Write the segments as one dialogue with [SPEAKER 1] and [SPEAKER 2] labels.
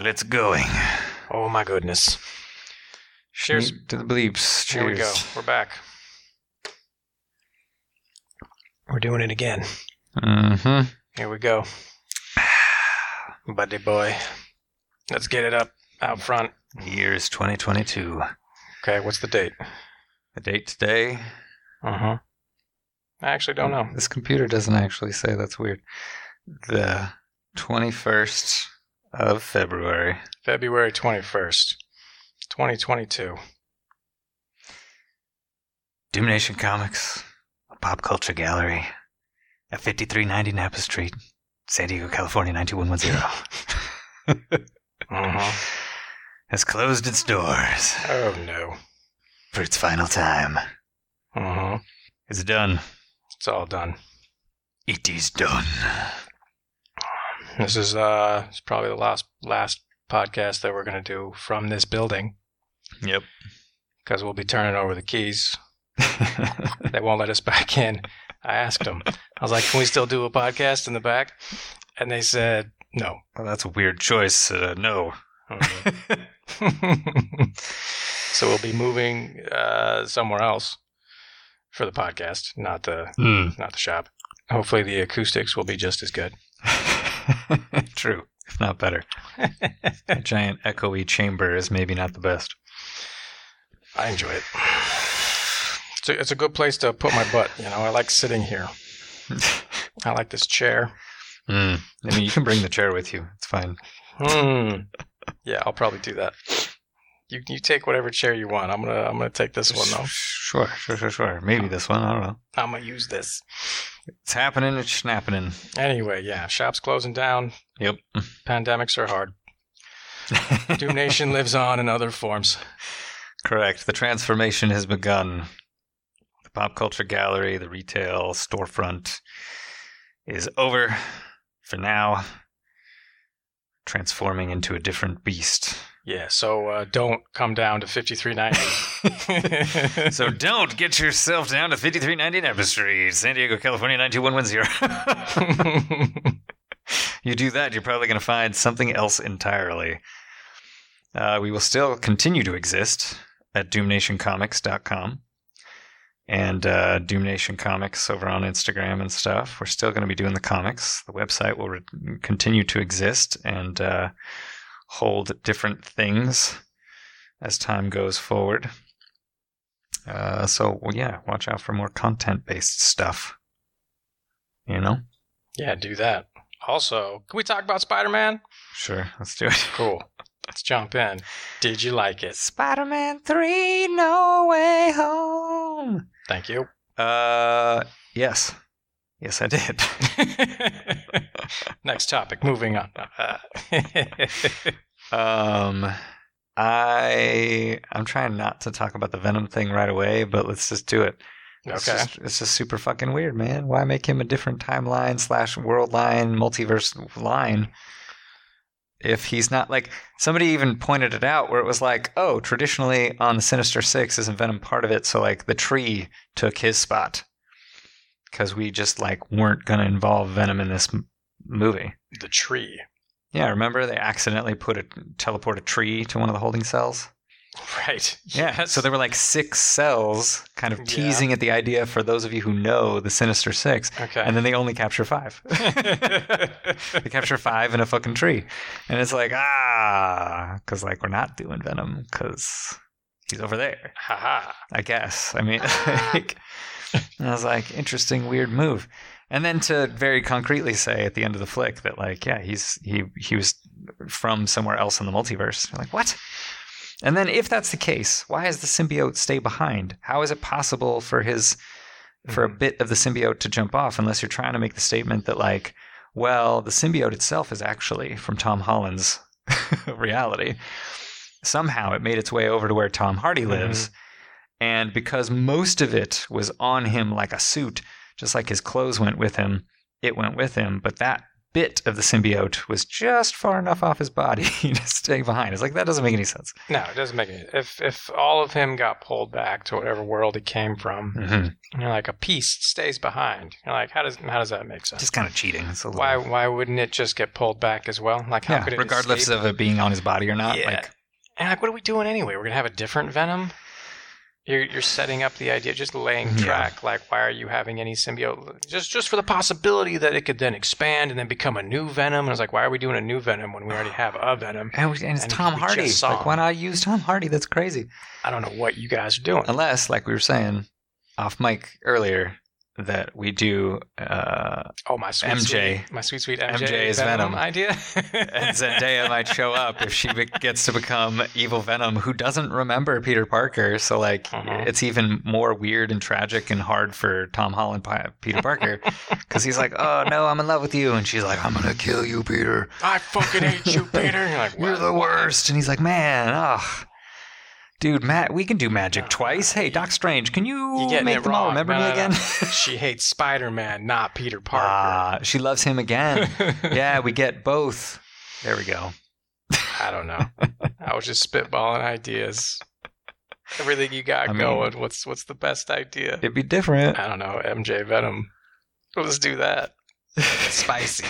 [SPEAKER 1] Let's going.
[SPEAKER 2] Oh my goodness. Cheers.
[SPEAKER 3] Meet To the bleeps. Cheers.
[SPEAKER 2] Here we go. We're back. We're doing it again.
[SPEAKER 3] Mm-hmm.
[SPEAKER 2] Here we go. Buddy boy. Let's get it up out front.
[SPEAKER 1] Year's 2022.
[SPEAKER 2] Okay, what's the date?
[SPEAKER 3] The date today.
[SPEAKER 2] Uh-huh. I actually don't know.
[SPEAKER 3] This computer doesn't actually say. That's weird. The 21st of February.
[SPEAKER 2] February 21st, 2022.
[SPEAKER 1] Domination Comics, a pop culture gallery at 5390 Napa Street, San Diego, California 92110.
[SPEAKER 2] Uh-huh.
[SPEAKER 1] has closed its doors
[SPEAKER 2] Oh, no.
[SPEAKER 1] for its final time.
[SPEAKER 2] Uh-huh.
[SPEAKER 1] It's done.
[SPEAKER 2] It's all done.
[SPEAKER 1] It is done.
[SPEAKER 2] This is uh it's probably the last last podcast that we're going to do from this building
[SPEAKER 1] Yep.
[SPEAKER 2] because we'll be turning over the keys. they won't let us back in. I asked them. I was like, "Can we still do a podcast in the back?" And they said, "No."
[SPEAKER 1] Well, that's a weird choice. Uh, no.
[SPEAKER 2] so we'll be moving uh, somewhere else for the podcast, not the
[SPEAKER 1] Hmm.
[SPEAKER 2] not the shop. Hopefully, the acoustics will be just as good.
[SPEAKER 1] True, if not better. a giant echoey chamber is maybe not the best.
[SPEAKER 2] I enjoy it. It's a, it's a good place to put my butt. You know, I like sitting here. I like this chair.
[SPEAKER 1] Mm. I mean, you can bring the chair with you. It's fine.
[SPEAKER 2] Hmm. Yeah, I'll probably do that. You you take whatever chair you want. I'm gonna I'm gonna take this one though. Oh.
[SPEAKER 1] Sure, sure, sure, sure. Maybe this one. I don't know.
[SPEAKER 2] I'm gonna use this
[SPEAKER 1] It's happening. It's snapping.
[SPEAKER 2] anyway. Yeah, shops closing down.
[SPEAKER 1] Yep.
[SPEAKER 2] Pandemics are hard. Doom Nation lives on in other forms.
[SPEAKER 1] Correct. The transformation has begun. The pop culture gallery, the retail storefront is over for now, transforming into a different beast.
[SPEAKER 2] Yeah, so uh, don't come down to 5390.
[SPEAKER 1] So don't get yourself down to 5390 Napa Street, San Diego, California 92110. you do that, you're probably going to find something else entirely. Uh, we will still continue to exist at doomnationcomics.com and uh, Doom Nation Comics over on Instagram and stuff. We're still going to be doing the comics. The website will re- continue to exist and uh, hold different things as time goes forward. Uh, so, well, yeah, watch out for more content based stuff. You know?
[SPEAKER 2] yeah, do that. Also, can we talk about Spider Man?
[SPEAKER 1] Sure, let's do it.
[SPEAKER 2] Cool. Let's jump in. Did you like it?
[SPEAKER 1] Spider Man 3 No Way Home.
[SPEAKER 2] Thank you.
[SPEAKER 1] Uh, yes. Yes, I did.
[SPEAKER 2] Next topic. Moving on. Uh,
[SPEAKER 1] um, I I'm trying not to talk about the Venom thing right away, but let's just do it. It's
[SPEAKER 2] okay.
[SPEAKER 1] just, it's just super fucking weird, man. Why make him a different timeline slash world line, multiverse line? If he's not like somebody even pointed it out where it was like, oh, traditionally on the Sinister Six isn't Venom part of it, so like the tree took his spot because we just like weren't gonna involve Venom in this m- movie.
[SPEAKER 2] The tree.
[SPEAKER 1] Yeah, remember they accidentally put a teleport a tree to one of the holding cells.
[SPEAKER 2] Right.
[SPEAKER 1] Yeah. So there were like six cells, kind of
[SPEAKER 2] Yeah.
[SPEAKER 1] teasing at the idea for those of you who know the Sinister Six,
[SPEAKER 2] Okay.
[SPEAKER 1] and then they only capture five. they capture five in a fucking tree, and it's like ah, because like we're not doing Venom because he's over there.
[SPEAKER 2] Haha.
[SPEAKER 1] I guess. I mean, like, and I was like, interesting, weird move. And then to very concretely say at the end of the flick that like, yeah, he's he he was from somewhere else in the multiverse. You're like, what? And then if that's the case, why does the symbiote stay behind? How is it possible for his for
[SPEAKER 2] Mm-hmm.
[SPEAKER 1] a bit of the symbiote to jump off unless you're trying to make the statement that like, well, the symbiote itself is actually from Tom Holland's reality. Somehow it made its way over to where Tom Hardy
[SPEAKER 2] Mm-hmm.
[SPEAKER 1] lives. And because most of it was on him like a suit, just like his clothes went with him, it went with him. But that bit of the symbiote was just far enough off his body to stay behind. It's like that doesn't make any sense.
[SPEAKER 2] No, it doesn't make any. If if all of him got pulled back to whatever world he came from,
[SPEAKER 1] Mm-hmm.
[SPEAKER 2] you're like a piece stays behind. You're like, how does how does that make sense?
[SPEAKER 1] Just kind of cheating. It's a little,
[SPEAKER 2] Why why wouldn't it just get pulled back as well? Like how
[SPEAKER 1] yeah,
[SPEAKER 2] could it
[SPEAKER 1] regardless
[SPEAKER 2] escape?
[SPEAKER 1] of it being on his body or not.
[SPEAKER 2] Yeah.
[SPEAKER 1] Like
[SPEAKER 2] and like what are we doing anyway? We're gonna have a different Venom. You're you're setting up the idea, just laying
[SPEAKER 1] Yeah.
[SPEAKER 2] track. Like why are you having any symbiote? Just just for the possibility that it could then expand and then become a new Venom. And it's like why are we doing a new Venom when we already have a Venom?
[SPEAKER 1] And, we- and it's
[SPEAKER 2] And
[SPEAKER 1] Tom
[SPEAKER 2] we just
[SPEAKER 1] Hardy.
[SPEAKER 2] saw
[SPEAKER 1] Like, why not use Tom Hardy? That's crazy.
[SPEAKER 2] I don't know what you guys are doing.
[SPEAKER 1] Unless, like we were saying off mic earlier, that we do uh,
[SPEAKER 2] Oh my sweet
[SPEAKER 1] MJ.
[SPEAKER 2] sweet- my sweet sweet MJ,
[SPEAKER 1] MJ is Venom.
[SPEAKER 2] idea.
[SPEAKER 1] and Zendaya might show up if she be- gets to become evil Venom, who doesn't remember Peter Parker. So like,
[SPEAKER 2] Mhm.
[SPEAKER 1] it's even more weird and tragic and hard for Tom Holland, Pi- Peter Parker, because he's like, "Oh no, I'm in love with you," and she's like, "I'm gonna kill you, Peter.
[SPEAKER 2] I fucking hate you, Peter. And you're like
[SPEAKER 1] You're
[SPEAKER 2] "What?"
[SPEAKER 1] the worst." And he's like, "Man, oh." Dude, Matt, we can do magic
[SPEAKER 2] No,
[SPEAKER 1] twice. Hey, Doc Strange, can you
[SPEAKER 2] You're getting
[SPEAKER 1] make
[SPEAKER 2] it
[SPEAKER 1] them all
[SPEAKER 2] wrong.
[SPEAKER 1] remember
[SPEAKER 2] No,
[SPEAKER 1] me
[SPEAKER 2] no, no.
[SPEAKER 1] again?
[SPEAKER 2] she hates Spider Man, not Peter Parker.
[SPEAKER 1] Ah, she loves him again. yeah, we get both. There we go.
[SPEAKER 2] I don't know. I was just spitballing ideas. Everything you got
[SPEAKER 1] I mean-
[SPEAKER 2] going. what's what's the best idea?
[SPEAKER 1] It'd be different.
[SPEAKER 2] I don't know. MJ Venom. Let's do that. Spicy.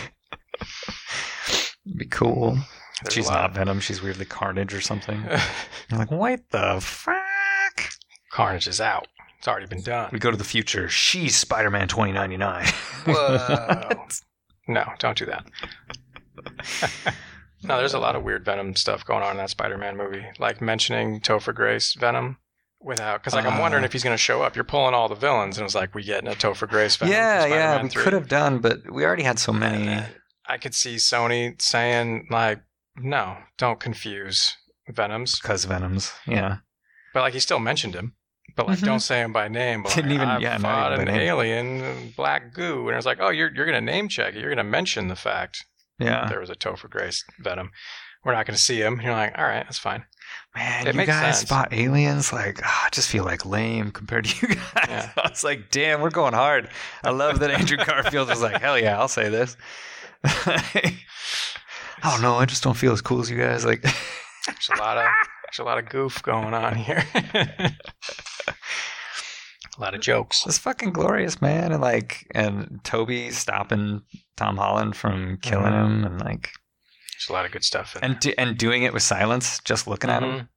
[SPEAKER 1] It'd be cool.
[SPEAKER 2] There's
[SPEAKER 1] she's
[SPEAKER 2] a lot.
[SPEAKER 1] not Venom. She's weirdly Carnage or something.
[SPEAKER 2] Carnage
[SPEAKER 1] You're like, what the fuck?
[SPEAKER 2] is out. It's already been done.
[SPEAKER 1] We go to the future. She's Spider Man 2099.
[SPEAKER 2] Whoa. Oh. no, don't do that. no, there's a lot of weird Venom stuff going on in that Spider-Man movie. Like mentioning Topher Grace Venom without, because like I'm wondering
[SPEAKER 1] Uh.
[SPEAKER 2] if he's going to show up. You're pulling all the villains, and it's like we getting a Topher Grace Venom. for
[SPEAKER 1] yeah, yeah.
[SPEAKER 2] Spider-Man
[SPEAKER 1] We
[SPEAKER 2] 3.
[SPEAKER 1] could have done, but we already had so many.
[SPEAKER 2] And, uh, I could see Sony saying like, no, don't confuse Venoms,
[SPEAKER 1] Because Venoms. Yeah.
[SPEAKER 2] but like he still mentioned him. But like,
[SPEAKER 1] Mhm.
[SPEAKER 2] don't say him by name. But
[SPEAKER 1] Didn't
[SPEAKER 2] like,
[SPEAKER 1] even-
[SPEAKER 2] I
[SPEAKER 1] yeah, not
[SPEAKER 2] fought
[SPEAKER 1] even
[SPEAKER 2] an
[SPEAKER 1] by name.
[SPEAKER 2] alien, uh, black goo, and I was like, oh, you're you're gonna name check it. You're gonna mention the fact
[SPEAKER 1] Yeah.
[SPEAKER 2] there was a Topher Grace Venom. We're not going to see him. And you're like, all right, that's fine.
[SPEAKER 1] Man,
[SPEAKER 2] It
[SPEAKER 1] you
[SPEAKER 2] makes
[SPEAKER 1] guys
[SPEAKER 2] sense.
[SPEAKER 1] spot aliens? Like, ah, I just feel like lame compared to you guys.
[SPEAKER 2] Yeah.
[SPEAKER 1] I was like, damn, we're going hard. I love that Andrew Garfield was like, hell yeah, I'll say this. I don't know. I just don't feel as cool as you guys. Like,
[SPEAKER 2] There's a lot of there's a lot of goof going on here. a lot of jokes.
[SPEAKER 1] It's fucking glorious, man. And like, and Toby stopping Tom Holland from killing
[SPEAKER 2] Mm-hmm.
[SPEAKER 1] him, and like,
[SPEAKER 2] There's a lot of good stuff. In
[SPEAKER 1] and do, and doing it with silence, just looking at him.
[SPEAKER 2] Mhm.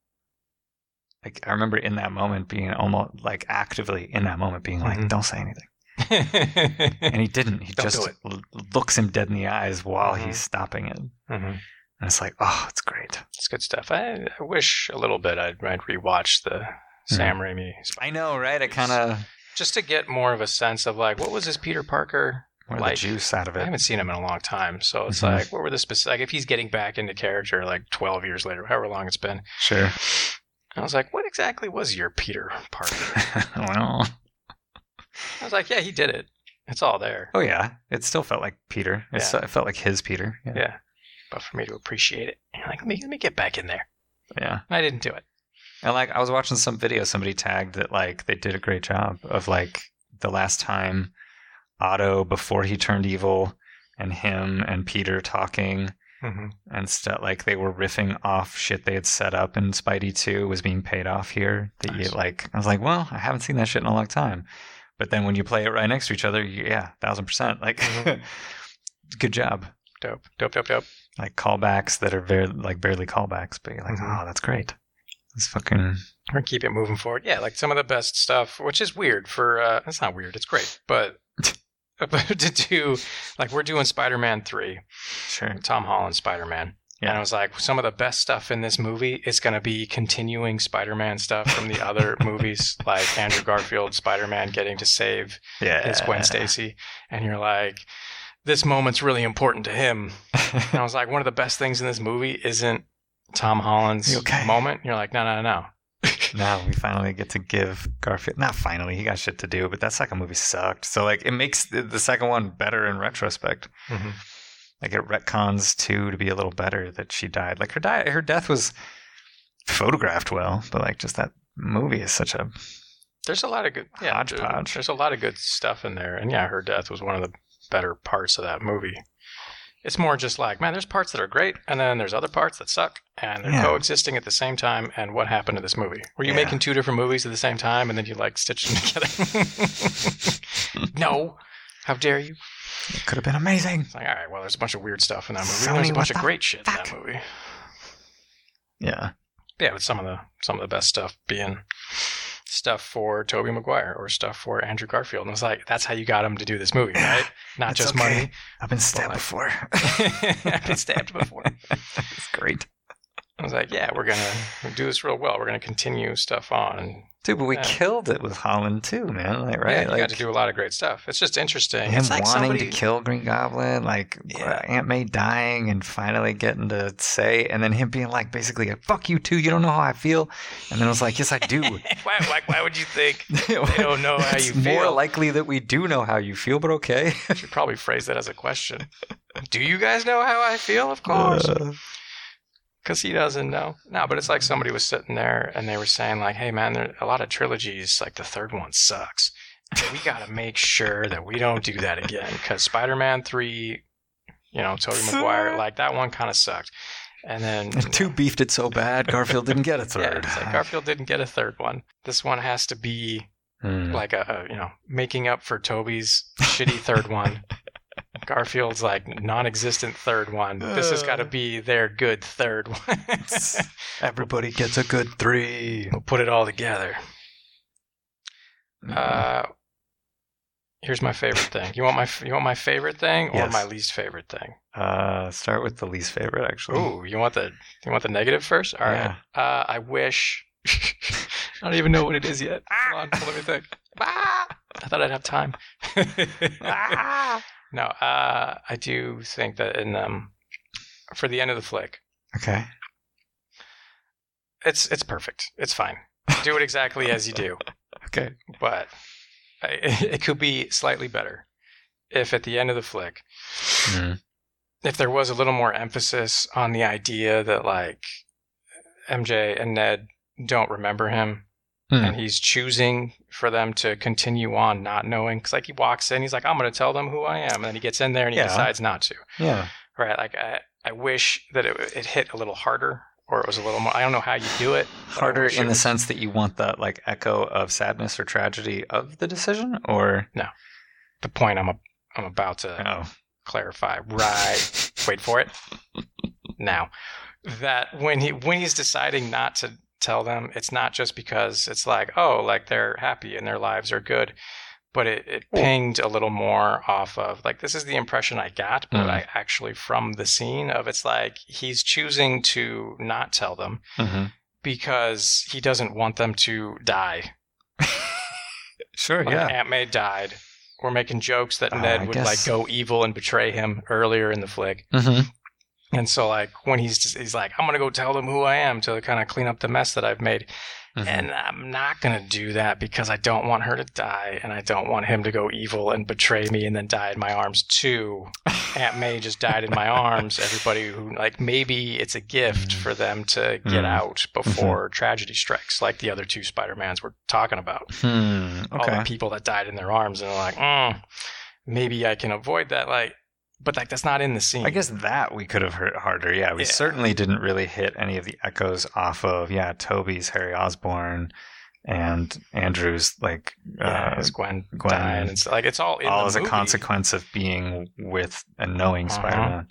[SPEAKER 1] Like, I remember in that moment being almost like actively in that moment being like,
[SPEAKER 2] Mhm.
[SPEAKER 1] "Don't say anything,"
[SPEAKER 2] Mm-hmm.
[SPEAKER 1] and he didn't. He
[SPEAKER 2] Don't
[SPEAKER 1] just
[SPEAKER 2] do it.
[SPEAKER 1] l- looks him dead in the eyes while
[SPEAKER 2] Mhm.
[SPEAKER 1] he's stopping it, and
[SPEAKER 2] Mhm.
[SPEAKER 1] it's like, oh, it's great.
[SPEAKER 2] It's good stuff. I, I wish a little bit I'd, I'd rewatch the Sam Raimi, Sp-
[SPEAKER 1] I know, right? I kind of
[SPEAKER 2] just to get more of a sense of like what was his Peter Parker.
[SPEAKER 1] more
[SPEAKER 2] Like-
[SPEAKER 1] the juice out of
[SPEAKER 2] I
[SPEAKER 1] it.
[SPEAKER 2] haven't seen him in a long time, so it's
[SPEAKER 1] Mhm.
[SPEAKER 2] like what were the specific? Like if he's getting back into character like 12 years later, however long it's been,
[SPEAKER 1] Sure.
[SPEAKER 2] I was like, what exactly was your Peter Parker?
[SPEAKER 1] well,
[SPEAKER 2] I was like, yeah, he did it. It's all there.
[SPEAKER 1] oh yeah, it still felt like Peter. It,
[SPEAKER 2] Yeah.
[SPEAKER 1] still, it felt like his Peter. Yeah.
[SPEAKER 2] Yeah. But for me to appreciate it, you're like, let me, let me get back in there.
[SPEAKER 1] yeah.
[SPEAKER 2] And I didn't do it.
[SPEAKER 1] And like I was watching some video, somebody tagged that like they did a great job of like the last time Otto before he turned evil and him and Peter talking
[SPEAKER 2] Mm-hmm.
[SPEAKER 1] and stuff like they were riffing off shit they had set up in Spidey 2 was being paid off here. That
[SPEAKER 2] Nice.
[SPEAKER 1] you like I was like, well, I haven't seen that shit in a long time. But then when you play it right next to each other, you, yeah, thousand percent. Like
[SPEAKER 2] Mhm.
[SPEAKER 1] good job.
[SPEAKER 2] Dope. Dope, dope, dope.
[SPEAKER 1] Like callbacks that are very like barely callbacks, but you're like,
[SPEAKER 2] Mhm.
[SPEAKER 1] oh, that's great. It's fucking
[SPEAKER 2] We're going to keep it moving forward. Yeah, like some of the best stuff, which is weird for, uh, it's not weird, it's great. But, but to do, like, we're doing Spider Man 3,
[SPEAKER 1] sure.
[SPEAKER 2] Tom Holland Spider Man.
[SPEAKER 1] Yeah.
[SPEAKER 2] And I was like, some of the best stuff in this movie is going to be continuing Spider Man stuff from the other movies, like Andrew Garfield Spider Man getting to save
[SPEAKER 1] Yeah.
[SPEAKER 2] is Gwen Stacy, and you're like, this moment's really important to him. And I was like, one of the best things in this movie isn't Tom Holland's
[SPEAKER 1] You okay?
[SPEAKER 2] moment. And you're like, no, no, no,
[SPEAKER 1] now we finally get to give Garfield. Not finally, he got shit to do, but that second movie sucked. So like, it makes the, the second one better in retrospect.
[SPEAKER 2] no.
[SPEAKER 1] Like, it retcons two to be a little better that she died. Like her di- her death was photographed well, but like just that movie is such a
[SPEAKER 2] There's a lot of good, yeah, there-
[SPEAKER 1] Hodgepodge.
[SPEAKER 2] there's a lot of good stuff in there. And yeah, her death was one of the better parts of that movie. It's more just like, man, there's parts that are great, and then there's other parts that suck, and they're
[SPEAKER 1] Yeah.
[SPEAKER 2] coexisting at the same time. And what happened to this movie? Were you
[SPEAKER 1] Yeah.
[SPEAKER 2] making two different movies at the same time, and then you like stitched them together? no, how dare you?
[SPEAKER 1] It could have been amazing.
[SPEAKER 2] It's like, all right, well, there's a bunch of weird stuff in that movie.
[SPEAKER 1] Sony,
[SPEAKER 2] and there's a
[SPEAKER 1] what
[SPEAKER 2] bunch of
[SPEAKER 1] the
[SPEAKER 2] great shit in that
[SPEAKER 1] fuck?
[SPEAKER 2] movie.
[SPEAKER 1] Yeah.
[SPEAKER 2] Yeah, but some of the some of the best stuff being stuff for Toby Maguire or stuff for Andrew Garfield. And it's like that's how you got him to do this movie, right? Not
[SPEAKER 1] It's
[SPEAKER 2] just
[SPEAKER 1] okay.
[SPEAKER 2] money.
[SPEAKER 1] I've been stabbed
[SPEAKER 2] like-
[SPEAKER 1] before.
[SPEAKER 2] I've been stabbed before.
[SPEAKER 1] it's great.
[SPEAKER 2] I was like, yeah, we're gonna do this real well. We're gonna continue stuff on. And,
[SPEAKER 1] Dude, but we
[SPEAKER 2] Yeah.
[SPEAKER 1] killed it with Holland too, man. Like,
[SPEAKER 2] yeah,
[SPEAKER 1] right?
[SPEAKER 2] you
[SPEAKER 1] like,
[SPEAKER 2] got to do a lot of great stuff. It's just interesting.
[SPEAKER 1] him
[SPEAKER 2] it's like
[SPEAKER 1] wanting
[SPEAKER 2] somebody,
[SPEAKER 1] to kill Green Goblin, like uh,
[SPEAKER 2] Yeah.
[SPEAKER 1] Aunt May dying and finally getting to say, and then him being like, basically, like, fuck you too. You don't know how I feel. And then I was like, yes, I do.
[SPEAKER 2] why, why, why would you think they
[SPEAKER 1] it's
[SPEAKER 2] don't know how you
[SPEAKER 1] more
[SPEAKER 2] feel?
[SPEAKER 1] likely that we do know how you feel, but okay.
[SPEAKER 2] I should probably phrase that as a question. do you guys know how I feel? Of course.
[SPEAKER 1] Uh,
[SPEAKER 2] because he doesn't know. No, but it's like somebody was sitting there and they were saying like, "Hey, man, there a lot of trilogies. Like the third one sucks. We got to make sure that we don't do that again because Spider-Man three, you know, Tobey Maguire, like that one kind of sucked. And then
[SPEAKER 1] and two beefed it so bad, Garfield didn't get a
[SPEAKER 2] yeah,
[SPEAKER 1] third.
[SPEAKER 2] it's like Garfield didn't get a third one. This one has to be
[SPEAKER 1] Hmm.
[SPEAKER 2] like a, a you know making up for Toby's shitty third one. Garfield's like non-existent third one. This has got to
[SPEAKER 1] Uh.
[SPEAKER 2] be their good third one.
[SPEAKER 1] Everybody gets a good three.
[SPEAKER 2] We'll put it all together.
[SPEAKER 1] Mm-hmm.
[SPEAKER 2] Uh, here's my favorite thing. You want my you want my favorite thing or
[SPEAKER 1] Yes.
[SPEAKER 2] my least favorite thing?
[SPEAKER 1] Uh, start with the least favorite, actually.
[SPEAKER 2] Ooh, you want the you want the negative first? All right. Uh, I wish. I don't even know what it is yet. Hold on, let me think. Ah! I thought I'd have time.
[SPEAKER 1] Ah!
[SPEAKER 2] no, uh, I do think that in um, for the end of the flick,
[SPEAKER 1] Okay.
[SPEAKER 2] it's it's perfect. It's fine. Do it exactly as you do.
[SPEAKER 1] Okay.
[SPEAKER 2] but I, it could be slightly better if at the end of the flick
[SPEAKER 1] Mhm.
[SPEAKER 2] if there was a little more emphasis on the idea that like mj and ned don't remember him
[SPEAKER 1] Hmm.
[SPEAKER 2] and he's choosing for them to continue on not knowing because like he walks in he's like i'm going to tell them who i am and then he gets in there and he
[SPEAKER 1] Yeah.
[SPEAKER 2] decides not to
[SPEAKER 1] Yeah.
[SPEAKER 2] right like i, I wish that it, it hit a little harder or it was a little more i don't know how you do it but I
[SPEAKER 1] harder
[SPEAKER 2] wish it
[SPEAKER 1] in the
[SPEAKER 2] was-
[SPEAKER 1] sense that you want that like echo of sadness or tragedy of the decision or
[SPEAKER 2] the point i'm, a, I'm about to
[SPEAKER 1] oh
[SPEAKER 2] clarify right wait for it now that when he when he's deciding not to tell them it's not just because it's like oh like they're happy and their lives are good but it, it pinged a little more off of like this is the impression i got but
[SPEAKER 1] Mhm.
[SPEAKER 2] i actually from the scene of it's like he's choosing to not tell them
[SPEAKER 1] Mm-hmm.
[SPEAKER 2] because he doesn't want them to die
[SPEAKER 1] sure
[SPEAKER 2] like,
[SPEAKER 1] yeah
[SPEAKER 2] Aunt May died. We're making jokes that
[SPEAKER 1] Uh, I
[SPEAKER 2] Ned would like
[SPEAKER 1] guess-
[SPEAKER 2] go evil and betray him earlier in the flick.
[SPEAKER 1] Mhm.
[SPEAKER 2] And so like when he's just, he's like, I'm gonna go tell them who I am to kind of clean up the mess that I've made.
[SPEAKER 1] Mhm.
[SPEAKER 2] And I'm not gonna do that because I don't want her to die and I don't want him to go evil and betray me and then die in my arms too. Aunt May just died in my arms. Everybody who like maybe it's a gift
[SPEAKER 1] Mm.
[SPEAKER 2] for them to get
[SPEAKER 1] Mm.
[SPEAKER 2] out before tragedy strikes, like the other two Spider Mans were talking about
[SPEAKER 1] hmm.
[SPEAKER 2] all the
[SPEAKER 1] okay
[SPEAKER 2] people that died in their arms and they're like mm, maybe i can avoid that like but like that's not in the scene
[SPEAKER 1] i guess that we could have hurt harder yeah we
[SPEAKER 2] Hmm. Yeah.
[SPEAKER 1] certainly didn't really hit any of the echoes off of yeah toby's harry osborne and andrew's like
[SPEAKER 2] yeah,
[SPEAKER 1] uh,
[SPEAKER 2] it's gwen,
[SPEAKER 1] Gwen-
[SPEAKER 2] dying and so, like it's all in
[SPEAKER 1] all
[SPEAKER 2] the
[SPEAKER 1] as
[SPEAKER 2] movie.
[SPEAKER 1] a consequence of being with and knowing
[SPEAKER 2] Uh-huh.
[SPEAKER 1] spider-man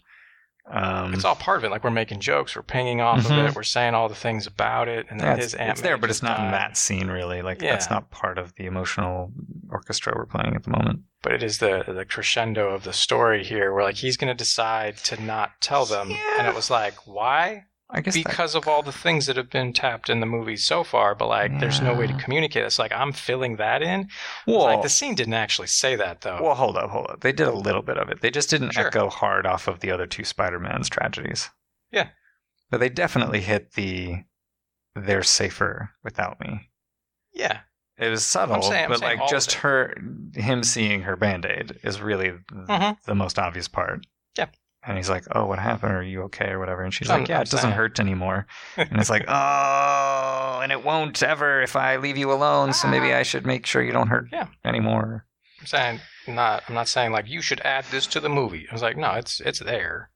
[SPEAKER 1] um
[SPEAKER 2] it's all part of it like we're making jokes we're pinging off of
[SPEAKER 1] Mhm.
[SPEAKER 2] it we're saying all the things about it and
[SPEAKER 1] Yeah,
[SPEAKER 2] then
[SPEAKER 1] it's,
[SPEAKER 2] his aunt
[SPEAKER 1] it's there,
[SPEAKER 2] May
[SPEAKER 1] but it's
[SPEAKER 2] just
[SPEAKER 1] not in
[SPEAKER 2] died.
[SPEAKER 1] that scene really. Like that's
[SPEAKER 2] Yeah.
[SPEAKER 1] not part of the emotional orchestra we're playing at the moment.
[SPEAKER 2] but it is the the crescendo of the story here where like he's going to decide to not tell them and
[SPEAKER 1] Yeah.
[SPEAKER 2] it was like why
[SPEAKER 1] I guess that-
[SPEAKER 2] because of all the things that have been tapped in the movie so far but like there's no way to
[SPEAKER 1] Yeah.
[SPEAKER 2] communicate it's like i'm filling that in
[SPEAKER 1] well,
[SPEAKER 2] like the scene didn't actually say that though
[SPEAKER 1] well, hold up, hold up. They did a little bit of it. They just didn't
[SPEAKER 2] Oh. Sure.
[SPEAKER 1] echo hard off of the other two Spider-Man's tragedies.
[SPEAKER 2] Yeah.
[SPEAKER 1] but they definitely hit the they're safer without me.
[SPEAKER 2] Yeah,
[SPEAKER 1] It was subtle,
[SPEAKER 2] saying- I'm
[SPEAKER 1] but
[SPEAKER 2] saying all
[SPEAKER 1] like
[SPEAKER 2] of
[SPEAKER 1] just
[SPEAKER 2] it.
[SPEAKER 1] her, him seeing her band-aid is really th-
[SPEAKER 2] Mhm.
[SPEAKER 1] the most obvious part.
[SPEAKER 2] Yeah.
[SPEAKER 1] And he's like, "Oh, what happened? Are you okay or whatever?" And she's
[SPEAKER 2] I'm-
[SPEAKER 1] like, "Yeah,
[SPEAKER 2] I'm
[SPEAKER 1] it doesn't
[SPEAKER 2] saying-
[SPEAKER 1] hurt anymore." and it's like, "Oh, and it won't ever if I leave you alone. So maybe I should make sure you don't hurt
[SPEAKER 2] Ah. Yeah.
[SPEAKER 1] anymore."
[SPEAKER 2] I'm saying not. I'm not saying like you should add this to the movie. I was like, no, it's it's there.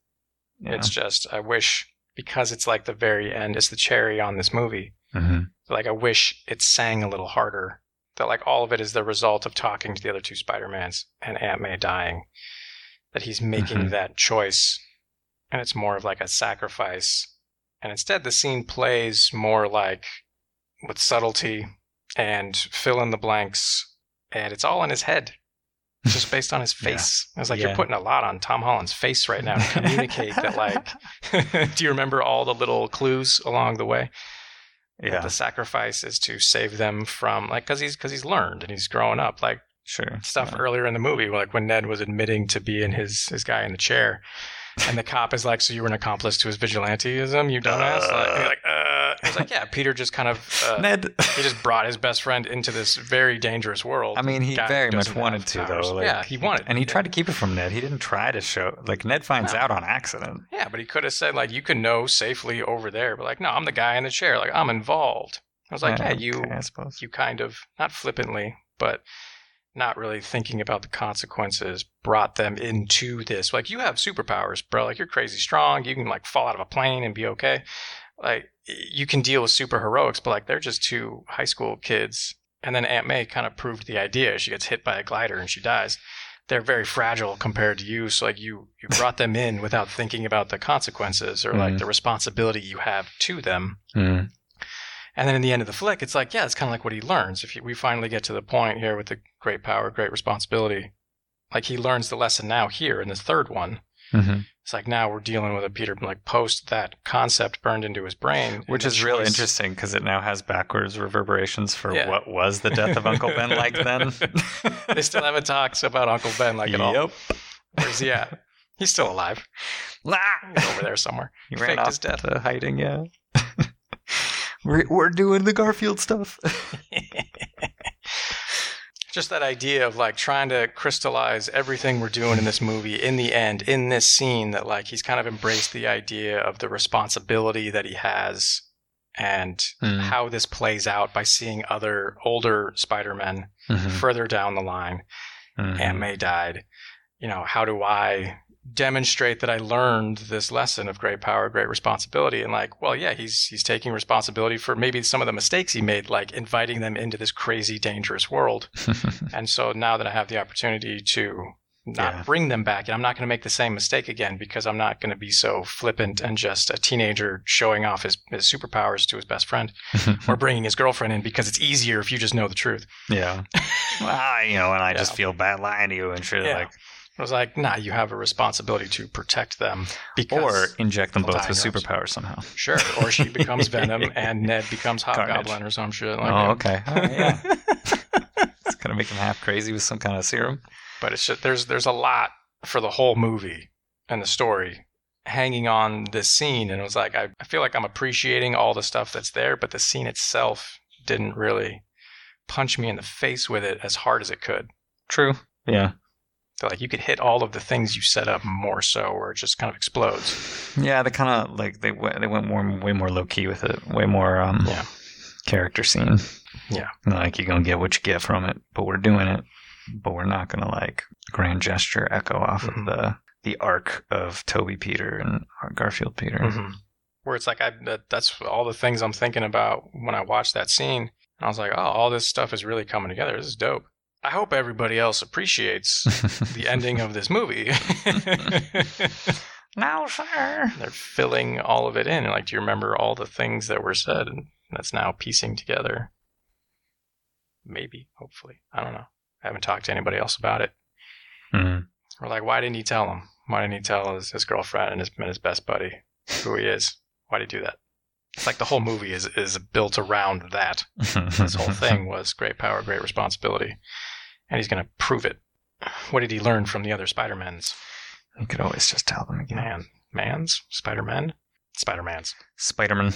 [SPEAKER 1] Yeah.
[SPEAKER 2] It's just I wish because it's like the very end. It's the cherry on this movie.
[SPEAKER 1] hmm
[SPEAKER 2] Like I wish it sang a little harder. That like all of it is the result of talking to the other two Spider Mans and Aunt May dying. That he's making
[SPEAKER 1] Mhm.
[SPEAKER 2] that choice, and it's more of like a sacrifice. And instead, the scene plays more like with subtlety and fill in the blanks, and it's all in his head, It's just based on his face. It's like
[SPEAKER 1] Yeah.
[SPEAKER 2] you're putting a lot on Tom Holland's face right now to communicate that. Like, do you remember all the little clues along the way? that
[SPEAKER 1] Yeah,
[SPEAKER 2] the sacrifice is to save them from like because he's because he's learned and he's growing up like
[SPEAKER 1] sure.
[SPEAKER 2] stuff
[SPEAKER 1] Yeah.
[SPEAKER 2] earlier in the movie like when ned was admitting to being his his guy in the chair and the cop is like so you were an accomplice to his vigilanteism you dumbass like, and he's like uh it's like yeah peter just kind of uh,
[SPEAKER 1] Ned.
[SPEAKER 2] he just brought his best friend into this very dangerous world
[SPEAKER 1] I mean, he
[SPEAKER 2] Guy
[SPEAKER 1] very much
[SPEAKER 2] doesn't
[SPEAKER 1] wanted
[SPEAKER 2] have
[SPEAKER 1] to
[SPEAKER 2] powers.
[SPEAKER 1] though. Like,
[SPEAKER 2] yeah he wanted
[SPEAKER 1] and he tried to keep it from Ned. He didn't try to show. Like Ned finds
[SPEAKER 2] No.
[SPEAKER 1] out on accident.
[SPEAKER 2] yeah but he could have said like you can know safely over there but like no i'm the guy in the chair like i'm involved i was like yeah, you
[SPEAKER 1] okay, I suppose.
[SPEAKER 2] you kind of not flippantly but not really thinking about the consequences brought them into this like you have superpowers bro like you're crazy strong you can like fall out of a plane and be okay like y- you can deal with super heroics but like they're just two high school kids and then aunt may kind of proved the idea she gets hit by a glider and she dies they're very fragile compared to you so like you you brought them in without thinking about the consequences or like
[SPEAKER 1] Mhm.
[SPEAKER 2] the responsibility you have to them
[SPEAKER 1] Mm.
[SPEAKER 2] and then in the end of the flick, it's like, yeah, it's kind of like what he learns. If you, we finally get to the point here with the great power, great responsibility, like he learns the lesson now here in the third one.
[SPEAKER 1] hmm
[SPEAKER 2] It's like now we're dealing with a Peter like post that concept burned into his brain, and
[SPEAKER 1] Which
[SPEAKER 2] the
[SPEAKER 1] is really
[SPEAKER 2] choice-
[SPEAKER 1] interesting because it now has backwards reverberations for
[SPEAKER 2] Yeah.
[SPEAKER 1] what was the death of Uncle Ben like then.
[SPEAKER 2] They still haven't talked about Uncle Ben like at all.
[SPEAKER 1] Yep.
[SPEAKER 2] Where's he at? He's still alive. He's over there somewhere.
[SPEAKER 1] He
[SPEAKER 2] Ah, Faked
[SPEAKER 1] ran
[SPEAKER 2] his
[SPEAKER 1] off
[SPEAKER 2] death.
[SPEAKER 1] to hiding. Yeah. we're we're doing the Garfield stuff.
[SPEAKER 2] just that idea of like trying to crystallize everything we're doing in this movie in the end in this scene that like he's kind of embraced the idea of the responsibility that he has and
[SPEAKER 1] Mm-hmm.
[SPEAKER 2] how this plays out by seeing other older spider-men
[SPEAKER 1] Mhm.
[SPEAKER 2] further down the line
[SPEAKER 1] Mhm.
[SPEAKER 2] Aunt May died. You know, how do I demonstrate that I learned this lesson of great power, great responsibility? And like, well, yeah, he's he's taking responsibility for maybe some of the mistakes he made, like inviting them into this crazy, dangerous world. and so now that I have the opportunity to not
[SPEAKER 1] Yeah.
[SPEAKER 2] bring them back, and I'm not going to make the same mistake again because I'm not going to be so flippant and just a teenager showing off his, his superpowers to his best friend or bringing his girlfriend in because it's easier if you just know the truth.
[SPEAKER 1] yeah. Well, I- you know, and I just
[SPEAKER 2] Yeah.
[SPEAKER 1] feel bad lying to you and shit.
[SPEAKER 2] Yeah.
[SPEAKER 1] Like,
[SPEAKER 2] I was like, nah, you have a responsibility to protect them
[SPEAKER 1] or
[SPEAKER 2] because
[SPEAKER 1] inject them
[SPEAKER 2] They'll
[SPEAKER 1] both
[SPEAKER 2] die
[SPEAKER 1] with
[SPEAKER 2] in your
[SPEAKER 1] superpowers somehow.
[SPEAKER 2] sure, or she becomes Venom and Ned becomes
[SPEAKER 1] Carnage.
[SPEAKER 2] Hobgoblin or some shit. Like
[SPEAKER 1] Oh,
[SPEAKER 2] that.
[SPEAKER 1] okay. All right, yeah. it's gonna make him half crazy with some kind of serum.
[SPEAKER 2] But it's just, there's there's a lot for the whole movie and the story hanging on this scene, and it was like I, I feel like I'm appreciating all the stuff that's there, but the scene itself didn't really punch me in the face with it as hard as it could.
[SPEAKER 1] True. Yeah.
[SPEAKER 2] So like you could hit all of the things you set up more so, where it just kind of explodes.
[SPEAKER 1] Yeah, they kind of like they went they went more way more low key with it, way more um
[SPEAKER 2] Yeah.
[SPEAKER 1] character scene.
[SPEAKER 2] Yeah.
[SPEAKER 1] like you're gonna get what you get from it, but we're doing it, but we're not gonna like grand gesture echo off
[SPEAKER 2] Mhm.
[SPEAKER 1] of the the arc of Toby Peter and Garfield Peter.
[SPEAKER 2] Mm-hmm. where it's like I that, that's all the things I'm thinking about when I watch that scene. And I was like, oh, all this stuff is really coming together. This is dope. I hope everybody else appreciates Mm-hmm. the ending of this movie.
[SPEAKER 1] no, sir.
[SPEAKER 2] They're filling all of it in. Like, do you remember all the things that were said? And that's now piecing together. Maybe, hopefully. I don't know. I haven't talked to anybody else about it.
[SPEAKER 1] Mm.
[SPEAKER 2] We're like, why didn't he tell him? Why didn't he tell his, his girlfriend and his, and his best buddy who he is? Why'd he do that? It's like the whole movie is, is built around that. This whole thing was great power, great responsibility. And he's going to prove it. What did he learn from the other Spider-Mans?
[SPEAKER 1] You could always just tell them again.
[SPEAKER 2] Man, mans? Spider-Men? Spider-Mans.
[SPEAKER 1] Spider-Man.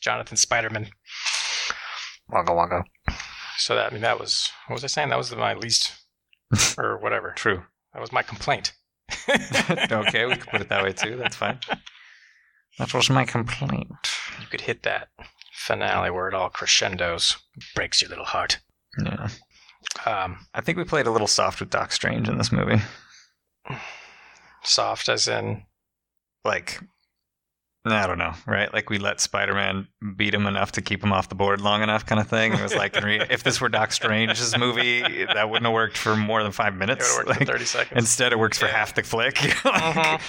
[SPEAKER 2] Jonathan Spider-Man.
[SPEAKER 1] Wagga wagga.
[SPEAKER 2] So that, I mean, that was, what was I saying? That was my least, or whatever.
[SPEAKER 1] True.
[SPEAKER 2] That was my complaint.
[SPEAKER 1] okay, we could put it that way too. That's fine. That was my complaint.
[SPEAKER 2] you could hit that finale where it all crescendos, breaks your little heart.
[SPEAKER 1] Yeah.
[SPEAKER 2] Um,
[SPEAKER 1] I think we played a little soft with Doc Strange in this movie.
[SPEAKER 2] soft as in
[SPEAKER 1] Like, I don't know, right? Like we let Spider-Man beat him enough to keep him off the board long enough, kind of thing. It was like, in re- if this were Doc Strange's movie, that wouldn't have worked for more than five
[SPEAKER 2] it would
[SPEAKER 1] minutes.
[SPEAKER 2] work for
[SPEAKER 1] Like,
[SPEAKER 2] 30 seconds.
[SPEAKER 1] instead, it works for
[SPEAKER 2] Yeah.
[SPEAKER 1] half the flick. Like, Mm-hmm.
[SPEAKER 2] Mhm.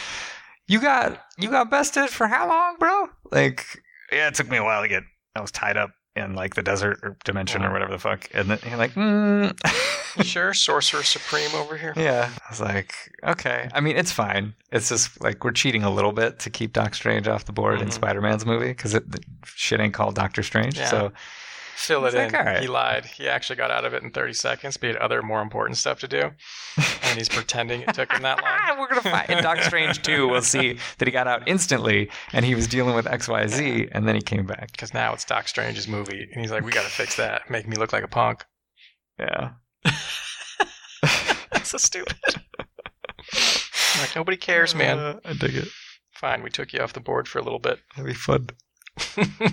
[SPEAKER 1] You got you got bested for how long, bro? Like, yeah, it took me a while to get. I was tied up in like the desert or dimension or whatever the fuck, and then you're like, mm.
[SPEAKER 2] You sure, Sorcerer Supreme over here.
[SPEAKER 1] Yeah. I was like, okay. I mean, it's fine. It's just like we're cheating a little bit to keep Doc Strange off the board in
[SPEAKER 2] Mhm.
[SPEAKER 1] Spider Man's movie because it the shit ain't called Doctor Strange.
[SPEAKER 2] Yeah.
[SPEAKER 1] So
[SPEAKER 2] Fill it
[SPEAKER 1] It's like,
[SPEAKER 2] in.
[SPEAKER 1] all right.
[SPEAKER 2] He lied. He actually got out of it in 30 seconds, but he had other more important stuff to do. And he's pretending it took him that long.
[SPEAKER 1] we're gonna find in Doc Strange two. We'll see that he got out instantly and he was dealing with X Y Z and then he came back.
[SPEAKER 2] Because now it's Doc Strange's movie. And he's like, we got to fix that. Make me look like a punk.
[SPEAKER 1] Yeah.
[SPEAKER 2] That's so stupid. like, nobody cares, man.
[SPEAKER 1] Uh, I dig it.
[SPEAKER 2] Fine, we took you off the board for a little bit.
[SPEAKER 1] That'd be fun.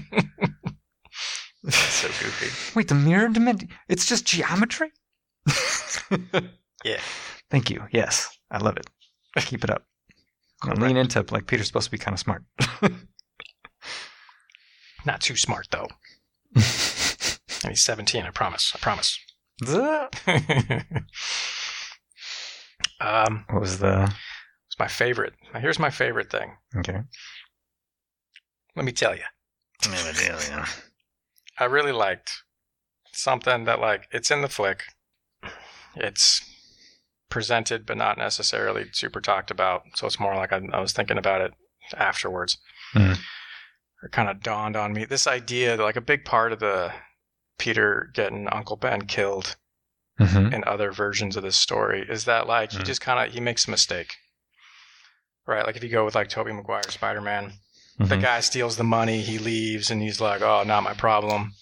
[SPEAKER 2] so goofy.
[SPEAKER 1] Wait, the mirror dimension? It's just geometry.
[SPEAKER 2] Yeah.
[SPEAKER 1] Thank you. Yes, I love it. Keep it up. I'm gonna lean into it, like Peter's supposed to be kind of smart.
[SPEAKER 2] Not too smart, though. And he's 17, I promise. I promise.
[SPEAKER 1] what
[SPEAKER 2] um,
[SPEAKER 1] was the
[SPEAKER 2] it's my favorite. Now, here's my favorite thing.
[SPEAKER 1] okay?
[SPEAKER 2] Let me tell you.
[SPEAKER 1] yeah.
[SPEAKER 2] I really liked something that like it's in the flick. It's presented but not necessarily super talked about. So it's more like I, I was thinking about it afterwards.
[SPEAKER 1] Hmm.
[SPEAKER 2] It kind of dawned on me this idea that like a big part of the Peter getting Uncle Ben killed
[SPEAKER 1] Mm-hmm.
[SPEAKER 2] in other versions of this story is that like he
[SPEAKER 1] Hmm.
[SPEAKER 2] just kind of he makes a mistake. Right, like if you go with like Toby Maguire Spider-Man,
[SPEAKER 1] Mm-hmm.
[SPEAKER 2] the guy steals the money, he leaves and he's like, "Oh, not my problem."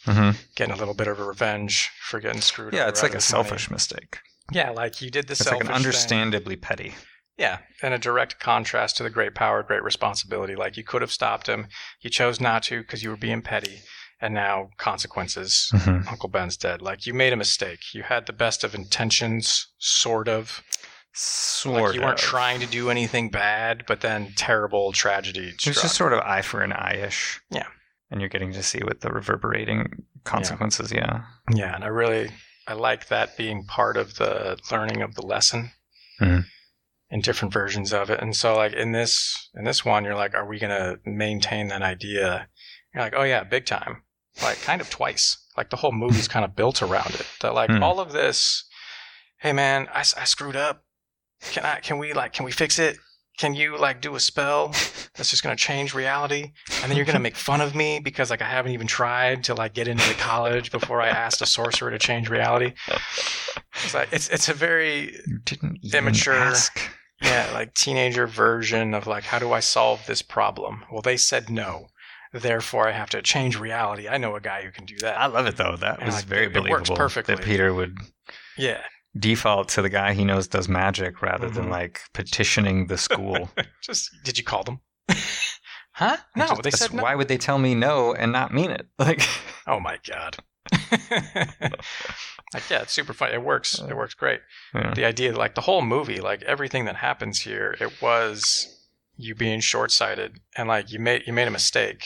[SPEAKER 2] getting a little bit of a revenge for getting screwed.
[SPEAKER 1] mm-hmm. Yeah,
[SPEAKER 2] over
[SPEAKER 1] it's
[SPEAKER 2] out
[SPEAKER 1] like
[SPEAKER 2] of
[SPEAKER 1] a
[SPEAKER 2] this money.
[SPEAKER 1] selfish mistake.
[SPEAKER 2] Yeah, like you did the
[SPEAKER 1] It's like
[SPEAKER 2] selfish
[SPEAKER 1] an
[SPEAKER 2] thing.
[SPEAKER 1] understandably petty.
[SPEAKER 2] Yeah, and a direct contrast to the great power, great responsibility. Like you could have stopped him, you chose not to because you were being petty, and now consequences.
[SPEAKER 1] Mm-hmm.
[SPEAKER 2] Uncle Ben's dead. Like you made a mistake. You had the best of intentions, sort of.
[SPEAKER 1] Sort
[SPEAKER 2] like you weren't
[SPEAKER 1] of.
[SPEAKER 2] trying to do anything bad, but then terrible tragedy.
[SPEAKER 1] It was
[SPEAKER 2] struck.
[SPEAKER 1] just sort of eye for an eye ish.
[SPEAKER 2] Yeah.
[SPEAKER 1] And you're getting to see what the reverberating consequences. Yeah.
[SPEAKER 2] Yeah, and I really I like that being part of the learning of the lesson
[SPEAKER 1] Mhm.
[SPEAKER 2] in different versions of it. And so like in this in this one, you're like, are we gonna maintain that idea? You're like, oh yeah, big time. Like kind of twice. Like the whole movie's kind of built around it. That like
[SPEAKER 1] Mhm.
[SPEAKER 2] all of this, hey man, I, s- I screwed up. Can I can we like can we fix it? Can you like do a spell that's just gonna change reality? and then you're gonna make fun of me because like I haven't even tried to like get into the college before I asked a sorcerer to change reality. It's like it's it's a very
[SPEAKER 1] You didn't even
[SPEAKER 2] Immature.
[SPEAKER 1] ask.
[SPEAKER 2] yeah like teenager version of like how do I solve this problem? Well, they said no, therefore I have to change reality. I know a guy who can do
[SPEAKER 1] I
[SPEAKER 2] that.
[SPEAKER 1] love it though. That
[SPEAKER 2] And,
[SPEAKER 1] was
[SPEAKER 2] like,
[SPEAKER 1] very
[SPEAKER 2] it- it
[SPEAKER 1] believable.
[SPEAKER 2] works perfectly.
[SPEAKER 1] That Peter would
[SPEAKER 2] Yeah,
[SPEAKER 1] default to the guy he knows does magic rather than
[SPEAKER 2] Mhm.
[SPEAKER 1] like petitioning the school.
[SPEAKER 2] just did you call them? huh? No,
[SPEAKER 1] Just-
[SPEAKER 2] they
[SPEAKER 1] that's-
[SPEAKER 2] said no.
[SPEAKER 1] Why would they tell me no and not mean it? Like,
[SPEAKER 2] Oh my god. like yeah, it's super funny. It works. It works great.
[SPEAKER 1] yeah.
[SPEAKER 2] the idea like the whole movie like everything that happens here it was you being short-sighted and like you made you made a mistake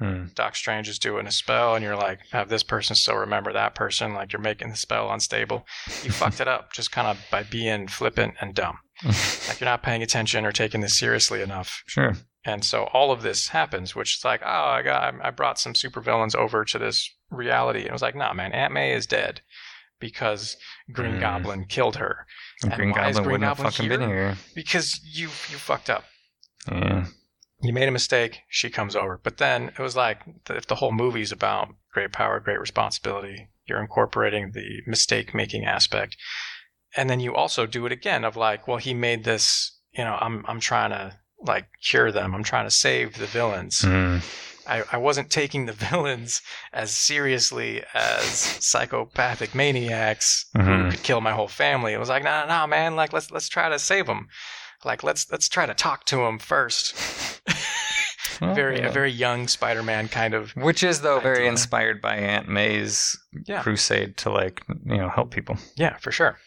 [SPEAKER 1] Hmm.
[SPEAKER 2] doc strange is doing a spell and you're like have this person still remember that person like you're making the spell unstable you fucked it up just kind of by being flippant and dumb like you're not paying attention or taking this seriously enough
[SPEAKER 1] sure.
[SPEAKER 2] and so all of this happens, which is like, oh, I got, I brought some supervillains over to this reality. And it was like, nah, man, Aunt May is dead because Green
[SPEAKER 1] Mm.
[SPEAKER 2] Goblin killed her.
[SPEAKER 1] The
[SPEAKER 2] And
[SPEAKER 1] Green
[SPEAKER 2] why is
[SPEAKER 1] Goblin
[SPEAKER 2] Green
[SPEAKER 1] wouldn't
[SPEAKER 2] Goblin
[SPEAKER 1] have fucking been here.
[SPEAKER 2] Because you, you fucked up.
[SPEAKER 1] Yeah.
[SPEAKER 2] You made a mistake. She comes over. But then it was like, th- if the whole movie's about great power, great responsibility, you're incorporating the mistake making aspect. And then you also do it again of like, well, he made this, you know, I'm, I'm trying to like cure them. I'm trying to save the villains.
[SPEAKER 1] Hmm.
[SPEAKER 2] I, I wasn't taking the villains as seriously as psychopathic maniacs who
[SPEAKER 1] Mhm.
[SPEAKER 2] could kill my whole family. It was like, no, no, no, man. Like, let's let's try to save them. Like, let's let's try to talk to them first.
[SPEAKER 1] Hmm. Well,
[SPEAKER 2] very
[SPEAKER 1] yeah.
[SPEAKER 2] a very young Spider-Man kind of.
[SPEAKER 1] Which is though very
[SPEAKER 2] idea.
[SPEAKER 1] inspired by Aunt May's
[SPEAKER 2] Yeah.
[SPEAKER 1] crusade to like you know help people.
[SPEAKER 2] Yeah, for sure.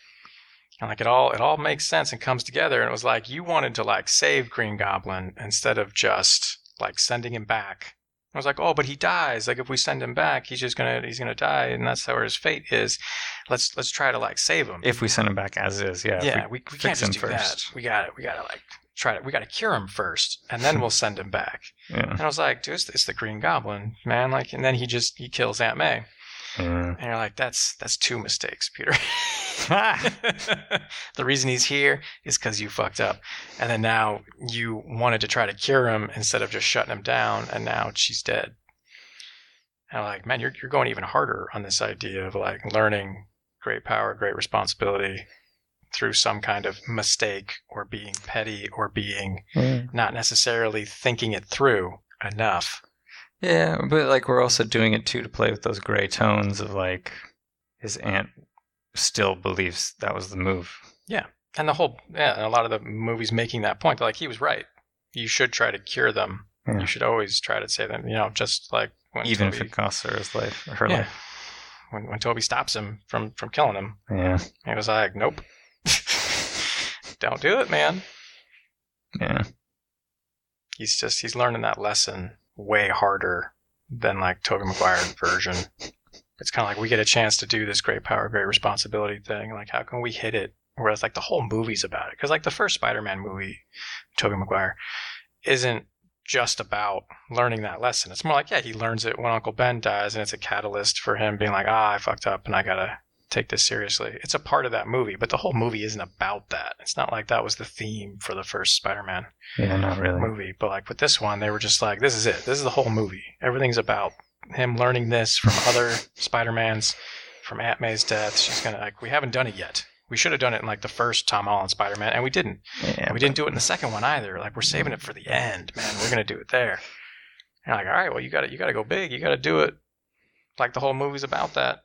[SPEAKER 2] And like it all it all makes sense and comes together. And it was like you wanted to like save Green Goblin instead of just like sending him back. I was like, oh, but he dies. Like if we send him back, he's just gonna he's gonna die, and that's how his fate is. Let's let's try to like save him.
[SPEAKER 1] If we send him back as is, yeah. if
[SPEAKER 2] yeah, we, we can't
[SPEAKER 1] fix
[SPEAKER 2] just do
[SPEAKER 1] him
[SPEAKER 2] that. We got it. We got to like try to. We got to cure him first, and then we'll send him back.
[SPEAKER 1] we- yeah.
[SPEAKER 2] And I was like, dude, it's, it's the Green Goblin, man. Like, and then he just he kills Aunt May,
[SPEAKER 1] Yeah.
[SPEAKER 2] and you're like, that's that's two mistakes, Peter.
[SPEAKER 1] Ha!
[SPEAKER 2] the reason he's here is because you fucked up, and then now you wanted to try to cure him instead of just shutting him down, and now she's dead. And I'm like, man, you're you're going even harder on this idea of like learning great power, great responsibility through some kind of mistake or being petty or being
[SPEAKER 1] yeah.
[SPEAKER 2] not necessarily thinking it through enough.
[SPEAKER 1] Yeah, but like we're also doing it too to play with those gray tones of like his aunt still believes that was the move.
[SPEAKER 2] And the whole, yeah, and a lot of the movies making that point. They're like, he was right. You should try to cure them.
[SPEAKER 1] Yeah.
[SPEAKER 2] You should always try to save them. You know, just like when
[SPEAKER 1] Even if
[SPEAKER 2] Toby,
[SPEAKER 1] it costs her his life her
[SPEAKER 2] yeah,
[SPEAKER 1] life.
[SPEAKER 2] when when Toby stops him from from killing him,
[SPEAKER 1] Yeah.
[SPEAKER 2] he was like, nope, don't do it, man.
[SPEAKER 1] Yeah.
[SPEAKER 2] He's just he's learning that lesson way harder than like Toby Maguire version. It's kind of like we get a chance to do this great power, great responsibility thing. Like, how can we hit it? Whereas, like, the whole movie's about it. Because, like, the first Spider Man movie, Tobey Maguire, isn't just about learning that lesson. It's more like, yeah, he learns it when Uncle Ben dies, and it's a catalyst for him being like, ah, I fucked up and I gotta take this seriously. It's a part of that movie, but the whole movie isn't about that. It's not like that was the theme for the first Spider Man
[SPEAKER 1] Yeah, not really.
[SPEAKER 2] movie. But like with this one, they were just like, this is it. This is the whole movie. Everything's about him learning this from other Spider-Mans, from Aunt May's death. She's gonna like, we haven't done it yet. We should have done it in like the first Tom Holland Spider-Man, and we didn't.
[SPEAKER 1] Yeah.
[SPEAKER 2] And we didn't do it in the second one either. Like we're saving it for the end, man. We're gonna do it there. And like, all right, well, you got to you got to go big. You got to do it. Like the whole movie's about that.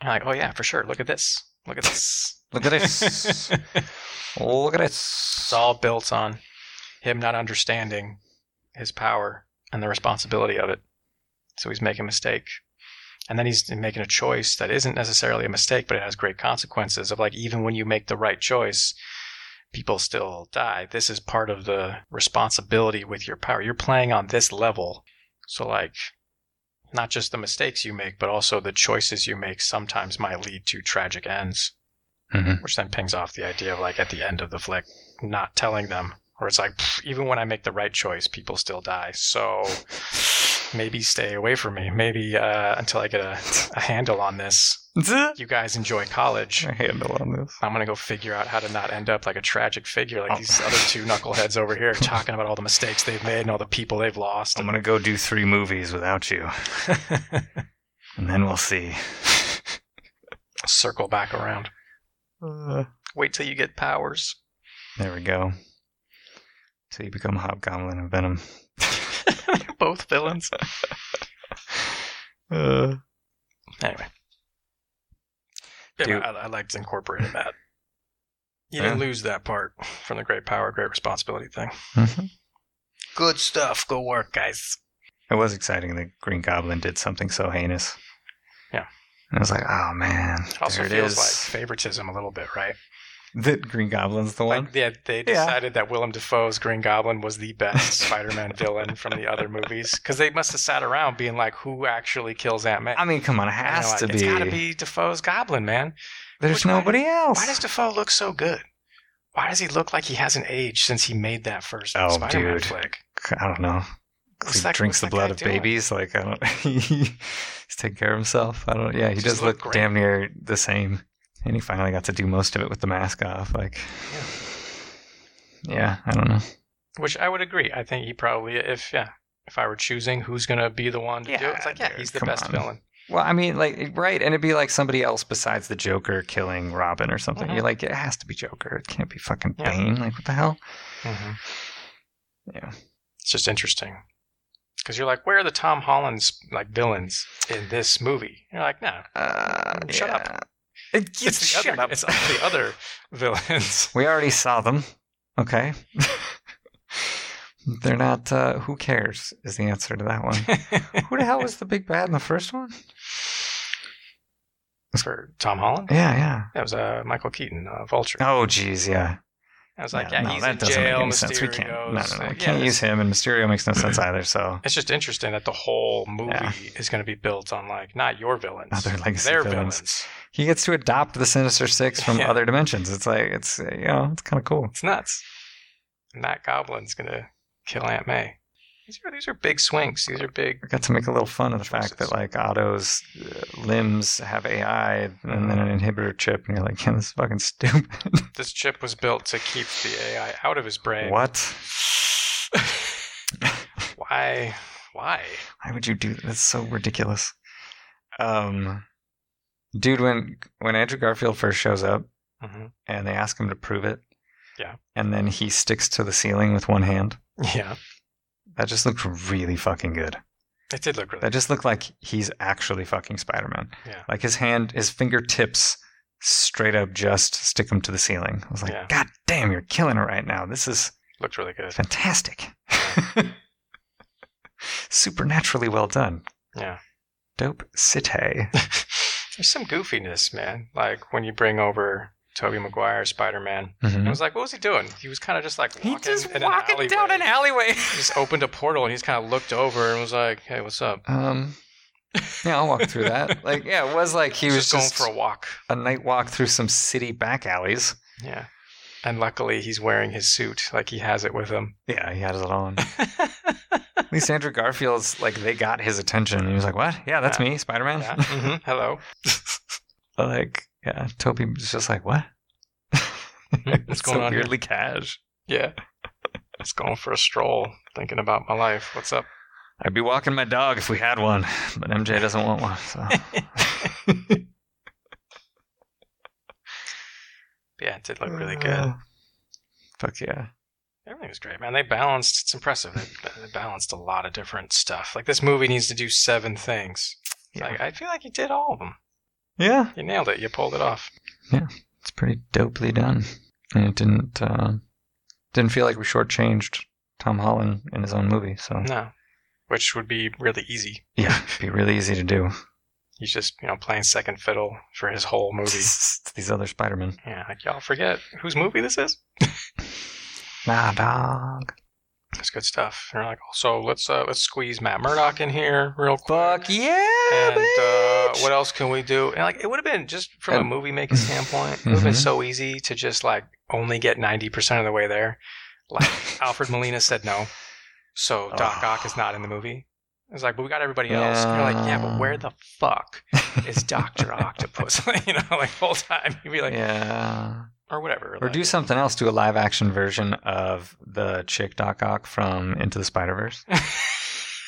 [SPEAKER 2] And like, oh yeah, for sure. Look at this. Look at this.
[SPEAKER 1] Look at this. Look at this.
[SPEAKER 2] It's all built on him not understanding his power and the responsibility of it. So he's making a mistake. And then he's making a choice that isn't necessarily a mistake, but it has great consequences of like, even when you make the right choice, people still die. This is part of the responsibility with your power. You're playing on this level. So, like, not just the mistakes you make, but also the choices you make sometimes might lead to tragic ends
[SPEAKER 1] Mhm.
[SPEAKER 2] which then pings off the idea of like at the end of the flick not telling them or it's like "Pfft, even when i make the right choice people still die so maybe stay away from me maybe uh, until i get a, a handle on this you guys enjoy college
[SPEAKER 1] My handle on this.
[SPEAKER 2] i'm gonna go figure out how to not end up like a tragic figure like these other two knuckleheads over here talking about all the mistakes they've made and all the people they've lost
[SPEAKER 1] I'm gonna go do three movies without you, and then we'll see.
[SPEAKER 2] circle back around wait till you get powers
[SPEAKER 1] there we go. So you become Hobgoblin and Venom.
[SPEAKER 2] They're both villains
[SPEAKER 1] Uh,
[SPEAKER 2] Mm-hmm. Anyway. Yeah,
[SPEAKER 1] Dude.
[SPEAKER 2] I, I liked incorporating that. You didn't lose that part from the great power, great responsibility thing.
[SPEAKER 1] mhm.
[SPEAKER 2] Good stuff. Go work, guys.
[SPEAKER 1] It was exciting that Green Goblin did something so heinous.
[SPEAKER 2] Yeah.
[SPEAKER 1] And I was like, oh man,
[SPEAKER 2] It also
[SPEAKER 1] there it
[SPEAKER 2] feels
[SPEAKER 1] is.
[SPEAKER 2] like favoritism a little bit, right?
[SPEAKER 1] That Green Goblin's the one.
[SPEAKER 2] Like yeah, they decided that Willem Dafoe's Green Goblin was the best Spider-Man villain from the other movies because they must have sat around being like, "Who actually kills Aunt May?"
[SPEAKER 1] I mean, come on, it
[SPEAKER 2] And they're
[SPEAKER 1] has
[SPEAKER 2] like,
[SPEAKER 1] to be.
[SPEAKER 2] It's gotta be Dafoe's Goblin, man.
[SPEAKER 1] There's
[SPEAKER 2] Which one-
[SPEAKER 1] nobody else.
[SPEAKER 2] Why does Defoe look so good? Why does he look like he hasn't aged since he made that first
[SPEAKER 1] Oh,
[SPEAKER 2] Spider-Man
[SPEAKER 1] dude.
[SPEAKER 2] flick?
[SPEAKER 1] I don't know.
[SPEAKER 2] What's
[SPEAKER 1] he
[SPEAKER 2] that-
[SPEAKER 1] drinks
[SPEAKER 2] what's
[SPEAKER 1] the
[SPEAKER 2] that
[SPEAKER 1] blood
[SPEAKER 2] guy
[SPEAKER 1] of
[SPEAKER 2] doing?
[SPEAKER 1] babies. Like I don't. he's taking care of himself. I don't. Yeah, he
[SPEAKER 2] Just
[SPEAKER 1] does
[SPEAKER 2] look
[SPEAKER 1] look,
[SPEAKER 2] great.
[SPEAKER 1] damn near the same. And he finally got to do most of it with the mask off. Like. Yeah, I don't know.
[SPEAKER 2] Which I would agree. I think he probably, if yeah, if I were choosing who's gonna be the one to do it, it's like
[SPEAKER 1] Yeah,
[SPEAKER 2] yeah,
[SPEAKER 1] dude,
[SPEAKER 2] he's the
[SPEAKER 1] come
[SPEAKER 2] best
[SPEAKER 1] on.
[SPEAKER 2] villain.
[SPEAKER 1] Well, I mean, like, right, and it'd be like somebody else besides the Joker killing Robin or something.
[SPEAKER 2] Mhm.
[SPEAKER 1] You're like, it has to be Joker. It can't be fucking
[SPEAKER 2] Yeah.
[SPEAKER 1] Bane. Like, what the hell? Yeah.
[SPEAKER 2] Mm-hmm. it's just interesting because you're like, where are the Tom Holland's like villains in this movie? You're like, no,
[SPEAKER 1] Uh,
[SPEAKER 2] Shut up.
[SPEAKER 1] It,
[SPEAKER 2] it's the
[SPEAKER 1] shut
[SPEAKER 2] other,
[SPEAKER 1] up.
[SPEAKER 2] it's all the other villains.
[SPEAKER 1] We already saw them. Okay. They're not. Uh, who cares? Is the answer to that one. who the hell was the big bad in the first one?
[SPEAKER 2] For Tom Holland,
[SPEAKER 1] Yeah, yeah.
[SPEAKER 2] that was uh, Michael Keaton, uh, Vulture.
[SPEAKER 1] Oh, geez, yeah.
[SPEAKER 2] I was like,
[SPEAKER 1] Yeah,
[SPEAKER 2] yeah,
[SPEAKER 1] no,
[SPEAKER 2] he's
[SPEAKER 1] that
[SPEAKER 2] in
[SPEAKER 1] doesn't
[SPEAKER 2] jail.
[SPEAKER 1] make any sense. We can't. No,
[SPEAKER 2] Mysterio's-
[SPEAKER 1] no, no. We
[SPEAKER 2] like, yeah,
[SPEAKER 1] can't
[SPEAKER 2] it's-
[SPEAKER 1] use him, and Mysterio makes no sense either. So
[SPEAKER 2] It's just interesting that the whole movie
[SPEAKER 1] Yeah.
[SPEAKER 2] is going to be built on like not your villains,
[SPEAKER 1] Other legacy
[SPEAKER 2] their
[SPEAKER 1] villains.
[SPEAKER 2] villains.
[SPEAKER 1] he gets to adopt the Sinister Six from
[SPEAKER 2] Yeah.
[SPEAKER 1] other dimensions. It's like it's uh, you know it's kind of cool.
[SPEAKER 2] It's nuts. And that goblin's going to kill Aunt May. These are these are big swings. These are big.
[SPEAKER 1] I got to make a little fun of the fact that
[SPEAKER 2] Choices.
[SPEAKER 1] like Otto's uh, limbs have AI and then an inhibitor chip, and you're like, yeah, this is fucking stupid.
[SPEAKER 2] This chip was built to keep the AI out of his brain.
[SPEAKER 1] What?
[SPEAKER 2] Why? Why?
[SPEAKER 1] Why would you do that? That's so ridiculous. Um, dude, when when Andrew Garfield first shows up,
[SPEAKER 2] Mhm.
[SPEAKER 1] and they ask him to prove it.
[SPEAKER 2] Yeah.
[SPEAKER 1] And then he sticks to the ceiling with one hand.
[SPEAKER 2] Yeah,
[SPEAKER 1] That just looked really fucking good.
[SPEAKER 2] it did look really.
[SPEAKER 1] That just looked like he's actually fucking Spider Man.
[SPEAKER 2] Yeah.
[SPEAKER 1] Like his hand, his fingertips straight up just stick him to the ceiling. I was like,
[SPEAKER 2] Yeah.
[SPEAKER 1] God damn, you're killing it right now. This is
[SPEAKER 2] looked really good.
[SPEAKER 1] fantastic. Supernaturally well done.
[SPEAKER 2] Yeah.
[SPEAKER 1] Dope city.
[SPEAKER 2] There's some goofiness, man. Like when you bring over Toby Maguire, Spider Man. I
[SPEAKER 1] Mhm.
[SPEAKER 2] was like, what was he doing? He was kind of just like walking
[SPEAKER 1] He just
[SPEAKER 2] in
[SPEAKER 1] walking
[SPEAKER 2] an
[SPEAKER 1] down an
[SPEAKER 2] alleyway.
[SPEAKER 1] alleyway.
[SPEAKER 2] He just opened a portal and he's kind of looked over and was like, hey, what's up?
[SPEAKER 1] Um, yeah, I'll walk through that. Like, yeah, it was like he was
[SPEAKER 2] going
[SPEAKER 1] just
[SPEAKER 2] for a walk.
[SPEAKER 1] a night walk through some city back alleys.
[SPEAKER 2] Yeah. And luckily, he's wearing his suit. Like he has it with him.
[SPEAKER 1] Yeah, he had it on. At least Andrew Garfield's like they got his attention. He was like, "What? Yeah, that's
[SPEAKER 2] Yeah.
[SPEAKER 1] me, Spider Man."
[SPEAKER 2] Yeah. hmm Hello.
[SPEAKER 1] like, yeah, Toby was just like, "What?
[SPEAKER 2] What's
[SPEAKER 1] It's
[SPEAKER 2] going
[SPEAKER 1] so
[SPEAKER 2] on?
[SPEAKER 1] weirdly cash.
[SPEAKER 2] Here? Yeah. Just going for a stroll, thinking about my life. What's up?
[SPEAKER 1] I'd be walking my dog if we had one, but MJ doesn't want one. So
[SPEAKER 2] Yeah, it did look really good.
[SPEAKER 1] Uh. Fuck yeah.
[SPEAKER 2] Everything was great, man. They balanced. It's impressive. They, they balanced a lot of different stuff. Like this movie needs to do seven things.
[SPEAKER 1] Yeah.
[SPEAKER 2] Like I feel like you did all of them.
[SPEAKER 1] yeah,
[SPEAKER 2] You nailed it. You pulled it off.
[SPEAKER 1] it's pretty dopely done, and it didn't uh, didn't feel like we shortchanged Tom Holland in his own movie. So
[SPEAKER 2] No, which would be really easy.
[SPEAKER 1] yeah, it'd be really easy to do.
[SPEAKER 2] He's just you know playing second fiddle for his whole movie.
[SPEAKER 1] to these other Spider-Man.
[SPEAKER 2] Yeah, like y'all forget whose movie this is.
[SPEAKER 1] Nah, dog.
[SPEAKER 2] That's good stuff. And they're like, also let's uh, let's squeeze Matt Murdock in here real quick.
[SPEAKER 1] Fuck yeah,
[SPEAKER 2] And uh,
[SPEAKER 1] bitch!
[SPEAKER 2] what else can we do? And like, it would have been just from a
[SPEAKER 1] And-
[SPEAKER 2] movie making standpoint, it would have been
[SPEAKER 1] Mhm.
[SPEAKER 2] so easy to just like only get ninety percent of the way there. Like Alfred Molina said no, so Doc
[SPEAKER 1] Oh.
[SPEAKER 2] Ock is not in the movie. It's like, but we got everybody else. And you're like, yeah, but where the fuck is Doctor Octopus? you know, like the whole time you'd be like,
[SPEAKER 1] yeah.
[SPEAKER 2] or whatever.
[SPEAKER 1] Or
[SPEAKER 2] like,
[SPEAKER 1] do something else. Do a live action version of the chick Doc Ock from Into the Spider Verse.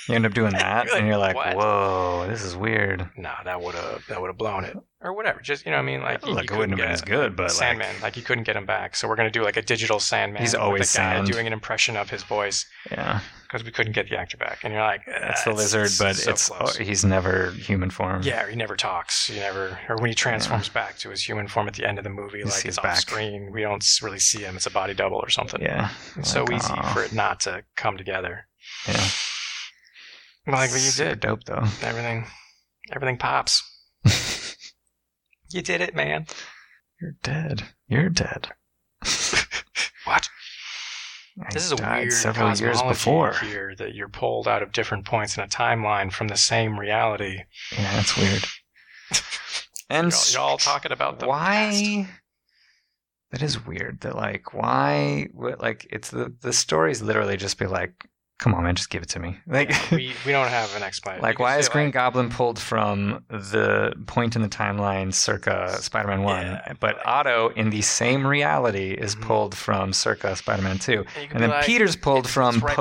[SPEAKER 1] You end up doing that,
[SPEAKER 2] You're
[SPEAKER 1] and you're like,
[SPEAKER 2] like, "What?"
[SPEAKER 1] "Whoa, this is weird."
[SPEAKER 2] nah, that would have that would have blown it, or whatever. Just you know, what I mean, like, you- you
[SPEAKER 1] Like it
[SPEAKER 2] couldn't
[SPEAKER 1] wouldn't have
[SPEAKER 2] get
[SPEAKER 1] been
[SPEAKER 2] it.
[SPEAKER 1] as good, but
[SPEAKER 2] Sandman. Like, you couldn't get him back, so we're gonna do like a digital Sandman.
[SPEAKER 1] He's
[SPEAKER 2] with
[SPEAKER 1] always
[SPEAKER 2] a guy
[SPEAKER 1] Sand.
[SPEAKER 2] doing an impression of his voice
[SPEAKER 1] like, yeah,
[SPEAKER 2] because we couldn't get the actor back. And you're like, "Ah,
[SPEAKER 1] it's the lizard, but
[SPEAKER 2] so
[SPEAKER 1] it's um,
[SPEAKER 2] close."
[SPEAKER 1] oh, he's never human form.
[SPEAKER 2] yeah, or he never talks. He never, or when he transforms back to his human form at the end of the movie, like
[SPEAKER 1] see
[SPEAKER 2] it's
[SPEAKER 1] his
[SPEAKER 2] off
[SPEAKER 1] back.
[SPEAKER 2] screen. We don't s- really see him. It's a body double or something.
[SPEAKER 1] yeah.
[SPEAKER 2] It's so
[SPEAKER 1] Like, oh,
[SPEAKER 2] easy
[SPEAKER 1] aw.
[SPEAKER 2] for it not to come together.
[SPEAKER 1] Yeah.
[SPEAKER 2] But like well, you
[SPEAKER 1] Super
[SPEAKER 2] did
[SPEAKER 1] dope though.
[SPEAKER 2] everything. Everything pops. you did it, man.
[SPEAKER 1] You're dead. You're dead.
[SPEAKER 2] What?
[SPEAKER 1] I
[SPEAKER 2] This is a
[SPEAKER 1] died
[SPEAKER 2] weird
[SPEAKER 1] several years
[SPEAKER 2] cosmology
[SPEAKER 1] before.
[SPEAKER 2] here that you're pulled out of different points in a timeline from the same reality.
[SPEAKER 1] Yeah, that's weird. And
[SPEAKER 2] You're all, you're all talking about the past.
[SPEAKER 1] why? That is weird. That like why? What, like it's the the stories literally just be like, come on man, just give it to me. Like
[SPEAKER 2] Yeah, we, we don't have an explanation. You
[SPEAKER 1] like
[SPEAKER 2] can
[SPEAKER 1] why
[SPEAKER 2] say,
[SPEAKER 1] is Green
[SPEAKER 2] like,
[SPEAKER 1] Goblin pulled from the point in the timeline circa Spider Man One,
[SPEAKER 2] Yeah,
[SPEAKER 1] but
[SPEAKER 2] like-
[SPEAKER 1] Otto in the same reality is
[SPEAKER 2] Mhm.
[SPEAKER 1] pulled from circa Spider Man Two,
[SPEAKER 2] and, you can
[SPEAKER 1] and
[SPEAKER 2] be
[SPEAKER 1] then
[SPEAKER 2] like,
[SPEAKER 1] Peter's pulled
[SPEAKER 2] it's
[SPEAKER 1] from
[SPEAKER 2] right before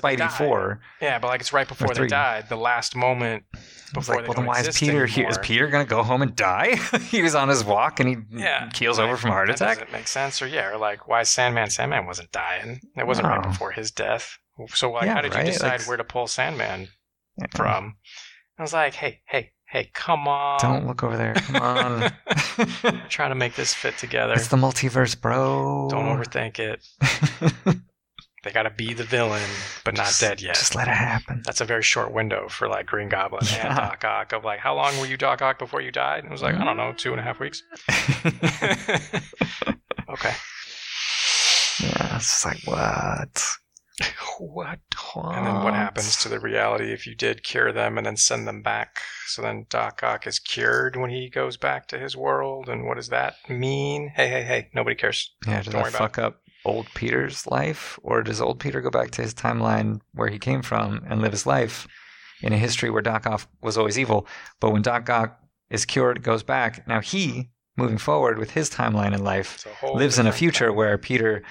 [SPEAKER 2] they
[SPEAKER 1] Spidey
[SPEAKER 2] died.
[SPEAKER 1] Four.
[SPEAKER 2] Yeah, but like it's right before they
[SPEAKER 1] three.
[SPEAKER 2] died, the last moment
[SPEAKER 1] I was
[SPEAKER 2] before
[SPEAKER 1] like,
[SPEAKER 2] they
[SPEAKER 1] well, then
[SPEAKER 2] don't
[SPEAKER 1] why is
[SPEAKER 2] exist
[SPEAKER 1] Peter
[SPEAKER 2] anymore.
[SPEAKER 1] here? Is Peter gonna go home and die? he was on his walk and he
[SPEAKER 2] Yeah,
[SPEAKER 1] keels
[SPEAKER 2] like,
[SPEAKER 1] over from a heart
[SPEAKER 2] that
[SPEAKER 1] attack.
[SPEAKER 2] Doesn't make sense, or yeah, or like why Sandman? Sandman wasn't dying. It wasn't right
[SPEAKER 1] No.
[SPEAKER 2] before his death. So like,
[SPEAKER 1] Oh. Yeah,
[SPEAKER 2] how did
[SPEAKER 1] right?
[SPEAKER 2] you decide
[SPEAKER 1] Like- hmm.
[SPEAKER 2] where to pull Sandman
[SPEAKER 1] Yeah.
[SPEAKER 2] from? I was like, hey, hey, hey, come on!
[SPEAKER 1] Don't look over there. Come on.
[SPEAKER 2] try to make this fit together.
[SPEAKER 1] it's the multiverse, bro.
[SPEAKER 2] Don't overthink it. They got to be the villain, but
[SPEAKER 1] Just-
[SPEAKER 2] not dead yet.
[SPEAKER 1] Just let it happen.
[SPEAKER 2] That's a very short window for like Green Goblin and
[SPEAKER 1] Yeah.
[SPEAKER 2] Doc Ock of like, how long were you Doc Ock before you died? And it was like, I don't know, two and a half weeks. okay.
[SPEAKER 1] Yeah, it's just like what?
[SPEAKER 2] What? And then what happens to the reality if you did cure them and then send them back? So then Doc Ock is cured when he goes back to his world, and what does that mean? Hey, hey, hey! Nobody cares.
[SPEAKER 1] Yeah, does
[SPEAKER 2] Don't
[SPEAKER 1] that
[SPEAKER 2] worry about
[SPEAKER 1] fuck up old Peter's life, or does old Peter go back to his timeline where he came from and live his life in a history where Doc Ock was always evil? But when Doc Ock is cured, goes back. Now he, moving forward with his timeline in life,
[SPEAKER 2] It's a whole
[SPEAKER 1] lives in a
[SPEAKER 2] different-
[SPEAKER 1] future where Peter,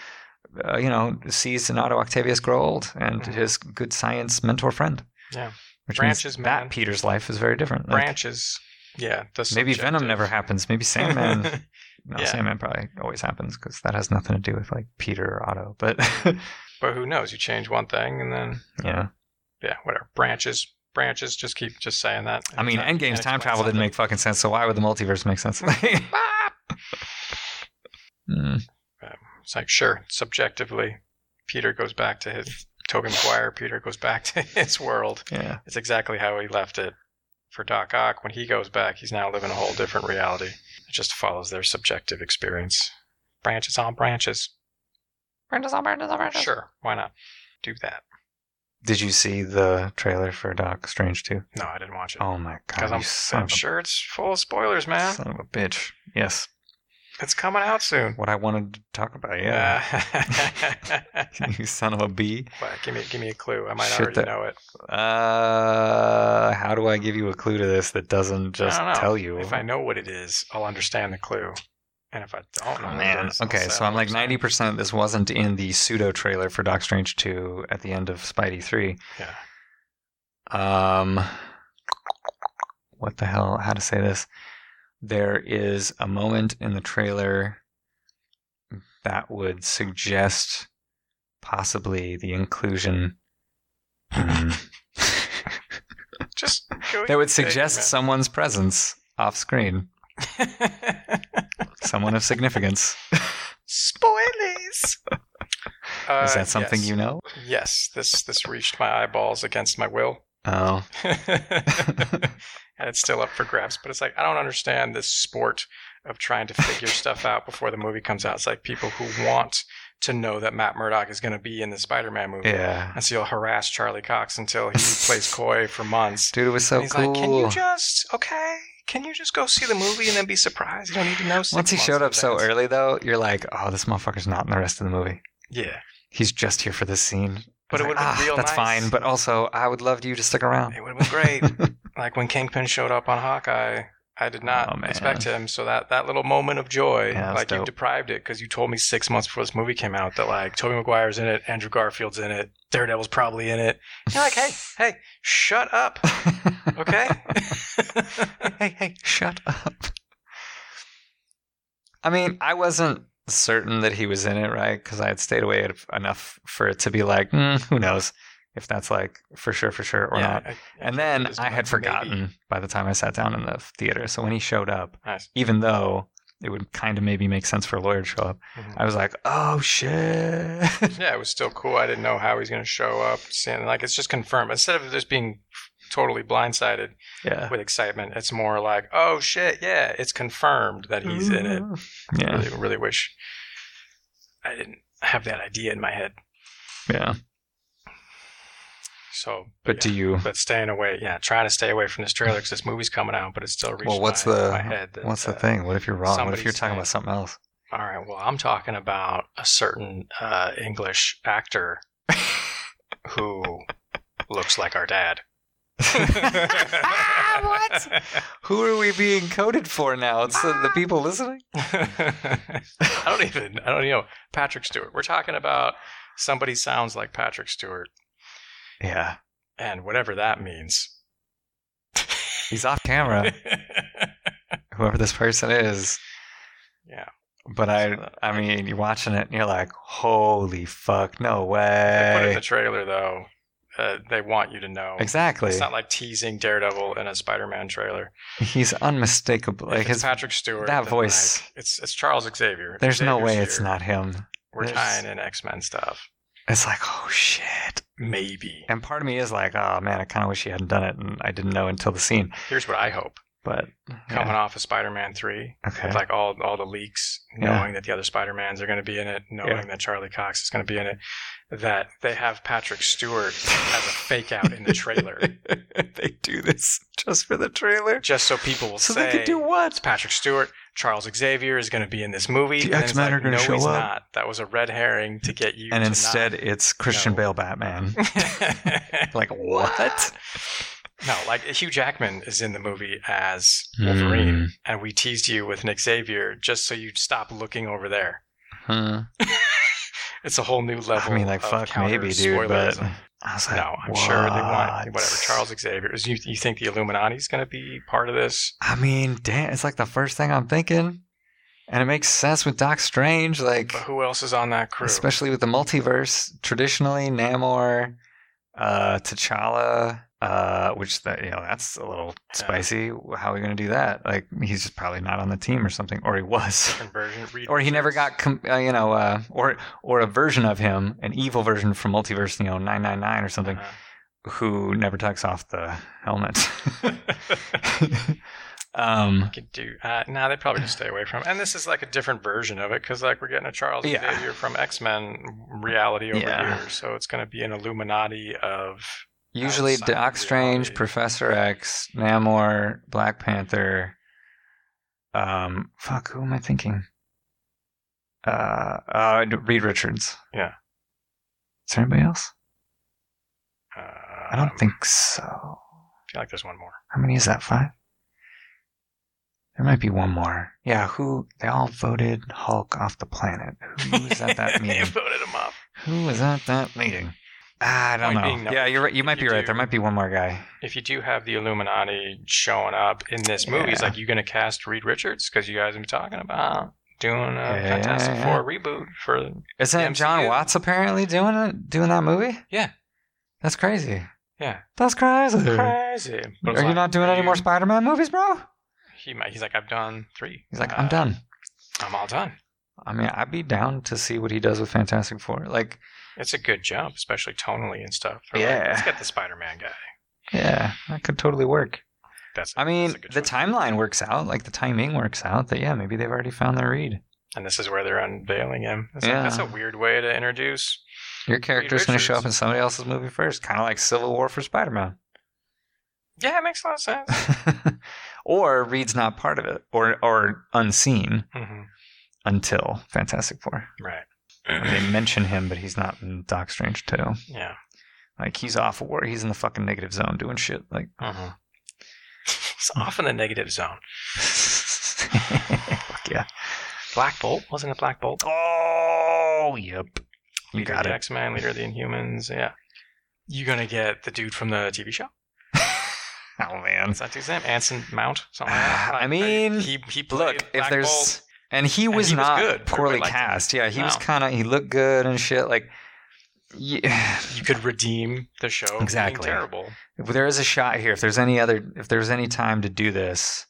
[SPEAKER 1] uh, you know, sees Donato Octavius grow old and
[SPEAKER 2] Mhm.
[SPEAKER 1] his good science mentor friend.
[SPEAKER 2] Yeah.
[SPEAKER 1] which
[SPEAKER 2] Branches,
[SPEAKER 1] means
[SPEAKER 2] man.
[SPEAKER 1] that Peter's life is very different. Like,
[SPEAKER 2] branches. Yeah, the
[SPEAKER 1] maybe Venom
[SPEAKER 2] subjective.
[SPEAKER 1] never happens. Maybe Sandman No,
[SPEAKER 2] Yeah.
[SPEAKER 1] Sandman probably always happens because that has nothing to do with like Peter or Otto. But
[SPEAKER 2] but who knows? You change one thing, and then
[SPEAKER 1] yeah,
[SPEAKER 2] yeah, whatever. Branches, branches. Just keep just saying that.
[SPEAKER 1] I mean,
[SPEAKER 2] That-
[SPEAKER 1] Endgame's
[SPEAKER 2] that
[SPEAKER 1] time
[SPEAKER 2] explains
[SPEAKER 1] travel didn't
[SPEAKER 2] something.
[SPEAKER 1] make fucking sense. So why would the multiverse make sense? Hmm.
[SPEAKER 2] It's like sure, subjectively, Peter goes back to his Toby Maguire. Peter goes back to his world.
[SPEAKER 1] yeah,
[SPEAKER 2] It's exactly how he left it. For Doc Ock, when he goes back, he's now living a whole different reality. It just follows their subjective experience. Branches on branches.
[SPEAKER 1] Branches on branches on branches.
[SPEAKER 2] Sure, why not? Do that.
[SPEAKER 1] Did you see the trailer for Doc Strange too?
[SPEAKER 2] No, I didn't watch it.
[SPEAKER 1] Oh my god,
[SPEAKER 2] Because
[SPEAKER 1] you
[SPEAKER 2] I'm,
[SPEAKER 1] son,
[SPEAKER 2] I'm
[SPEAKER 1] of
[SPEAKER 2] sure it's full of spoilers,
[SPEAKER 1] a,
[SPEAKER 2] man.
[SPEAKER 1] son of a bitch. Yes,
[SPEAKER 2] It's coming out soon.
[SPEAKER 1] what I wanted to talk about. Yeah,
[SPEAKER 2] Yeah.
[SPEAKER 1] you son of a bee.
[SPEAKER 2] give me give me a clue. I might
[SPEAKER 1] Shit,
[SPEAKER 2] already
[SPEAKER 1] that-
[SPEAKER 2] know it.
[SPEAKER 1] Uh, how do I give you a clue to this that doesn't just
[SPEAKER 2] don't know.
[SPEAKER 1] tell you?
[SPEAKER 2] If I know what it is, I'll understand the clue. And if I don't know
[SPEAKER 1] Oh,
[SPEAKER 2] what
[SPEAKER 1] man.
[SPEAKER 2] it is, I'll
[SPEAKER 1] Okay,
[SPEAKER 2] say
[SPEAKER 1] so
[SPEAKER 2] I
[SPEAKER 1] I'm like
[SPEAKER 2] understand.
[SPEAKER 1] 90% this wasn't in the pseudo trailer for Doc Strange 2 at the end of Spidey 3.
[SPEAKER 2] Yeah.
[SPEAKER 1] Um what the hell how to say this? There is a moment in the trailer that would suggest possibly the inclusion Hmm.
[SPEAKER 2] Just go
[SPEAKER 1] that would
[SPEAKER 2] eat steak,
[SPEAKER 1] suggest
[SPEAKER 2] man.
[SPEAKER 1] someone's presence off screen, someone of significance.
[SPEAKER 2] Uh, Spoilers. Uh,
[SPEAKER 1] is that something you know?
[SPEAKER 2] you? Yes. This this reached my eyeballs against my will,
[SPEAKER 1] Oh.
[SPEAKER 2] and it's still up for grabs. But it's like I don't understand this sport of trying to figure stuff out before the movie comes out. It's like people who want to know that Matt Murdock is going to be in the Spider-Man movie,
[SPEAKER 1] Yeah.
[SPEAKER 2] and so you'll harass Charlie Cox until he plays coy for months.
[SPEAKER 1] Dude, it was so
[SPEAKER 2] And he's
[SPEAKER 1] cool.
[SPEAKER 2] like, "Can you just okay? Can you just go see the movie and then be surprised? You don't need to know." six
[SPEAKER 1] Once he
[SPEAKER 2] months
[SPEAKER 1] showed
[SPEAKER 2] in
[SPEAKER 1] up so
[SPEAKER 2] advance."
[SPEAKER 1] early, though, you're like, oh, this motherfucker's not in the rest of the movie.
[SPEAKER 2] yeah,
[SPEAKER 1] He's just here for this scene.
[SPEAKER 2] But it
[SPEAKER 1] It's like,
[SPEAKER 2] would've been
[SPEAKER 1] "Ah,
[SPEAKER 2] real
[SPEAKER 1] That's
[SPEAKER 2] nice."
[SPEAKER 1] fine, but also, I would love you to stick around.
[SPEAKER 2] it would have been great. like when Kingpin showed up on Hawkeye, I did
[SPEAKER 1] Oh,
[SPEAKER 2] not
[SPEAKER 1] man.
[SPEAKER 2] expect him. So that that little moment of joy,
[SPEAKER 1] Yeah, that's
[SPEAKER 2] like you
[SPEAKER 1] dope.
[SPEAKER 2] deprived it because you told me six months before this movie came out that like Tobey Maguire's in it, Andrew Garfield's in it, Daredevil's probably in it. You're like, hey, hey, shut up, okay?
[SPEAKER 1] hey, hey, shut up. I mean, I wasn't certain that he was in it, right? Because I had stayed away enough for it to be like, mm, who knows if that's like for sure, for sure or not.
[SPEAKER 2] I- I-
[SPEAKER 1] And then
[SPEAKER 2] just
[SPEAKER 1] I had
[SPEAKER 2] like, maybe.
[SPEAKER 1] forgotten by the time I sat down in the theater. So when he showed up,
[SPEAKER 2] Nice.
[SPEAKER 1] even though it would kind of maybe make sense for a lawyer to show up,
[SPEAKER 2] Mhm.
[SPEAKER 1] I was like, oh shit.
[SPEAKER 2] yeah, it was still cool. I didn't know how he's going to show up. And like, it's just confirmed. Instead of just being totally blindsided
[SPEAKER 1] yeah.
[SPEAKER 2] with excitement, it's more like, oh shit, yeah, it's confirmed that he's in it. I
[SPEAKER 1] Mm-hmm. Yeah.
[SPEAKER 2] really, really wish I didn't have that idea in my head.
[SPEAKER 1] Yeah.
[SPEAKER 2] So,
[SPEAKER 1] But do you,
[SPEAKER 2] but staying away, yeah, trying to stay away from this trailer because this movie's coming out, but it's still reaching
[SPEAKER 1] well, what's
[SPEAKER 2] my,
[SPEAKER 1] the,
[SPEAKER 2] my head. that,
[SPEAKER 1] what's the
[SPEAKER 2] uh,
[SPEAKER 1] thing? What if you're wrong? What if you're
[SPEAKER 2] somebody's
[SPEAKER 1] talking
[SPEAKER 2] saying-
[SPEAKER 1] about something else?
[SPEAKER 2] All right, well, I'm talking about a certain uh, English actor who looks like our dad.
[SPEAKER 1] What? Who are we being coded for now? It's the, the people listening?
[SPEAKER 2] I don't even. I don't know. Patrick Stewart. We're talking about somebody sounds like Patrick Stewart,
[SPEAKER 1] Yeah.
[SPEAKER 2] and whatever that means.
[SPEAKER 1] He's off camera, whoever this person is.
[SPEAKER 2] yeah. uh,
[SPEAKER 1] But I, I mean, you're watching it and you're like, holy fuck, no
[SPEAKER 2] They put in
[SPEAKER 1] way.
[SPEAKER 2] the trailer though. Uh, they want you to know.
[SPEAKER 1] Exactly.
[SPEAKER 2] It's not like teasing Daredevil in a Spider-Man trailer.
[SPEAKER 1] He's unmistakable.
[SPEAKER 2] If
[SPEAKER 1] Like
[SPEAKER 2] it's
[SPEAKER 1] his,
[SPEAKER 2] Patrick Stewart.
[SPEAKER 1] that
[SPEAKER 2] then,
[SPEAKER 1] voice.
[SPEAKER 2] like, it's it's Charles Xavier.
[SPEAKER 1] there's no
[SPEAKER 2] Xavier's
[SPEAKER 1] way it's
[SPEAKER 2] here.
[SPEAKER 1] not him.
[SPEAKER 2] We're
[SPEAKER 1] there's-
[SPEAKER 2] tying in X-Men stuff.
[SPEAKER 1] It's like, oh shit.
[SPEAKER 2] Maybe.
[SPEAKER 1] And part of me is like, oh man, I kind of wish he hadn't done it, and I didn't know until the scene.
[SPEAKER 2] Here's what I hope.
[SPEAKER 1] But
[SPEAKER 2] Coming off of Spider-Man three,
[SPEAKER 1] okay,
[SPEAKER 2] with like all all the leaks,
[SPEAKER 1] Yeah.
[SPEAKER 2] knowing that the other Spider-Mans are going to be in it, knowing
[SPEAKER 1] Yeah.
[SPEAKER 2] that Charlie Cox is going to be in it, that they have Patrick Stewart as a fake out in the trailer,
[SPEAKER 1] they do this just for the trailer,
[SPEAKER 2] just so people will
[SPEAKER 1] so
[SPEAKER 2] say
[SPEAKER 1] they could do
[SPEAKER 2] it's
[SPEAKER 1] what?
[SPEAKER 2] Patrick Stewart. Charles Xavier is going to be in this movie.
[SPEAKER 1] The
[SPEAKER 2] and then it's
[SPEAKER 1] X-Men
[SPEAKER 2] like,
[SPEAKER 1] are gonna
[SPEAKER 2] no,
[SPEAKER 1] show
[SPEAKER 2] he's
[SPEAKER 1] up.
[SPEAKER 2] Not. That was a red herring to get you.
[SPEAKER 1] And
[SPEAKER 2] to
[SPEAKER 1] instead, it's Christian
[SPEAKER 2] No.
[SPEAKER 1] Bale Batman.
[SPEAKER 2] not-
[SPEAKER 1] like what?
[SPEAKER 2] No, like Hugh Jackman is in the movie as Wolverine,
[SPEAKER 1] Hmm.
[SPEAKER 2] and we teased you with Nick Xavier just so you'd stop looking over there.
[SPEAKER 1] Hmm.
[SPEAKER 2] It's a whole new level.
[SPEAKER 1] I mean, like
[SPEAKER 2] of
[SPEAKER 1] fuck, maybe, dude. But
[SPEAKER 2] counter-spoilerism.
[SPEAKER 1] I was like,
[SPEAKER 2] no, I'm sure they want
[SPEAKER 1] what?
[SPEAKER 2] whatever. Charles Xavier is. You, you think the Illuminati's going to be part of this?
[SPEAKER 1] I mean, damn, it's like the first thing I'm thinking, and it makes sense with Doc Strange, like
[SPEAKER 2] But who else is on that crew?
[SPEAKER 1] especially with the multiverse. Traditionally, Namor, uh, T'Challa, uh, which that you know that's a little spicy. How are we gonna do that? Like he's just probably not on the team or something, or he was.
[SPEAKER 2] Conversion. read-
[SPEAKER 1] Or he never got, com- uh, you know, uh, or or a version of him, an evil version from Multiverse, you know, nine nine nine or something,
[SPEAKER 2] Uh,
[SPEAKER 1] who never takes off the helmet. um,
[SPEAKER 2] could do. Uh, nah, they probably just stay away from. it. And this is like a different version of it because like we're getting a Charles
[SPEAKER 1] Yeah.
[SPEAKER 2] Xavier from X Men reality over
[SPEAKER 1] Yeah.
[SPEAKER 2] here, so it's going to be an Illuminati of.
[SPEAKER 1] Usually
[SPEAKER 2] outside of
[SPEAKER 1] Doc Strange,
[SPEAKER 2] reality.
[SPEAKER 1] Professor X, Namor, Black Panther. Um, fuck, who am I thinking? Uh, uh, Reed Richards.
[SPEAKER 2] Yeah.
[SPEAKER 1] Is there anybody else?
[SPEAKER 2] Uh,
[SPEAKER 1] I don't think so.
[SPEAKER 2] I feel like there's one more.
[SPEAKER 1] How many is that? Five? There might be one more. Yeah, who? They all voted Hulk off the planet. Who was at that
[SPEAKER 2] they
[SPEAKER 1] meeting?
[SPEAKER 2] voted him up.
[SPEAKER 1] Who was at that meeting? Ah, I don't
[SPEAKER 2] Point being,
[SPEAKER 1] know.
[SPEAKER 2] no,
[SPEAKER 1] Yeah, you're right. You might
[SPEAKER 2] you
[SPEAKER 1] be right.
[SPEAKER 2] do-
[SPEAKER 1] There might be one more guy.
[SPEAKER 2] if you do have the Illuminati showing up in this movie, it's
[SPEAKER 1] Yeah.
[SPEAKER 2] like you going to cast Reed Richards because you guys have been talking about doing a
[SPEAKER 1] Yeah, yeah,
[SPEAKER 2] Fantastic
[SPEAKER 1] yeah.
[SPEAKER 2] Four reboot for.
[SPEAKER 1] Isn't
[SPEAKER 2] the
[SPEAKER 1] it John
[SPEAKER 2] MCU.
[SPEAKER 1] Watts apparently doing it, doing that movie?
[SPEAKER 2] Yeah.
[SPEAKER 1] that's crazy.
[SPEAKER 2] Yeah.
[SPEAKER 1] that's crazy.
[SPEAKER 2] Crazy. But
[SPEAKER 1] Are
[SPEAKER 2] it's
[SPEAKER 1] you
[SPEAKER 2] like,
[SPEAKER 1] not doing
[SPEAKER 2] are
[SPEAKER 1] any
[SPEAKER 2] you-
[SPEAKER 1] more Spider-Man movies, bro?
[SPEAKER 2] He might, he's like, I've done three.
[SPEAKER 1] He's like,
[SPEAKER 2] Uh,
[SPEAKER 1] I'm done.
[SPEAKER 2] I'm all done.
[SPEAKER 1] I mean, I'd be down to see what he does with Fantastic Four. Like,
[SPEAKER 2] It's a good jump, especially tonally and stuff. They're
[SPEAKER 1] Yeah.
[SPEAKER 2] Like, Let's get the Spider-Man guy.
[SPEAKER 1] yeah, that could totally work.
[SPEAKER 2] That's.
[SPEAKER 1] I mean,
[SPEAKER 2] that's a good
[SPEAKER 1] the
[SPEAKER 2] choice.
[SPEAKER 1] timeline works out. Like the timing works out. That yeah, maybe they've already found their read.
[SPEAKER 2] and this is where they're unveiling him. It's
[SPEAKER 1] Yeah.
[SPEAKER 2] like, that's a weird way to introduce.
[SPEAKER 1] Your character's going to show
[SPEAKER 2] Richards.
[SPEAKER 1] up in somebody else's movie first, kind of like Civil War for Spider-Man,
[SPEAKER 2] Yeah, it makes a lot of sense.
[SPEAKER 1] or Reed's not part of it, or or unseen
[SPEAKER 2] hmm
[SPEAKER 1] until Fantastic Four.
[SPEAKER 2] Right.
[SPEAKER 1] they mention him, but he's not in Doc Strange too.
[SPEAKER 2] yeah.
[SPEAKER 1] Like he's off war. He's in the fucking negative zone doing shit. Like
[SPEAKER 2] hmm It's off in the negative zone.
[SPEAKER 1] Fuck yeah.
[SPEAKER 2] Black Bolt wasn't it Black Bolt?
[SPEAKER 1] Oh yep. You
[SPEAKER 2] leader
[SPEAKER 1] got
[SPEAKER 2] of the
[SPEAKER 1] it.
[SPEAKER 2] X Men, leader of the Inhumans. Yeah, you gonna get the dude from the TV show?
[SPEAKER 1] Oh man.
[SPEAKER 2] Is that his name? Anson Mount? Something like that.
[SPEAKER 1] Ah, I mean,
[SPEAKER 2] he he played
[SPEAKER 1] look if
[SPEAKER 2] Black
[SPEAKER 1] there's
[SPEAKER 2] Bolt.
[SPEAKER 1] and he
[SPEAKER 2] And
[SPEAKER 1] was
[SPEAKER 2] he was
[SPEAKER 1] not
[SPEAKER 2] good.
[SPEAKER 1] poorly
[SPEAKER 2] Everybody liked him.
[SPEAKER 1] cast. Yeah, he was
[SPEAKER 2] No.
[SPEAKER 1] kind of he looked good and shit. Like yeah.
[SPEAKER 2] you could redeem the show. being
[SPEAKER 1] Exactly.
[SPEAKER 2] terrible.
[SPEAKER 1] if there is a shot here, if there's any other, if there's any time to do this,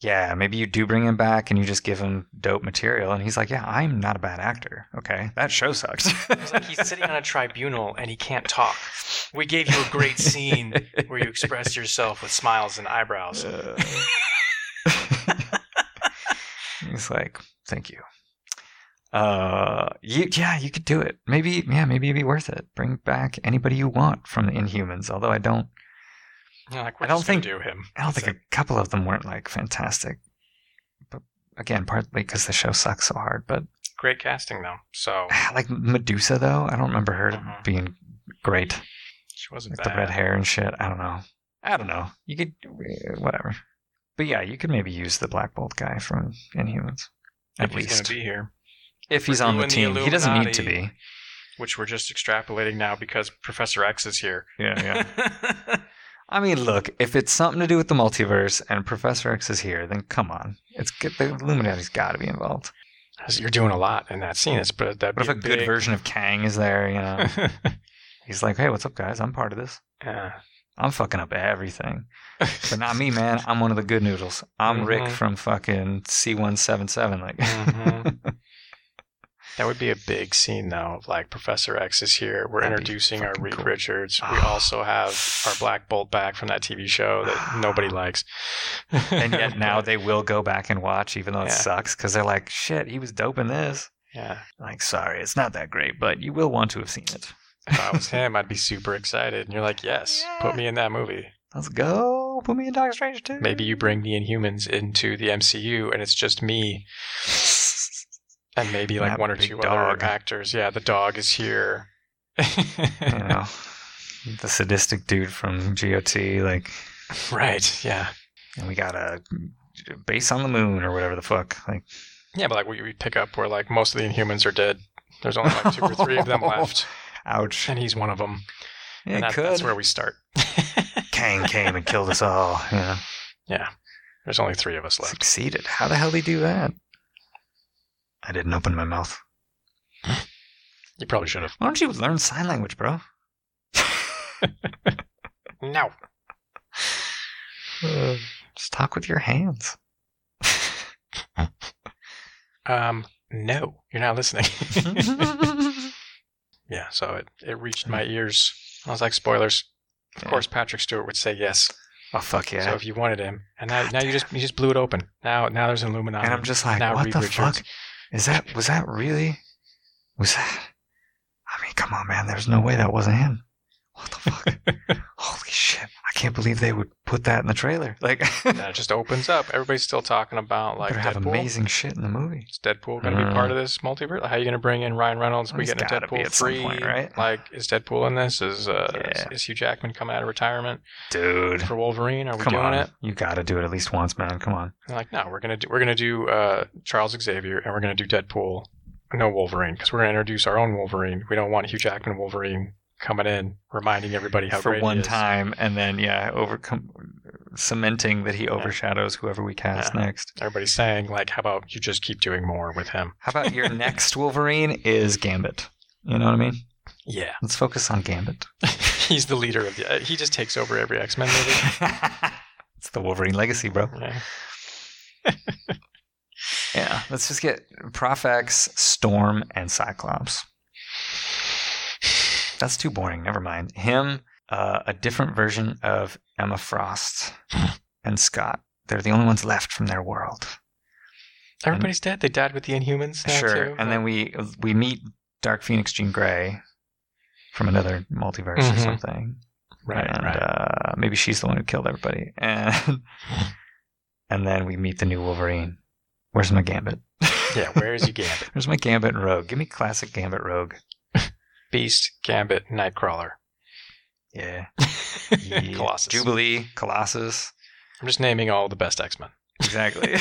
[SPEAKER 1] yeah, maybe you do bring him back and you just give him dope material, and he's like, yeah, I'm not a bad actor. Okay, that show sucked.
[SPEAKER 2] It's like he's sitting on a tribunal and he can't talk. We gave you a great scene where you expressed yourself with smiles and eyebrows.
[SPEAKER 1] Uh, he's like, thank you. Uh, you yeah, you could do it. Maybe yeah, maybe it'd be worth it. Bring back anybody you want from the Inhumans. Although I don't,
[SPEAKER 2] You're like, we're
[SPEAKER 1] I don't
[SPEAKER 2] just gonna
[SPEAKER 1] think-
[SPEAKER 2] do him.
[SPEAKER 1] I don't think a couple of them weren't like fantastic, but again, partly because the show sucks so hard. But
[SPEAKER 2] Great casting though. So
[SPEAKER 1] like Medusa, though, I don't remember her
[SPEAKER 2] Mhm.
[SPEAKER 1] being great.
[SPEAKER 2] she wasn't
[SPEAKER 1] Like
[SPEAKER 2] bad.
[SPEAKER 1] the red hair and shit. I don't know. I don't know. You could uh, whatever. But yeah, you could maybe use the Black Bolt guy from Inhumans
[SPEAKER 2] If
[SPEAKER 1] at
[SPEAKER 2] he's
[SPEAKER 1] least
[SPEAKER 2] gonna be here,
[SPEAKER 1] if he's
[SPEAKER 2] We're
[SPEAKER 1] on the
[SPEAKER 2] doing
[SPEAKER 1] team.
[SPEAKER 2] the
[SPEAKER 1] he doesn't need to be.
[SPEAKER 2] Illuminati. which we're just extrapolating now because Professor X is here.
[SPEAKER 1] Yeah, I mean, look, if it's something to do with the multiverse and Professor X is here, then come on, it's good. The Illuminati's got to be involved.
[SPEAKER 2] You're doing a lot in that scene. It's but that
[SPEAKER 1] What if a good version of Kang is there? You know, he's like, hey, what's up, guys? I'm part of this.
[SPEAKER 2] yeah.
[SPEAKER 1] I'm fucking up everything. But not me, man. I'm one of the good noodles. I'm Rick
[SPEAKER 2] Mhm. Mm-hmm.
[SPEAKER 1] from fucking C177. Like,
[SPEAKER 2] Mhm. That would be a big scene, though. Like Professor X is here. We're
[SPEAKER 1] That'd be
[SPEAKER 2] introducing our
[SPEAKER 1] fucking
[SPEAKER 2] Reed
[SPEAKER 1] cool.
[SPEAKER 2] Richards. We
[SPEAKER 4] Ah.
[SPEAKER 2] also have our Black Bolt back from that TV show that nobody likes.
[SPEAKER 1] Ah. and yet now they will go back and watch, even though it
[SPEAKER 2] Yeah.
[SPEAKER 1] sucks, because they're like, shit, he was dope in this.
[SPEAKER 2] yeah,
[SPEAKER 1] Like, sorry, it's not that great, but you will want to have seen it.
[SPEAKER 2] if I was him, I'd be super excited. And you're like, yes, put me in that movie.
[SPEAKER 1] Let's go. Put me in Doctor Strange too.
[SPEAKER 2] Maybe you bring the Inhumans into the MCU, and it's just me, and maybe like
[SPEAKER 1] That
[SPEAKER 2] one or
[SPEAKER 1] big
[SPEAKER 2] two
[SPEAKER 1] dog.
[SPEAKER 2] other actors. Yeah, the dog is here.
[SPEAKER 1] you know, the sadistic dude from GOT, like,
[SPEAKER 2] right. Yeah.
[SPEAKER 1] and we got a base on the moon or whatever the fuck. Like,
[SPEAKER 2] Yeah, but like we, we pick up where like most of the Inhumans are dead. There's only like two or three of them
[SPEAKER 1] Oh.
[SPEAKER 2] left,
[SPEAKER 1] ouch.
[SPEAKER 2] and he's one of them.
[SPEAKER 1] It
[SPEAKER 2] and that-
[SPEAKER 1] could.
[SPEAKER 2] that's where we start.
[SPEAKER 1] Kang came and killed us all. Yeah.
[SPEAKER 2] yeah, there's only three of us left.
[SPEAKER 1] Succeeded. How the hell did he do that? I didn't open my mouth.
[SPEAKER 2] You probably should have.
[SPEAKER 1] Why don't you learn sign language, bro?
[SPEAKER 2] No,
[SPEAKER 1] Just talk with your hands.
[SPEAKER 2] um, no, you're not listening.
[SPEAKER 1] Mm-hmm.
[SPEAKER 2] yeah, so it it reached my ears. I was like, spoilers. Of
[SPEAKER 1] Mm. Yeah.
[SPEAKER 2] course, Patrick Stewart would say yes.
[SPEAKER 1] Oh fuck yeah!
[SPEAKER 2] So if you wanted him, and now,
[SPEAKER 1] God
[SPEAKER 2] now you just you just blew it open. Now now there's an Illuminati.
[SPEAKER 1] and I'm just like,
[SPEAKER 2] um, now
[SPEAKER 1] what
[SPEAKER 2] Reed
[SPEAKER 1] the
[SPEAKER 2] Richards.
[SPEAKER 1] fuck is that? Was that really? Was that? I mean, come on, man. There's no way that wasn't him. What the fuck? Holy shit! I can't believe they would put that in the trailer. Like,
[SPEAKER 2] now it just opens up. Everybody's still talking about like
[SPEAKER 1] better have
[SPEAKER 2] Deadpool.
[SPEAKER 1] amazing shit in the movie.
[SPEAKER 2] Is Deadpool going to
[SPEAKER 1] Mm.
[SPEAKER 2] be part of this multiverse? Like, How are you going to bring in Ryan Reynolds? we
[SPEAKER 1] He's
[SPEAKER 2] getting a
[SPEAKER 1] gotta be
[SPEAKER 2] Deadpool
[SPEAKER 1] at some
[SPEAKER 2] three,
[SPEAKER 1] point, right?
[SPEAKER 2] Like, is Deadpool in this? Is uh,
[SPEAKER 1] Yeah.
[SPEAKER 2] is Hugh Jackman coming out of retirement
[SPEAKER 1] Dude,
[SPEAKER 2] for Wolverine? Are we
[SPEAKER 1] come
[SPEAKER 2] doing
[SPEAKER 1] on!
[SPEAKER 2] it?
[SPEAKER 1] You gotta do it at least once, man. Come on.
[SPEAKER 2] And like, no, we're gonna do we're gonna do uh, Charles Xavier and we're gonna do Deadpool, no Wolverine, because we're gonna introduce our own Wolverine. We don't want Hugh Jackman Wolverine coming in reminding everybody how
[SPEAKER 1] for
[SPEAKER 2] great
[SPEAKER 1] one
[SPEAKER 2] he is.
[SPEAKER 1] time, and then yeah, overcome cementing that he overshadows whoever we cast next.
[SPEAKER 2] Everybody's saying like, how about you just keep doing more with him?
[SPEAKER 1] How about your next Wolverine is Gambit? You know what I mean?
[SPEAKER 2] Yeah,
[SPEAKER 1] Let's focus on Gambit.
[SPEAKER 2] he's the leader of the. uh, He just takes over every X Men movie.
[SPEAKER 1] it's the Wolverine legacy, bro.
[SPEAKER 2] Yeah.
[SPEAKER 1] Yeah, let's just get Prof X, Storm, and Cyclops. That's too boring. Never mind. Him, uh, a different version of Emma Frost, and Scott. They're the only ones left from their world.
[SPEAKER 2] Everybody's dead. They died with the Inhumans. Now
[SPEAKER 1] sure.
[SPEAKER 2] too,
[SPEAKER 1] and then we we meet Dark Phoenix Jean Grey from another multiverse or
[SPEAKER 2] Mhm.
[SPEAKER 1] something.
[SPEAKER 2] right,
[SPEAKER 1] and
[SPEAKER 2] right.
[SPEAKER 1] Uh, maybe she's the one who killed everybody. And and then we meet the new Wolverine. Where's my Gambit?
[SPEAKER 2] yeah, where is your Gambit?
[SPEAKER 1] Where's my Gambit and Rogue? Give me classic Gambit Rogue.
[SPEAKER 2] Beast, Gambit, Nightcrawler,
[SPEAKER 1] Yeah. Yeah.
[SPEAKER 2] Colossus.
[SPEAKER 1] Jubilee, Colossus.
[SPEAKER 2] I'm just naming all the best X Men.
[SPEAKER 1] Exactly.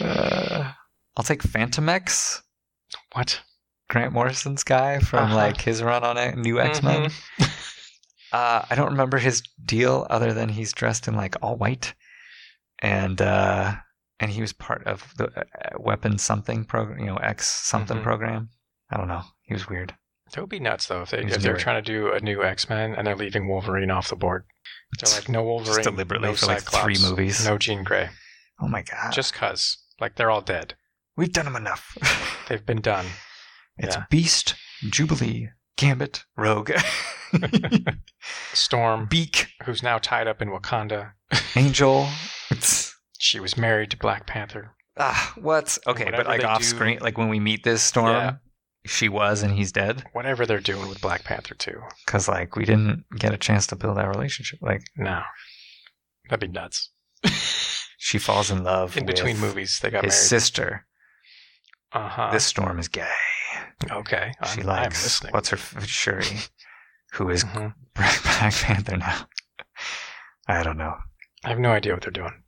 [SPEAKER 1] Uh, I'll take Phantom X,
[SPEAKER 2] what?
[SPEAKER 1] Grant Morrison's guy from
[SPEAKER 2] Uh-huh.
[SPEAKER 1] like his run on it, New X Men.
[SPEAKER 2] Mhm.
[SPEAKER 1] Uh, I don't remember his deal other than he's dressed in like all white, and uh, and he was part of the uh, Weapon something program, you know, X something
[SPEAKER 2] Mhm.
[SPEAKER 1] program. I don't know. He was weird.
[SPEAKER 2] That would be nuts though if they
[SPEAKER 1] He's
[SPEAKER 2] if they're
[SPEAKER 1] weird.
[SPEAKER 2] trying to do a new X Men and they're leaving Wolverine off the board. They're like no Wolverine,
[SPEAKER 1] Just deliberately
[SPEAKER 2] no
[SPEAKER 1] for like three
[SPEAKER 2] Cyclops,
[SPEAKER 1] movies.
[SPEAKER 2] no Jean Grey,
[SPEAKER 1] Oh my god!
[SPEAKER 2] just cause like they're all dead.
[SPEAKER 1] We've done him enough.
[SPEAKER 2] They've been done.
[SPEAKER 1] it's
[SPEAKER 2] Yeah.
[SPEAKER 1] Beast, Jubilee, Gambit, Rogue,
[SPEAKER 2] Storm,
[SPEAKER 1] Beak,
[SPEAKER 2] who's now tied up in Wakanda,
[SPEAKER 1] Angel. It's
[SPEAKER 2] she was married to Black Panther.
[SPEAKER 1] ah what? Okay, but
[SPEAKER 2] Whatever
[SPEAKER 1] like
[SPEAKER 2] they
[SPEAKER 1] off
[SPEAKER 2] do-
[SPEAKER 1] screen, like when we meet this Storm,
[SPEAKER 2] Yeah.
[SPEAKER 1] she was and he's dead.
[SPEAKER 2] Whatever they're doing with Black Panther too,
[SPEAKER 1] because like we didn't get a chance to build that relationship. Like
[SPEAKER 2] no, that'd be nuts.
[SPEAKER 1] she falls in love
[SPEAKER 2] In
[SPEAKER 1] with
[SPEAKER 2] between movies, they got
[SPEAKER 1] His
[SPEAKER 2] married.
[SPEAKER 1] sister.
[SPEAKER 2] Uh huh.
[SPEAKER 1] This storm is gay.
[SPEAKER 2] Okay. I'm,
[SPEAKER 1] she
[SPEAKER 2] I'm
[SPEAKER 1] likes
[SPEAKER 2] listening.
[SPEAKER 1] what's her f- Shuri, who is
[SPEAKER 2] Mhm.
[SPEAKER 1] Black Panther now. I don't know.
[SPEAKER 2] I have no idea what they're doing.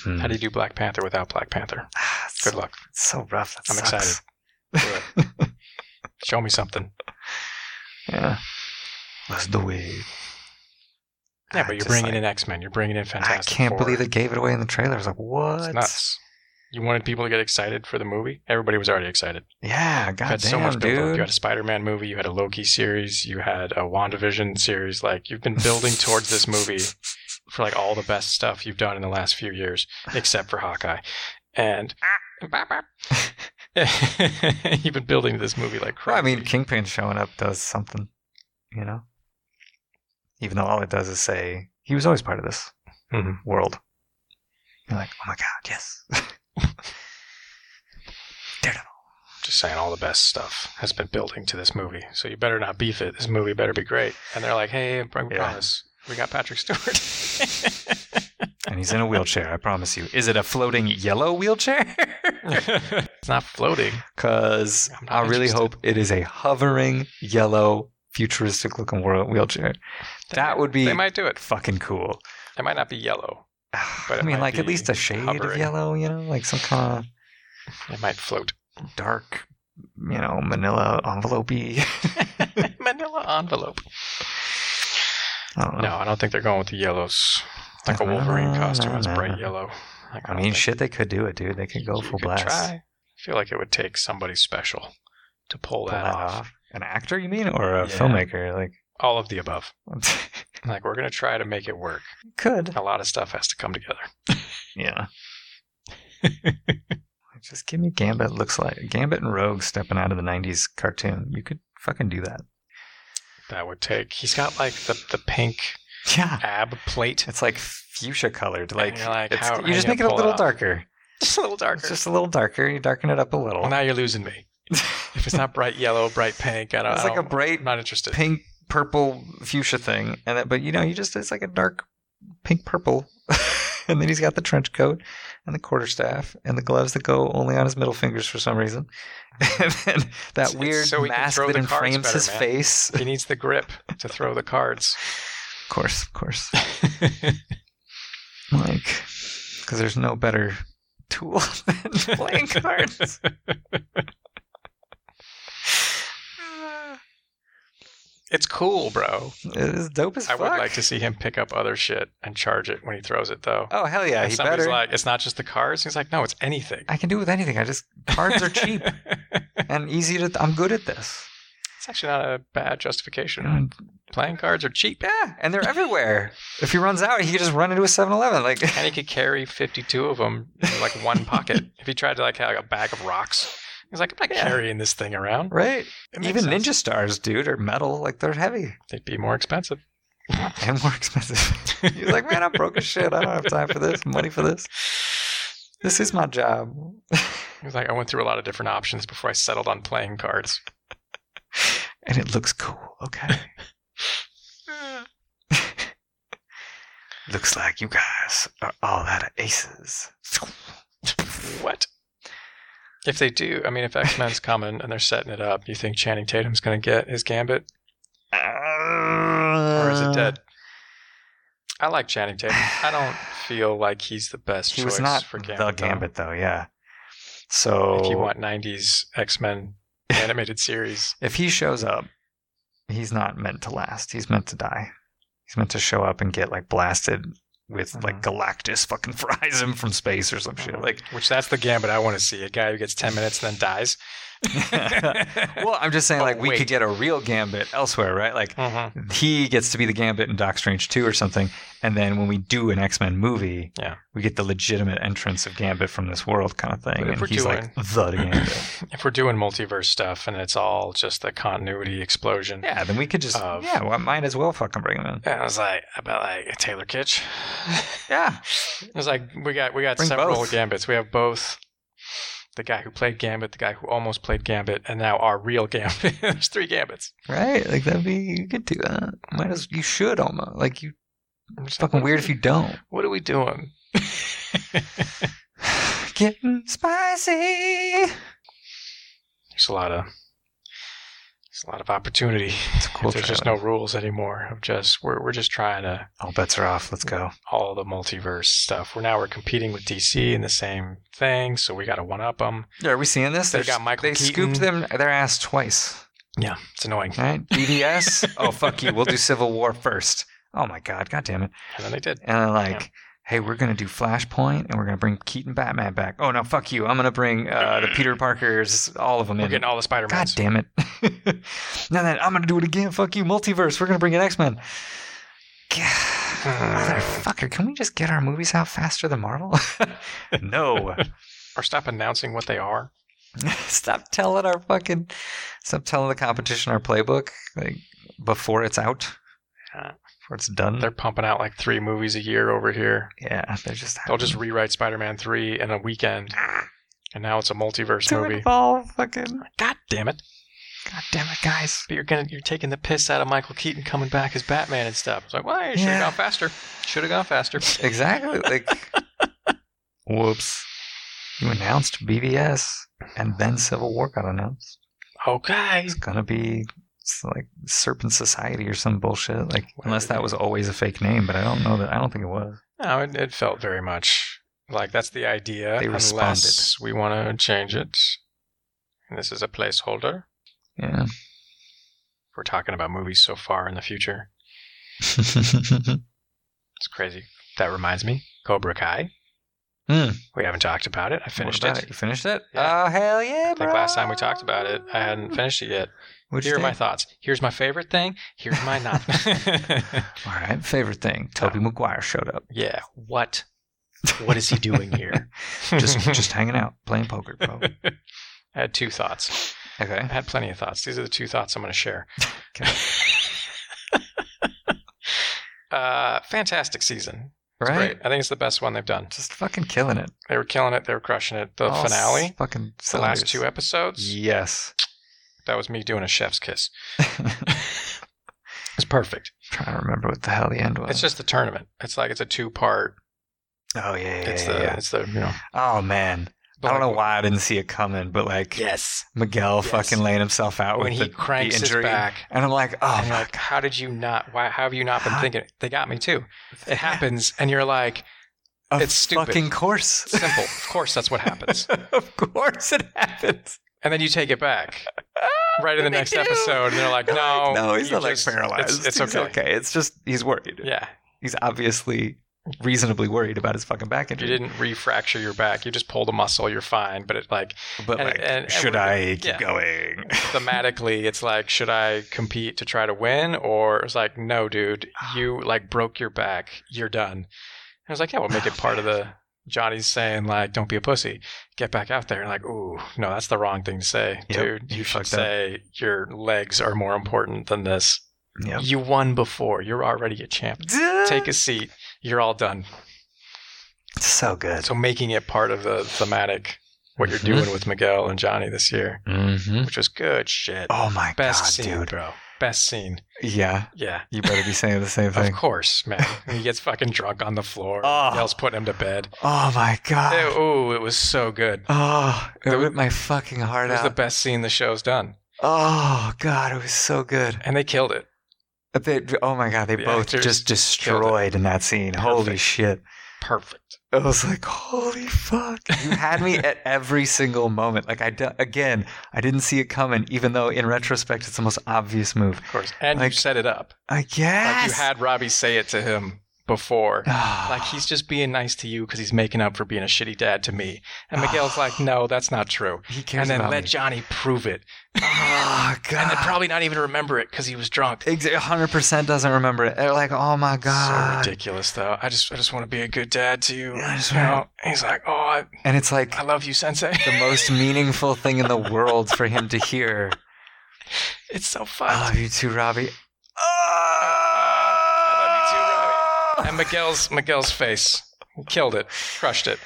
[SPEAKER 1] Hmm.
[SPEAKER 2] How do you do Black Panther without Black Panther?
[SPEAKER 1] Ah, it's
[SPEAKER 2] Good
[SPEAKER 1] so,
[SPEAKER 2] luck.
[SPEAKER 1] it's so rough. That
[SPEAKER 2] I'm
[SPEAKER 1] sucks.
[SPEAKER 2] excited. Do it. Show me something.
[SPEAKER 1] Yeah. Let's do it.
[SPEAKER 2] Yeah,
[SPEAKER 1] I
[SPEAKER 2] but you're
[SPEAKER 1] just,
[SPEAKER 2] bringing
[SPEAKER 1] like,
[SPEAKER 2] in X Men. You're bringing in
[SPEAKER 1] I
[SPEAKER 2] Fantastic
[SPEAKER 1] can't
[SPEAKER 2] Four.
[SPEAKER 1] believe they gave it away in the trailer. I was like,
[SPEAKER 2] It's
[SPEAKER 1] what?
[SPEAKER 2] nuts. You wanted people to get excited for the movie. Everybody was already excited.
[SPEAKER 1] Yeah,
[SPEAKER 2] You
[SPEAKER 1] goddamn,
[SPEAKER 2] had so much build up.
[SPEAKER 1] dude.
[SPEAKER 2] You had a Spider-Man movie. You had a Loki series. You had a WandaVision series. Like you've been building towards this movie for like all the best stuff you've done in the last few years, except for Hawkeye. And bop, bop. you've been building this movie like
[SPEAKER 1] Well, I
[SPEAKER 2] crazy.
[SPEAKER 1] mean, Kingpin showing up does something, you know. Even though all it does is say he was always part of this
[SPEAKER 2] Mhm.
[SPEAKER 1] world. You're like, oh my god, yes.
[SPEAKER 2] just saying all the best stuff has been building to this movie. So you better not beef it. This movie better be great. And they're like, hey, I promise. We got Patrick Stewart.
[SPEAKER 1] And he's in a wheelchair. I promise you. Is it a floating yellow wheelchair?
[SPEAKER 2] it's not floating.
[SPEAKER 1] Because
[SPEAKER 2] I'm not
[SPEAKER 1] I really
[SPEAKER 2] interested.
[SPEAKER 1] hope it is a hovering yellow, futuristic-looking wor- wheelchair. That would be
[SPEAKER 2] They might do it.
[SPEAKER 1] fucking cool.
[SPEAKER 2] It might not be yellow. But
[SPEAKER 1] I
[SPEAKER 2] it
[SPEAKER 1] mean,
[SPEAKER 2] might
[SPEAKER 1] like at
[SPEAKER 2] be
[SPEAKER 1] least a shade of
[SPEAKER 2] hovering.
[SPEAKER 1] yellow, you know, like some kind of
[SPEAKER 2] It might float.
[SPEAKER 1] dark, you know, manila envelope I
[SPEAKER 2] Manila envelope.
[SPEAKER 1] don't know.
[SPEAKER 2] No, I don't think they're going with the yellows. Like a Wolverine costume is bright yellow. Like,
[SPEAKER 1] I
[SPEAKER 2] don't
[SPEAKER 1] mean,
[SPEAKER 2] think
[SPEAKER 1] shit, they could do it, dude. They could go
[SPEAKER 2] you
[SPEAKER 1] full
[SPEAKER 2] could
[SPEAKER 1] blast.
[SPEAKER 2] Try. I feel like it would take somebody special to pull,
[SPEAKER 1] Pull
[SPEAKER 2] that, off.
[SPEAKER 1] An actor, you mean, or a
[SPEAKER 2] Yeah.
[SPEAKER 1] filmmaker? Like,
[SPEAKER 2] All of the above. Like we're gonna try to make it work.
[SPEAKER 1] could.
[SPEAKER 2] A lot of stuff has to come together.
[SPEAKER 1] Yeah. Just give me Gambit. Looks like Gambit and Rogue stepping out of the '90s cartoon. You could fucking do that.
[SPEAKER 2] That would take. He's got like the the pink
[SPEAKER 1] Yeah.
[SPEAKER 2] ab plate.
[SPEAKER 1] It's like fuchsia colored. Like,
[SPEAKER 2] you're like,
[SPEAKER 1] it's,
[SPEAKER 2] how- how
[SPEAKER 1] you just
[SPEAKER 2] you
[SPEAKER 1] make it
[SPEAKER 2] gonna
[SPEAKER 1] a
[SPEAKER 2] pull it
[SPEAKER 1] little
[SPEAKER 2] off?
[SPEAKER 1] darker.
[SPEAKER 2] Just a little
[SPEAKER 1] It's
[SPEAKER 2] darker.
[SPEAKER 1] just a little darker. You darken it up a little.
[SPEAKER 2] well, now you're losing me. If it's not bright yellow, bright pink, I don't.
[SPEAKER 1] it's
[SPEAKER 2] I
[SPEAKER 1] like a
[SPEAKER 2] don't-
[SPEAKER 1] bright
[SPEAKER 2] I'm not interested.
[SPEAKER 1] pink purple fuchsia thing and that but you know you just it's like a dark pink purple and then he's got the trench coat and the quarterstaff and the gloves that go only on his middle fingers for some reason and then that
[SPEAKER 2] It's- it's
[SPEAKER 1] weird
[SPEAKER 2] so he can
[SPEAKER 1] mask
[SPEAKER 2] throw
[SPEAKER 1] that
[SPEAKER 2] the cards
[SPEAKER 1] inflames
[SPEAKER 2] better,
[SPEAKER 1] his
[SPEAKER 2] man.
[SPEAKER 1] face
[SPEAKER 2] He needs the grip to throw the cards.
[SPEAKER 1] of course of course like because there's no better tool than playing cards
[SPEAKER 2] It's cool, bro.
[SPEAKER 1] it is dope as
[SPEAKER 2] I
[SPEAKER 1] fuck
[SPEAKER 2] would like to see him pick up other shit and charge it when he throws it, though.
[SPEAKER 1] oh hell yeah
[SPEAKER 2] and
[SPEAKER 1] he
[SPEAKER 2] somebody's
[SPEAKER 1] better
[SPEAKER 2] like, it's not just the cards. He's like, no, it's anything.
[SPEAKER 1] i can do it with anything i just cards are cheap and easy to i'm good at this
[SPEAKER 2] It's actually not a bad justification.
[SPEAKER 1] And
[SPEAKER 2] Playing cards are cheap.
[SPEAKER 1] Yeah, and they're everywhere. if he runs out, he can just run into a 7-Eleven. Like,
[SPEAKER 2] And he could carry 52 of them in like one pocket. if he tried to like have a bag of rocks, he's like, I'm not
[SPEAKER 1] Yeah.
[SPEAKER 2] carrying this thing around.
[SPEAKER 1] right?
[SPEAKER 2] It makes
[SPEAKER 1] Even
[SPEAKER 2] sense.
[SPEAKER 1] ninja stars, dude, are metal. Like, they're heavy
[SPEAKER 2] They'd be more expensive.
[SPEAKER 1] and more expensive. He's like, man, I'm broke as shit. I don't have time for this, money for this. This is my job.
[SPEAKER 2] He's like, I went through a lot of different options before I settled on playing cards.
[SPEAKER 1] And it looks cool. Okay. looks like you guys are all out of aces.
[SPEAKER 2] What? If they do, I mean, if X Men's coming and they're setting it up, you think Channing Tatum's going to get his gambit, or
[SPEAKER 1] Uh.
[SPEAKER 2] is it dead? I like Channing Tatum. I don't feel like he's the best
[SPEAKER 1] He
[SPEAKER 2] choice
[SPEAKER 1] was not
[SPEAKER 2] for
[SPEAKER 1] the
[SPEAKER 2] Gambit. though.
[SPEAKER 1] Gambit, Oh. though, yeah. So.
[SPEAKER 2] If you want '90s X Men animated series,
[SPEAKER 1] if he shows up, he's not meant to last. He's meant to die. He's meant to show up and get like blasted with like
[SPEAKER 2] Uh-huh.
[SPEAKER 1] Galactus fucking fries him from space or some shit. Like,
[SPEAKER 2] which that's the Gambit I want to see—a guy who gets 10 minutes and then dies.
[SPEAKER 1] well, I'm just saying
[SPEAKER 2] Oh,
[SPEAKER 1] like we
[SPEAKER 2] wait.
[SPEAKER 1] could get a real Gambit elsewhere, right? Like
[SPEAKER 2] Mhm.
[SPEAKER 1] he gets to be the Gambit in Doc Strange 2 or something, and then when we do an X Men movie,
[SPEAKER 2] Yeah.
[SPEAKER 1] we get the legitimate entrance of Gambit from this world kind of thing,
[SPEAKER 2] But if
[SPEAKER 1] and
[SPEAKER 2] we're
[SPEAKER 1] he's like the Gambit.
[SPEAKER 2] If we're doing multiverse stuff and it's all just the continuity explosion,
[SPEAKER 1] yeah, then we could just
[SPEAKER 2] Of-
[SPEAKER 1] yeah, well, I might as well fucking bring him in.
[SPEAKER 2] And I was like, about like Taylor Kitsch.
[SPEAKER 1] Yeah,
[SPEAKER 2] I was like, we got we got
[SPEAKER 1] Bring
[SPEAKER 2] several
[SPEAKER 1] both.
[SPEAKER 2] Gambits. We have both the guy who played Gambit, the guy who almost played Gambit, and now our real Gambit. There's three Gambits.
[SPEAKER 1] Right? Like that'd be you could do that. Might as you should almost like you.
[SPEAKER 2] I'm
[SPEAKER 1] It's
[SPEAKER 2] just like,
[SPEAKER 1] fucking
[SPEAKER 2] what-
[SPEAKER 1] weird if you don't.
[SPEAKER 2] What are we doing?
[SPEAKER 1] Getting spicy.
[SPEAKER 2] There's a lot of there's a lot of opportunity.
[SPEAKER 1] It's a cool.
[SPEAKER 2] If there's just no
[SPEAKER 1] trailer.
[SPEAKER 2] rules anymore. Of just we're we're just trying to
[SPEAKER 1] All bets are off. Let's go.
[SPEAKER 2] all the multiverse stuff. We're now we're competing with DC in the same thing, so we got to one up them.
[SPEAKER 1] Yeah, are we seeing this?
[SPEAKER 2] They
[SPEAKER 1] There's-
[SPEAKER 2] got Michael
[SPEAKER 1] They scooped
[SPEAKER 2] Keaton.
[SPEAKER 1] them their ass twice.
[SPEAKER 2] Yeah, it's annoying.
[SPEAKER 1] Right? BDS. oh fuck you. We'll do Civil War first. Oh my god. God damn it.
[SPEAKER 2] And then they did.
[SPEAKER 1] And then like. Hey, we're gonna do Flashpoint, and we're gonna bring Keaton Batman back. Oh no, fuck you! I'm gonna bring uh, the Peter Parkers, all of them
[SPEAKER 2] We're
[SPEAKER 1] in.
[SPEAKER 2] getting all the Spider
[SPEAKER 1] God
[SPEAKER 2] Mans.
[SPEAKER 1] damn it. now then, I'm going to do it again. Fuck you, multiverse. We're going to bring in X Men. Motherfucker, can we just get our movies out faster than Marvel?
[SPEAKER 4] no.
[SPEAKER 2] or stop announcing what they are.
[SPEAKER 1] Mm-hmm. stop telling our fucking, stop telling the competition our playbook like before it's out,
[SPEAKER 2] Yeah.
[SPEAKER 1] before it's done.
[SPEAKER 2] They're pumping out like three movies a year over here.
[SPEAKER 1] yeah, they're just
[SPEAKER 2] They'll just rewrite Spider-Man three in a weekend, and now it's a multiverse
[SPEAKER 1] do
[SPEAKER 2] movie.
[SPEAKER 1] it all fucking.
[SPEAKER 2] God damn it!
[SPEAKER 1] God damn it, guys.
[SPEAKER 2] But you're gonna you're taking the piss out of Michael Keaton coming back as Batman and stuff. It's like, well, should have
[SPEAKER 1] Yeah.
[SPEAKER 2] gone faster. Should have gone faster.
[SPEAKER 1] Exactly. Like, whoops. You announced BVS, and then Civil War got announced.
[SPEAKER 2] Okay.
[SPEAKER 1] It's gonna be it's like Serpent Society or some bullshit. Like, unless that was always a fake name, but I don't know that. I don't think it was.
[SPEAKER 2] No, Oh, it, it felt very much like that's the idea.
[SPEAKER 1] They
[SPEAKER 2] unless
[SPEAKER 1] responded.
[SPEAKER 2] we want to change it. And this is a placeholder.
[SPEAKER 1] Yeah.
[SPEAKER 2] We're talking about movies so far in the future. It's crazy. That reminds me, Cobra Kai.
[SPEAKER 1] Hmm.
[SPEAKER 2] We haven't talked about it. I finished
[SPEAKER 1] What about
[SPEAKER 2] it.
[SPEAKER 1] You finished it?
[SPEAKER 2] Yeah.
[SPEAKER 1] Oh hell yeah!
[SPEAKER 2] I think last time we talked about it, I hadn't finished it yet.
[SPEAKER 1] Which
[SPEAKER 2] Here are
[SPEAKER 1] thing?
[SPEAKER 2] my thoughts. Here's my favorite thing. Here's my not.
[SPEAKER 1] All right, favorite thing. Toby Maguire showed up.
[SPEAKER 2] yeah. What? What is he doing here?
[SPEAKER 1] Just just hanging out, playing poker, bro.
[SPEAKER 2] I had two thoughts. I
[SPEAKER 1] Okay.
[SPEAKER 2] had plenty of thoughts. These are the two thoughts I'm going to share.
[SPEAKER 1] Okay.
[SPEAKER 2] uh, fantastic season. It's great.
[SPEAKER 1] Right.
[SPEAKER 2] I think it's the best one they've done.
[SPEAKER 1] Just fucking killing it.
[SPEAKER 2] They were killing it. They were crushing it. The
[SPEAKER 1] All s-
[SPEAKER 2] finale,
[SPEAKER 1] Fucking
[SPEAKER 2] the last two
[SPEAKER 1] cylinders.
[SPEAKER 2] episodes,
[SPEAKER 1] Yes.
[SPEAKER 2] that was me doing a chef's kiss. It's perfect.
[SPEAKER 1] trying to remember what the hell the end was.
[SPEAKER 2] It's just the tournament. It's like it's a two part.
[SPEAKER 1] oh yeah, yeah,
[SPEAKER 2] It's
[SPEAKER 1] yeah,
[SPEAKER 2] the
[SPEAKER 1] yeah.
[SPEAKER 2] it's the you know.
[SPEAKER 1] Oh man,
[SPEAKER 2] but
[SPEAKER 1] I don't
[SPEAKER 2] like,
[SPEAKER 1] know why I didn't see it coming, but like
[SPEAKER 2] Yes.
[SPEAKER 1] Miguel
[SPEAKER 2] Yes.
[SPEAKER 1] fucking laying himself out
[SPEAKER 2] When
[SPEAKER 1] with
[SPEAKER 2] he
[SPEAKER 1] the,
[SPEAKER 2] cranks
[SPEAKER 1] the
[SPEAKER 2] his
[SPEAKER 1] injury,
[SPEAKER 2] back.
[SPEAKER 1] and I'm like, oh
[SPEAKER 2] I'm
[SPEAKER 1] my
[SPEAKER 2] like, how did you not? Why? How have you not been
[SPEAKER 1] How-
[SPEAKER 2] thinking? They got me too.
[SPEAKER 1] god,
[SPEAKER 2] It happens, and you're like,
[SPEAKER 1] Of
[SPEAKER 2] it's stupid.
[SPEAKER 1] Fucking course,
[SPEAKER 2] simple. Of course, that's what happens.
[SPEAKER 1] of course it happens.
[SPEAKER 2] And then you take it back right in the
[SPEAKER 1] They
[SPEAKER 2] next
[SPEAKER 1] do.
[SPEAKER 2] episode, and they're like,
[SPEAKER 1] They're
[SPEAKER 2] no,
[SPEAKER 1] like, no, he's
[SPEAKER 2] you just-
[SPEAKER 1] not like
[SPEAKER 2] it's-
[SPEAKER 1] paralyzed.
[SPEAKER 2] It's,
[SPEAKER 1] He's
[SPEAKER 2] okay.
[SPEAKER 1] It's just he's worried.
[SPEAKER 2] Yeah,
[SPEAKER 1] He's obviously reasonably worried about his fucking back
[SPEAKER 2] if you
[SPEAKER 1] injury.
[SPEAKER 2] didn't refracture your back, you just pulled a muscle, you're fine. But it like
[SPEAKER 1] but
[SPEAKER 2] and-
[SPEAKER 1] like,
[SPEAKER 2] and- and
[SPEAKER 1] should
[SPEAKER 2] we're-
[SPEAKER 1] I keep
[SPEAKER 2] yeah.
[SPEAKER 1] going?
[SPEAKER 2] thematically, it's like, should I compete to try to win, or it's like, no, dude, you like broke your back, you're done. And I was like, yeah, we'll make it part of the. Johnny's saying like, "Don't be a pussy, get back out there." And like, ooh, no, that's the wrong thing to say,
[SPEAKER 1] Yep,
[SPEAKER 2] dude.
[SPEAKER 1] you
[SPEAKER 2] You should
[SPEAKER 1] fucked up.
[SPEAKER 2] say your legs are more important than this.
[SPEAKER 1] Yeah.
[SPEAKER 2] You won before. You're already a champ. Take a seat. You're all done.
[SPEAKER 1] so good.
[SPEAKER 2] So making it part of the thematic, what you're
[SPEAKER 1] Mhm.
[SPEAKER 2] doing with Miguel and Johnny this year,
[SPEAKER 1] Mm-hmm.
[SPEAKER 2] which was good shit.
[SPEAKER 1] Oh my
[SPEAKER 2] Best
[SPEAKER 1] god,
[SPEAKER 2] scene,
[SPEAKER 1] dude.
[SPEAKER 2] bro. Best scene.
[SPEAKER 1] Yeah,
[SPEAKER 2] Yeah.
[SPEAKER 1] you better be saying the same
[SPEAKER 2] Of
[SPEAKER 1] thing.
[SPEAKER 2] course, man. he gets fucking drunk on the floor.
[SPEAKER 1] Oh.
[SPEAKER 2] Miguel's putting him to bed.
[SPEAKER 1] Oh my god.
[SPEAKER 2] Ew, ooh, it was so good.
[SPEAKER 1] Oh, it
[SPEAKER 2] There was-
[SPEAKER 1] ripped my fucking
[SPEAKER 2] It
[SPEAKER 1] heart
[SPEAKER 2] was the
[SPEAKER 1] out.
[SPEAKER 2] best scene the show's done.
[SPEAKER 1] oh god, it was so good.
[SPEAKER 2] And they killed it.
[SPEAKER 1] But They, oh my god, they
[SPEAKER 2] The
[SPEAKER 1] both
[SPEAKER 2] actors killed
[SPEAKER 1] just
[SPEAKER 2] it.
[SPEAKER 1] destroyed in that scene. Holy
[SPEAKER 2] Perfect.
[SPEAKER 1] shit!
[SPEAKER 2] Perfect.
[SPEAKER 1] I was like, holy fuck! You had me at every single moment. Like I d- again, I didn't see it coming. Even though in retrospect, it's the most obvious move.
[SPEAKER 2] Of course. And
[SPEAKER 1] Like-
[SPEAKER 2] you set it up.
[SPEAKER 1] I guess.
[SPEAKER 2] Like you had Robbie say it to him before. Like he's just being nice to you because he's making up for being a shitty dad to me. And Miguel's like, no, that's not true.
[SPEAKER 1] he cares
[SPEAKER 2] And then
[SPEAKER 1] about
[SPEAKER 2] let
[SPEAKER 1] me.
[SPEAKER 2] Johnny prove it.
[SPEAKER 1] oh
[SPEAKER 2] And then
[SPEAKER 1] god.
[SPEAKER 2] probably not even remember it because he was drunk.
[SPEAKER 1] hundred percent doesn't remember it. They're like, oh my
[SPEAKER 2] So
[SPEAKER 1] god,
[SPEAKER 2] ridiculous, though. I just, I just want to be a good dad to you.
[SPEAKER 1] Yeah, I just
[SPEAKER 2] You
[SPEAKER 1] wanna-
[SPEAKER 2] know? He's like, oh, I,
[SPEAKER 1] and it's like
[SPEAKER 2] I love you, Sensei.
[SPEAKER 1] the most meaningful thing in the world for him to hear.
[SPEAKER 2] it's so fun.
[SPEAKER 1] I love you too, Robbie.
[SPEAKER 2] I love you too, Robbie. And Miguel's Miguel's face killed it, crushed it.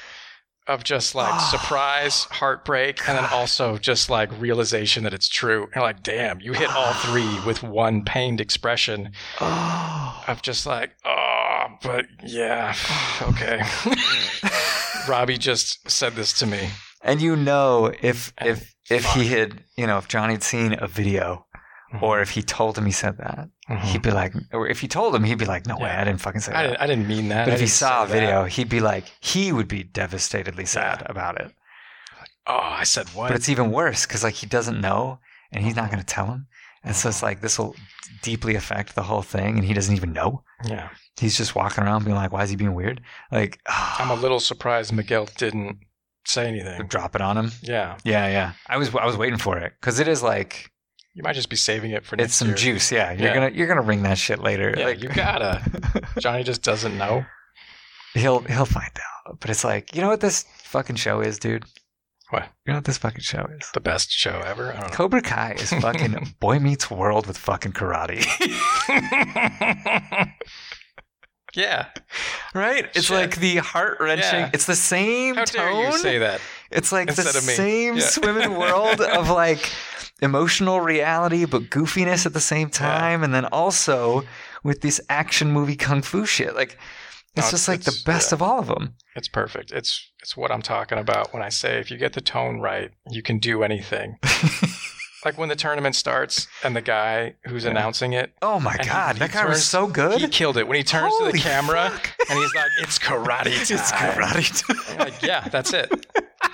[SPEAKER 2] Of just like
[SPEAKER 1] Oh.
[SPEAKER 2] surprise, heartbreak, and then also just like realization that it's true. You're like, damn, you hit all three with one pained expression
[SPEAKER 1] Oh.
[SPEAKER 2] of just like, oh, but yeah, okay. Robbie just said this to me.
[SPEAKER 1] And you know, if
[SPEAKER 2] And
[SPEAKER 1] if if he had, you know, if Johnny had seen a video,
[SPEAKER 2] Mm-hmm.
[SPEAKER 1] or if he told him he said that, he'd be like, or if he told him, he'd be like, no way,
[SPEAKER 2] Yeah.
[SPEAKER 1] I didn't fucking say
[SPEAKER 2] Mm-hmm. I
[SPEAKER 1] that.
[SPEAKER 2] didn't, I didn't mean that.
[SPEAKER 1] but
[SPEAKER 2] I
[SPEAKER 1] if he
[SPEAKER 2] didn't
[SPEAKER 1] saw a
[SPEAKER 2] say that.
[SPEAKER 1] video, he'd be like, he would be devastatedly sad about it.
[SPEAKER 2] oh, I said what?
[SPEAKER 1] But it's even worse because like he doesn't know, and he's not going to tell him, and so it's like this will deeply affect the whole thing, and he doesn't even know.
[SPEAKER 2] yeah,
[SPEAKER 1] he's just walking around being like, why is he being weird? Like,
[SPEAKER 2] I'm a little surprised Miguel didn't say anything.
[SPEAKER 1] drop it on him.
[SPEAKER 2] Yeah,
[SPEAKER 1] Yeah, yeah. I was I was waiting for it because it is like
[SPEAKER 2] You might just be saving it for next
[SPEAKER 1] It's some
[SPEAKER 2] year.
[SPEAKER 1] juice. Yeah, you're
[SPEAKER 2] Yeah.
[SPEAKER 1] gonna you're gonna ring that shit later.
[SPEAKER 2] Yeah,
[SPEAKER 1] like
[SPEAKER 2] you gotta. Johnny just doesn't know.
[SPEAKER 1] he'll he'll find out. But it's like you know what this fucking show is, dude.
[SPEAKER 2] What?
[SPEAKER 1] You know what this fucking show is?
[SPEAKER 2] The best show ever. I don't know.
[SPEAKER 1] Cobra Kai is fucking Boy Meets World with fucking karate.
[SPEAKER 2] yeah.
[SPEAKER 1] right? It's
[SPEAKER 2] Shit.
[SPEAKER 1] like the heart wrenching.
[SPEAKER 2] Yeah.
[SPEAKER 1] It's the same
[SPEAKER 2] How
[SPEAKER 1] tone.
[SPEAKER 2] dare you say that?
[SPEAKER 1] It's like the
[SPEAKER 2] Instead of me.
[SPEAKER 1] same
[SPEAKER 2] Yeah.
[SPEAKER 1] swimming world of like emotional reality, but goofiness at the same time, and then also with this action movie kung fu shit. Like it's
[SPEAKER 2] No, it's-
[SPEAKER 1] just like the
[SPEAKER 2] Oh, it's-
[SPEAKER 1] best
[SPEAKER 2] yeah.
[SPEAKER 1] of all of them.
[SPEAKER 2] It's perfect. It's it's what I'm talking about when I say if you get the tone right, you can do anything. like when the tournament starts and the guy who's announcing it,
[SPEAKER 1] Oh my
[SPEAKER 2] And he-
[SPEAKER 1] god,
[SPEAKER 2] he
[SPEAKER 1] that guy was
[SPEAKER 2] turns-
[SPEAKER 1] so
[SPEAKER 2] he
[SPEAKER 1] good.
[SPEAKER 2] killed it. When he turns to the
[SPEAKER 1] Holy
[SPEAKER 2] camera and he's like, "It's karate time."
[SPEAKER 1] It's karate. time.
[SPEAKER 2] And you're like, yeah, that's it.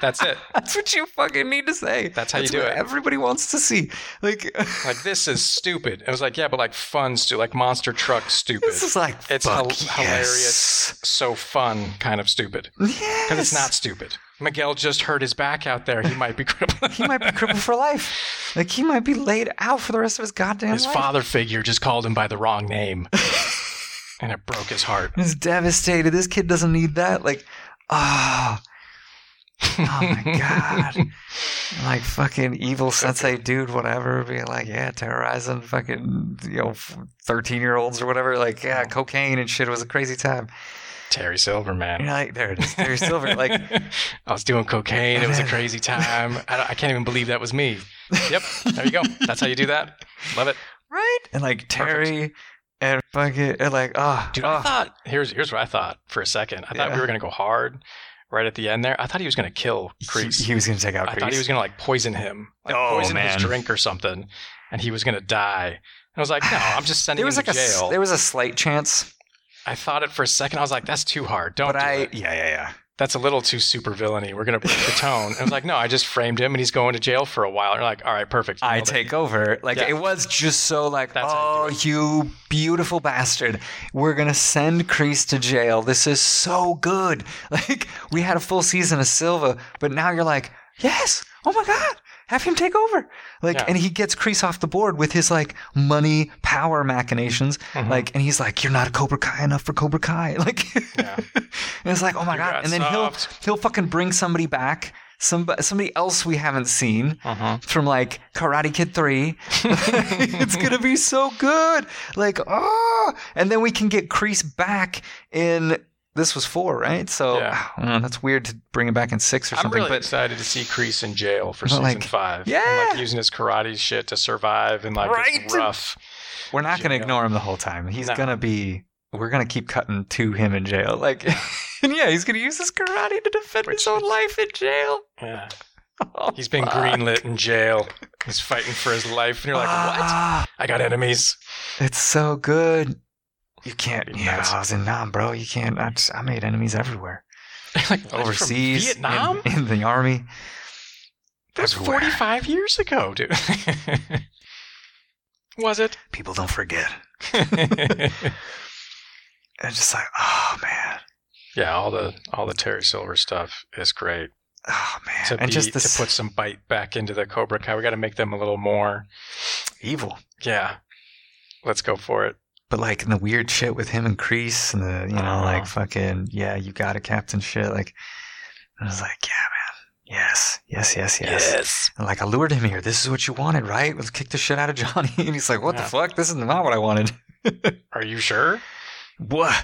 [SPEAKER 2] That's it.
[SPEAKER 1] That's what you fucking need to say.
[SPEAKER 2] That's how you
[SPEAKER 1] That's
[SPEAKER 2] do
[SPEAKER 1] what
[SPEAKER 2] it.
[SPEAKER 1] Everybody wants to see. Like
[SPEAKER 2] Like this is stupid. It was like, yeah, but like fun, stu- like monster truck stupid.
[SPEAKER 1] this is like
[SPEAKER 2] It's
[SPEAKER 1] fuck
[SPEAKER 2] hil-
[SPEAKER 1] yes.
[SPEAKER 2] so fun, kind of stupid.
[SPEAKER 1] hilarious.
[SPEAKER 2] Because it's not stupid. Miguel just hurt his back out there. He might be crippled.
[SPEAKER 1] he might be crippled for life. Like he might be laid out for the rest of his goddamn
[SPEAKER 2] his
[SPEAKER 1] life.
[SPEAKER 2] father figure just called him by the wrong name, and it broke his heart.
[SPEAKER 1] He's devastated. This kid doesn't need that. Like, ah, oh my god. like fucking evil sensei dude, whatever, being like, yeah, terrorizing fucking you know thirteen year olds or whatever. Like, yeah, cocaine and shit. It was a crazy time.
[SPEAKER 2] Terry Silverman.
[SPEAKER 1] You're like, there it is, Terry Silver. Like,
[SPEAKER 2] I was doing cocaine. It was a crazy time. I, don't- I can't even believe that was me. Yep, there you go. That's how you do that. Love it,
[SPEAKER 1] right? And like Terry and fucking and like, ah,
[SPEAKER 2] dude. I
[SPEAKER 1] ah.
[SPEAKER 2] thought here's here's what I thought for a second. I thought
[SPEAKER 1] Yeah.
[SPEAKER 2] we were gonna go hard right at the end there. I thought he was gonna kill Crease.
[SPEAKER 1] He, he was gonna take out
[SPEAKER 2] I thought he was
[SPEAKER 1] Kreese.
[SPEAKER 2] gonna like poison him, like
[SPEAKER 4] Oh,
[SPEAKER 2] poison
[SPEAKER 4] man.
[SPEAKER 2] his drink or something, and he was gonna die. And I was like, no, I'm just sending
[SPEAKER 1] There was
[SPEAKER 2] him
[SPEAKER 1] like a
[SPEAKER 2] to
[SPEAKER 1] s-
[SPEAKER 2] jail.
[SPEAKER 1] there was a slight chance,
[SPEAKER 2] I thought it for a second. I was like, that's too hard. Don't.
[SPEAKER 1] but
[SPEAKER 2] do
[SPEAKER 1] I
[SPEAKER 2] it.
[SPEAKER 1] yeah yeah yeah.
[SPEAKER 2] that's a little too super villainy. We're gonna break the tone. And I was like, no, I just framed him, and he's going to jail for a while. And you're like, all right, perfect.
[SPEAKER 1] I
[SPEAKER 2] Nailed it.
[SPEAKER 1] take over. Like
[SPEAKER 2] Yeah.
[SPEAKER 1] it was just so like,
[SPEAKER 2] That's how
[SPEAKER 1] oh,
[SPEAKER 2] you
[SPEAKER 1] you beautiful bastard. We're gonna send Crease to jail. This is so good. Like we had a full season of Silva, but now you're like, yes. Oh my god. Have him take over. Like,
[SPEAKER 2] Yeah.
[SPEAKER 1] and he gets Crease off the board with his like money power machinations.
[SPEAKER 2] Mhm.
[SPEAKER 1] Like, and he's like, You're not a Cobra Kai enough for Cobra Kai. Like
[SPEAKER 2] Yeah.
[SPEAKER 1] and it's like, oh my
[SPEAKER 2] You
[SPEAKER 1] god.
[SPEAKER 2] got
[SPEAKER 1] And then
[SPEAKER 2] soft.
[SPEAKER 1] he'll he'll fucking bring somebody back. Somebody, somebody else we haven't seen
[SPEAKER 2] Uh-huh.
[SPEAKER 1] from like Karate Kid 3. it's going to be so good. Like, oh, and then we can get Crease back in this was 4, right? So
[SPEAKER 2] Yeah.
[SPEAKER 1] I don't know, that's weird to bring him back in 6 or
[SPEAKER 2] I'm
[SPEAKER 1] something,
[SPEAKER 2] really
[SPEAKER 1] but
[SPEAKER 2] excited to see Crease in jail for
[SPEAKER 1] But,
[SPEAKER 2] season
[SPEAKER 1] like,
[SPEAKER 2] five.
[SPEAKER 1] yeah.
[SPEAKER 2] and, like using his karate shit to survive and like
[SPEAKER 4] Right.
[SPEAKER 2] it's rough.
[SPEAKER 1] we're not going to
[SPEAKER 2] jail.
[SPEAKER 1] ignore him the whole time. He's
[SPEAKER 2] No.
[SPEAKER 1] going to be we're going to keep cutting to him in jail. Like and yeah, he's going to use his karate to defend
[SPEAKER 2] Which
[SPEAKER 1] his own life in jail.
[SPEAKER 2] Yeah,
[SPEAKER 1] Oh,
[SPEAKER 2] he's been
[SPEAKER 1] fuck.
[SPEAKER 2] greenlit in jail. He's fighting for his life, and you're like, what?
[SPEAKER 1] Ah,
[SPEAKER 2] I got enemies.
[SPEAKER 1] It's so good. You can't.
[SPEAKER 2] Be
[SPEAKER 1] Yeah,
[SPEAKER 2] nuts.
[SPEAKER 1] I was in Nam, bro. You can't. I, just, I made enemies everywhere.
[SPEAKER 2] like what, from
[SPEAKER 1] overseas in-
[SPEAKER 2] Vietnam.
[SPEAKER 1] In, the army.
[SPEAKER 2] That was
[SPEAKER 1] Everywhere.
[SPEAKER 2] 45 years ago, dude. was it?
[SPEAKER 1] People don't forget. And just like, oh man,
[SPEAKER 2] yeah, all the all the Terry Silver stuff is great.
[SPEAKER 1] oh man,
[SPEAKER 2] To,
[SPEAKER 1] and
[SPEAKER 2] be,
[SPEAKER 1] just this
[SPEAKER 2] to put some bite back into the Cobra Kai, we got to make them a little more.
[SPEAKER 1] evil,
[SPEAKER 2] Yeah, let's go for it.
[SPEAKER 1] but like in the weird shit with him and Crease and the you know
[SPEAKER 2] Uh-huh.
[SPEAKER 1] like fucking yeah, you got it, Captain shit. Like I was like, yeah, man, yes, yes, yes, yes. And like I lured him here. This is what you wanted, right? Let's kick the shit out of Johnny. And he's like, what the
[SPEAKER 2] Yeah.
[SPEAKER 1] fuck? This is not what I wanted.
[SPEAKER 2] Are you sure?
[SPEAKER 1] What?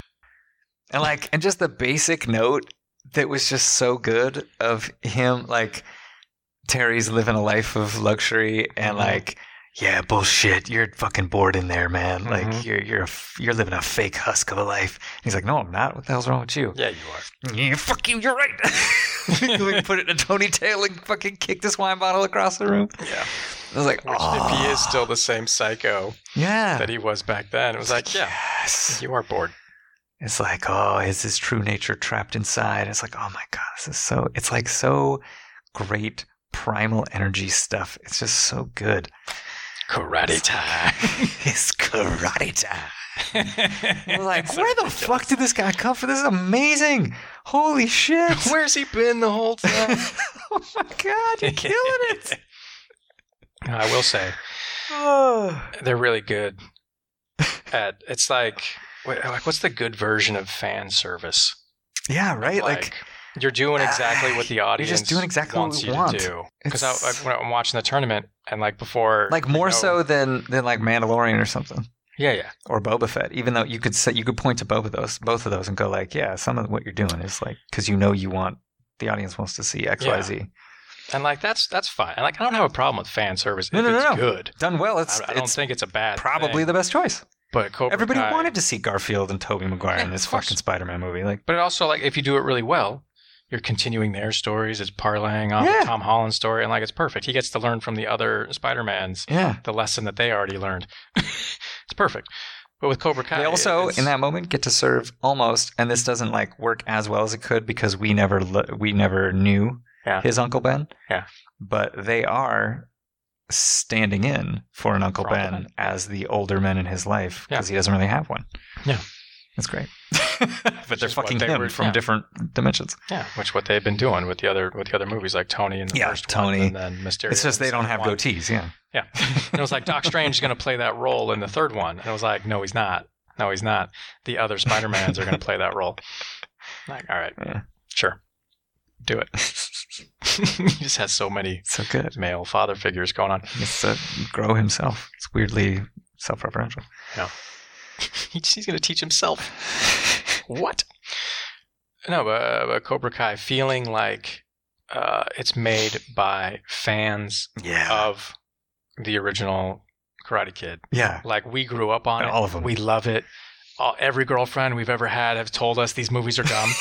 [SPEAKER 1] And like, and just the basic note that was just so good of him, like, Terry's living a life of luxury and
[SPEAKER 2] Mhm.
[SPEAKER 1] like, yeah, bullshit. You're fucking bored in there, man. Like,
[SPEAKER 2] Mhm.
[SPEAKER 1] you're you're a f you're living a fake husk of a life. And he's like, no, I'm not. What the hell's wrong with you?
[SPEAKER 2] Yeah, you
[SPEAKER 1] Yeah, fuck you. You're right. we put it in a ponytail and fucking kick this wine bottle across the room.
[SPEAKER 2] are. Yeah.
[SPEAKER 1] I was like,
[SPEAKER 2] Which, if he is
[SPEAKER 1] Ah.
[SPEAKER 2] still the same psycho
[SPEAKER 1] yeah,
[SPEAKER 2] that he was back then, it was like, yeah,
[SPEAKER 1] yes.
[SPEAKER 2] you are bored.
[SPEAKER 1] It's like, oh, is his true nature trapped inside? It's like, oh my god, this is so. It's like so great primal energy stuff. It's just so good.
[SPEAKER 2] Karate time.
[SPEAKER 1] It's karate time. You're like,
[SPEAKER 2] It's
[SPEAKER 1] where the
[SPEAKER 2] ridiculous.
[SPEAKER 1] fuck did this guy come from? This is amazing. Holy shit.
[SPEAKER 2] Where's he been the whole time?
[SPEAKER 1] oh my god, you're killing it.
[SPEAKER 2] I will say, They're really good. At it's like, what, like what's the good version of fan service?
[SPEAKER 4] yeah, right. Like,
[SPEAKER 2] you're doing exactly what the audience
[SPEAKER 1] uh, just doing exactly what
[SPEAKER 2] wants
[SPEAKER 1] we
[SPEAKER 2] you
[SPEAKER 1] want.
[SPEAKER 2] to do. Because I,
[SPEAKER 1] It's-
[SPEAKER 2] I, when I'm watching the tournament and like before,
[SPEAKER 1] like
[SPEAKER 2] you
[SPEAKER 1] more
[SPEAKER 2] know-
[SPEAKER 1] so than than like Mandalorian or something
[SPEAKER 2] Yeah, yeah.
[SPEAKER 1] or Boba Fett. Even though you could say you could point to both of those, both of those, and go like, yeah, some of what you're doing is like because you know you want the audience wants to see X Y Z.
[SPEAKER 2] Yeah. And like that's that's fine. And like I don't have a problem with fan service
[SPEAKER 1] No,
[SPEAKER 2] if
[SPEAKER 1] no, no,
[SPEAKER 2] it's
[SPEAKER 1] no.
[SPEAKER 2] good.
[SPEAKER 1] Done well.
[SPEAKER 2] I,
[SPEAKER 1] It's
[SPEAKER 2] I don't
[SPEAKER 1] it's
[SPEAKER 2] think it's a bad.
[SPEAKER 1] probably
[SPEAKER 2] thing,
[SPEAKER 1] the best choice.
[SPEAKER 2] but Cobra
[SPEAKER 1] Everybody
[SPEAKER 2] Kai-
[SPEAKER 1] wanted to see Garfield and Tobey Maguire
[SPEAKER 2] Yeah,
[SPEAKER 1] in this
[SPEAKER 2] of course.
[SPEAKER 1] fucking Spider-Man movie. Like,
[SPEAKER 2] But also, like, if you do it really well, you're continuing their stories. It's parlaying off
[SPEAKER 1] Yeah.
[SPEAKER 2] of Tom Holland's story, and like, it's perfect. He gets to learn from the other Spider Mans
[SPEAKER 1] yeah.
[SPEAKER 2] the lesson that they already learned. it's perfect. But with Cobra Kai,
[SPEAKER 1] They also,
[SPEAKER 2] it's-
[SPEAKER 1] in that moment, get to serve almost, and this doesn't like work as well as it could because we never lo- we never knew
[SPEAKER 2] Yeah.
[SPEAKER 1] his Uncle Ben.
[SPEAKER 2] Yeah.
[SPEAKER 1] But they are standing in for an Uncle
[SPEAKER 2] For Uncle
[SPEAKER 1] ben, as the older man in his life because he doesn't really have one.
[SPEAKER 2] Yeah.
[SPEAKER 1] that's great. but they're
[SPEAKER 2] just what
[SPEAKER 1] fucking
[SPEAKER 2] they
[SPEAKER 1] him
[SPEAKER 2] were-
[SPEAKER 1] from
[SPEAKER 2] yeah.
[SPEAKER 1] different dimensions.
[SPEAKER 2] yeah, which what they've been doing with the other with the other movies like Tony and the
[SPEAKER 1] Yeah,
[SPEAKER 2] first
[SPEAKER 1] Tony.
[SPEAKER 2] one, and then Mysterio.
[SPEAKER 1] it's just
[SPEAKER 2] and
[SPEAKER 1] they don't
[SPEAKER 2] second
[SPEAKER 1] have
[SPEAKER 2] one.
[SPEAKER 1] goatees. Yeah,
[SPEAKER 2] Yeah, and it was like Doc Strange is going to play that role in the third one, and it was like, no, he's not. No, he's not. The other Spider Mans are going to play that role. Like, all right,
[SPEAKER 1] Yeah.
[SPEAKER 2] sure, do it. he just has so many
[SPEAKER 1] so good.
[SPEAKER 2] male father figures going on.
[SPEAKER 1] He gets to grow himself. It's weirdly self-referential.
[SPEAKER 2] He just- he's going to teach himself. What? No, but, but Cobra Kai feeling like uh, it's made by fans
[SPEAKER 1] Yeah.
[SPEAKER 2] of the original Karate Kid.
[SPEAKER 1] yeah.
[SPEAKER 2] Like we grew up on it.
[SPEAKER 1] All of them.
[SPEAKER 2] We love it. All, every girlfriend we've ever had have told us these movies are dumb,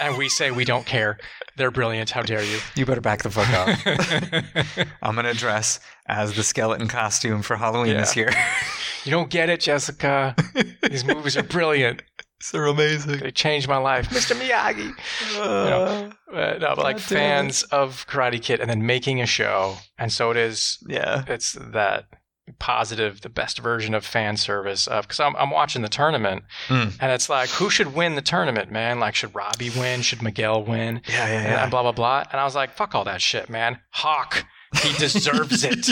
[SPEAKER 2] and we say we don't care. They're brilliant. How dare you?
[SPEAKER 1] You better back the fuck up. I'm gonna dress as the skeleton costume for Halloween
[SPEAKER 2] Yeah.
[SPEAKER 1] this year.
[SPEAKER 2] you don't get it, Jessica. These movies are brilliant.
[SPEAKER 1] They're amazing.
[SPEAKER 2] They changed my life, Mr. Miyagi. know, Uh, no, but like
[SPEAKER 1] God damn it.
[SPEAKER 2] fans of Karate Kid, and then making a show, and so it is.
[SPEAKER 1] Yeah.
[SPEAKER 2] It's that positive, the best version of fan service of because I'm I'm watching the tournament,
[SPEAKER 1] Mm.
[SPEAKER 2] and it's like who should win the tournament, man? Like should Robbie win? Should Miguel win?
[SPEAKER 1] Yeah, yeah,
[SPEAKER 2] and blah blah blah. And I was like, fuck all that shit, man. Hawk, he deserves it.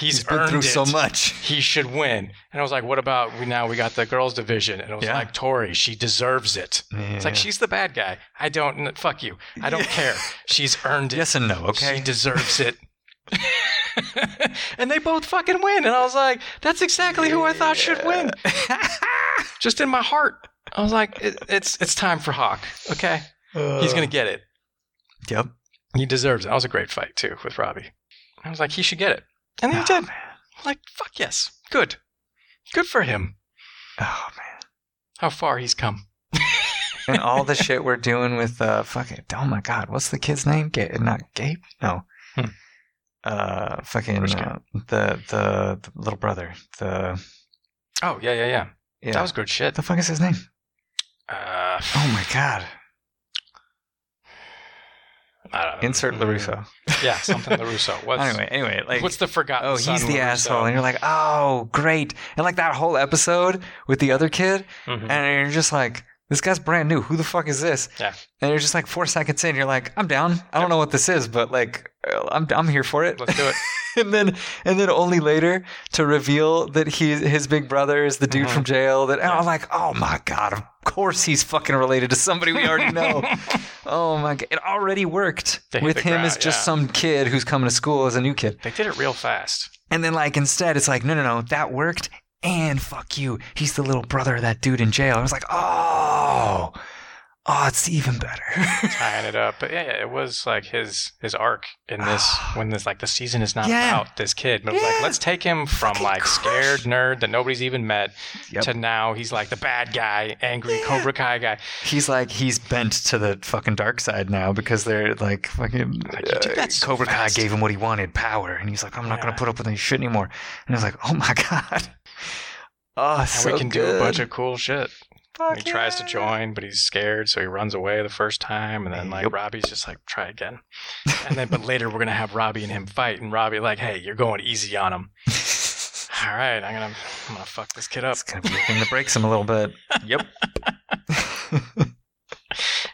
[SPEAKER 2] He's,
[SPEAKER 1] He's been
[SPEAKER 2] earned
[SPEAKER 1] through
[SPEAKER 2] it.
[SPEAKER 1] so much.
[SPEAKER 2] He should win. And I was like, what about we now we got the girls division? And it was
[SPEAKER 1] Yeah.
[SPEAKER 2] like, Tori, she deserves it. It's like she's the bad guy. I don't kn- fuck you. I don't care. She's earned it.
[SPEAKER 1] yes and no. Okay.
[SPEAKER 2] She deserves it. and they both fucking win. And I was like, that's exactly who I thought should win. Just in my heart. I was like, it, it's it's time for Hawk. Okay. He's gonna get it.
[SPEAKER 1] Uh, Yep.
[SPEAKER 2] He deserves it. That was a great fight too with Robbie. I was like, he should get it, and he
[SPEAKER 1] Oh,
[SPEAKER 2] did. Like, fuck yes, good, good for him.
[SPEAKER 1] Oh man.
[SPEAKER 2] How far he's come.
[SPEAKER 1] And all the shit we're doing with uh fucking oh my god, what's the kid's name? Ga- not Gabe? No.
[SPEAKER 2] Hmm.
[SPEAKER 1] Uh fucking
[SPEAKER 2] Which
[SPEAKER 1] uh, the, the the little brother. The
[SPEAKER 2] Oh yeah, yeah, yeah.
[SPEAKER 1] yeah.
[SPEAKER 2] That was good shit.
[SPEAKER 1] the fuck is his name?
[SPEAKER 2] Uh,
[SPEAKER 1] Oh my god.
[SPEAKER 2] I don't know. Mm-hmm.
[SPEAKER 1] Insert LaRusso.
[SPEAKER 2] Yeah, something Larusso. What's,
[SPEAKER 1] anyway, anyway, like
[SPEAKER 2] Mm. what's the forgotten?
[SPEAKER 1] Oh, he's
[SPEAKER 2] son
[SPEAKER 1] the
[SPEAKER 2] LaRusso?
[SPEAKER 1] asshole. And you're like, oh, great. And like that whole episode with the other kid,
[SPEAKER 2] Mhm.
[SPEAKER 1] and you're just like, this guy's brand new. Who the fuck is this?
[SPEAKER 2] Yeah.
[SPEAKER 1] And you're just like four seconds in, you're like, I'm down. I don't know what this is, but like, uh, I'm I'm here for it.
[SPEAKER 2] Let's do it.
[SPEAKER 1] and then and then only later to reveal that he his big brother is the dude
[SPEAKER 2] Mhm.
[SPEAKER 1] from jail. That and
[SPEAKER 2] Yeah.
[SPEAKER 1] I'm like, oh my god, of course he's fucking related to somebody we already know. oh my god, it already worked
[SPEAKER 2] They hit
[SPEAKER 1] with
[SPEAKER 2] the
[SPEAKER 1] him
[SPEAKER 2] ground,
[SPEAKER 1] as just
[SPEAKER 2] yeah.
[SPEAKER 1] some kid who's coming to school as a new kid.
[SPEAKER 2] They did it real fast.
[SPEAKER 1] And then like instead it's like, no no no, that worked and fuck you. He's the little brother of that dude in jail. I was like, oh, oh, it's even better.
[SPEAKER 2] tying it up. But yeah, yeah, it was like his his arc in this when this like the season is not
[SPEAKER 1] Yeah.
[SPEAKER 2] about this kid, but it was
[SPEAKER 1] Yeah.
[SPEAKER 2] like let's take him from
[SPEAKER 1] Fucking
[SPEAKER 2] like scared nerd that nobody's even met
[SPEAKER 1] Yep.
[SPEAKER 2] to now he's like the bad guy, angry
[SPEAKER 1] Yeah.
[SPEAKER 2] Cobra Kai guy.
[SPEAKER 1] he's like he's bent to the fucking dark side now because they're like fucking
[SPEAKER 2] Like, you did that so
[SPEAKER 1] Cobra Kai
[SPEAKER 2] fast.
[SPEAKER 1] gave him what he wanted, power, and he's like, I'm not
[SPEAKER 2] Yeah.
[SPEAKER 1] gonna put up with any shit anymore. And I was like, oh my god. Oh,
[SPEAKER 2] And
[SPEAKER 1] so
[SPEAKER 2] we can do a bunch of cool shit. And he
[SPEAKER 1] Fuck
[SPEAKER 2] tries to
[SPEAKER 1] yeah.
[SPEAKER 2] join, but he's scared, so he runs away the first time, and then like
[SPEAKER 1] Yep.
[SPEAKER 2] Robbie's just like try again. And then but later we're gonna have Robbie and him fight, and Robbie like, hey, you're going easy on him.
[SPEAKER 1] it's
[SPEAKER 2] All right, I'm gonna I'm gonna fuck this kid up.
[SPEAKER 1] gonna be the thing that breaks him a little bit. Yep.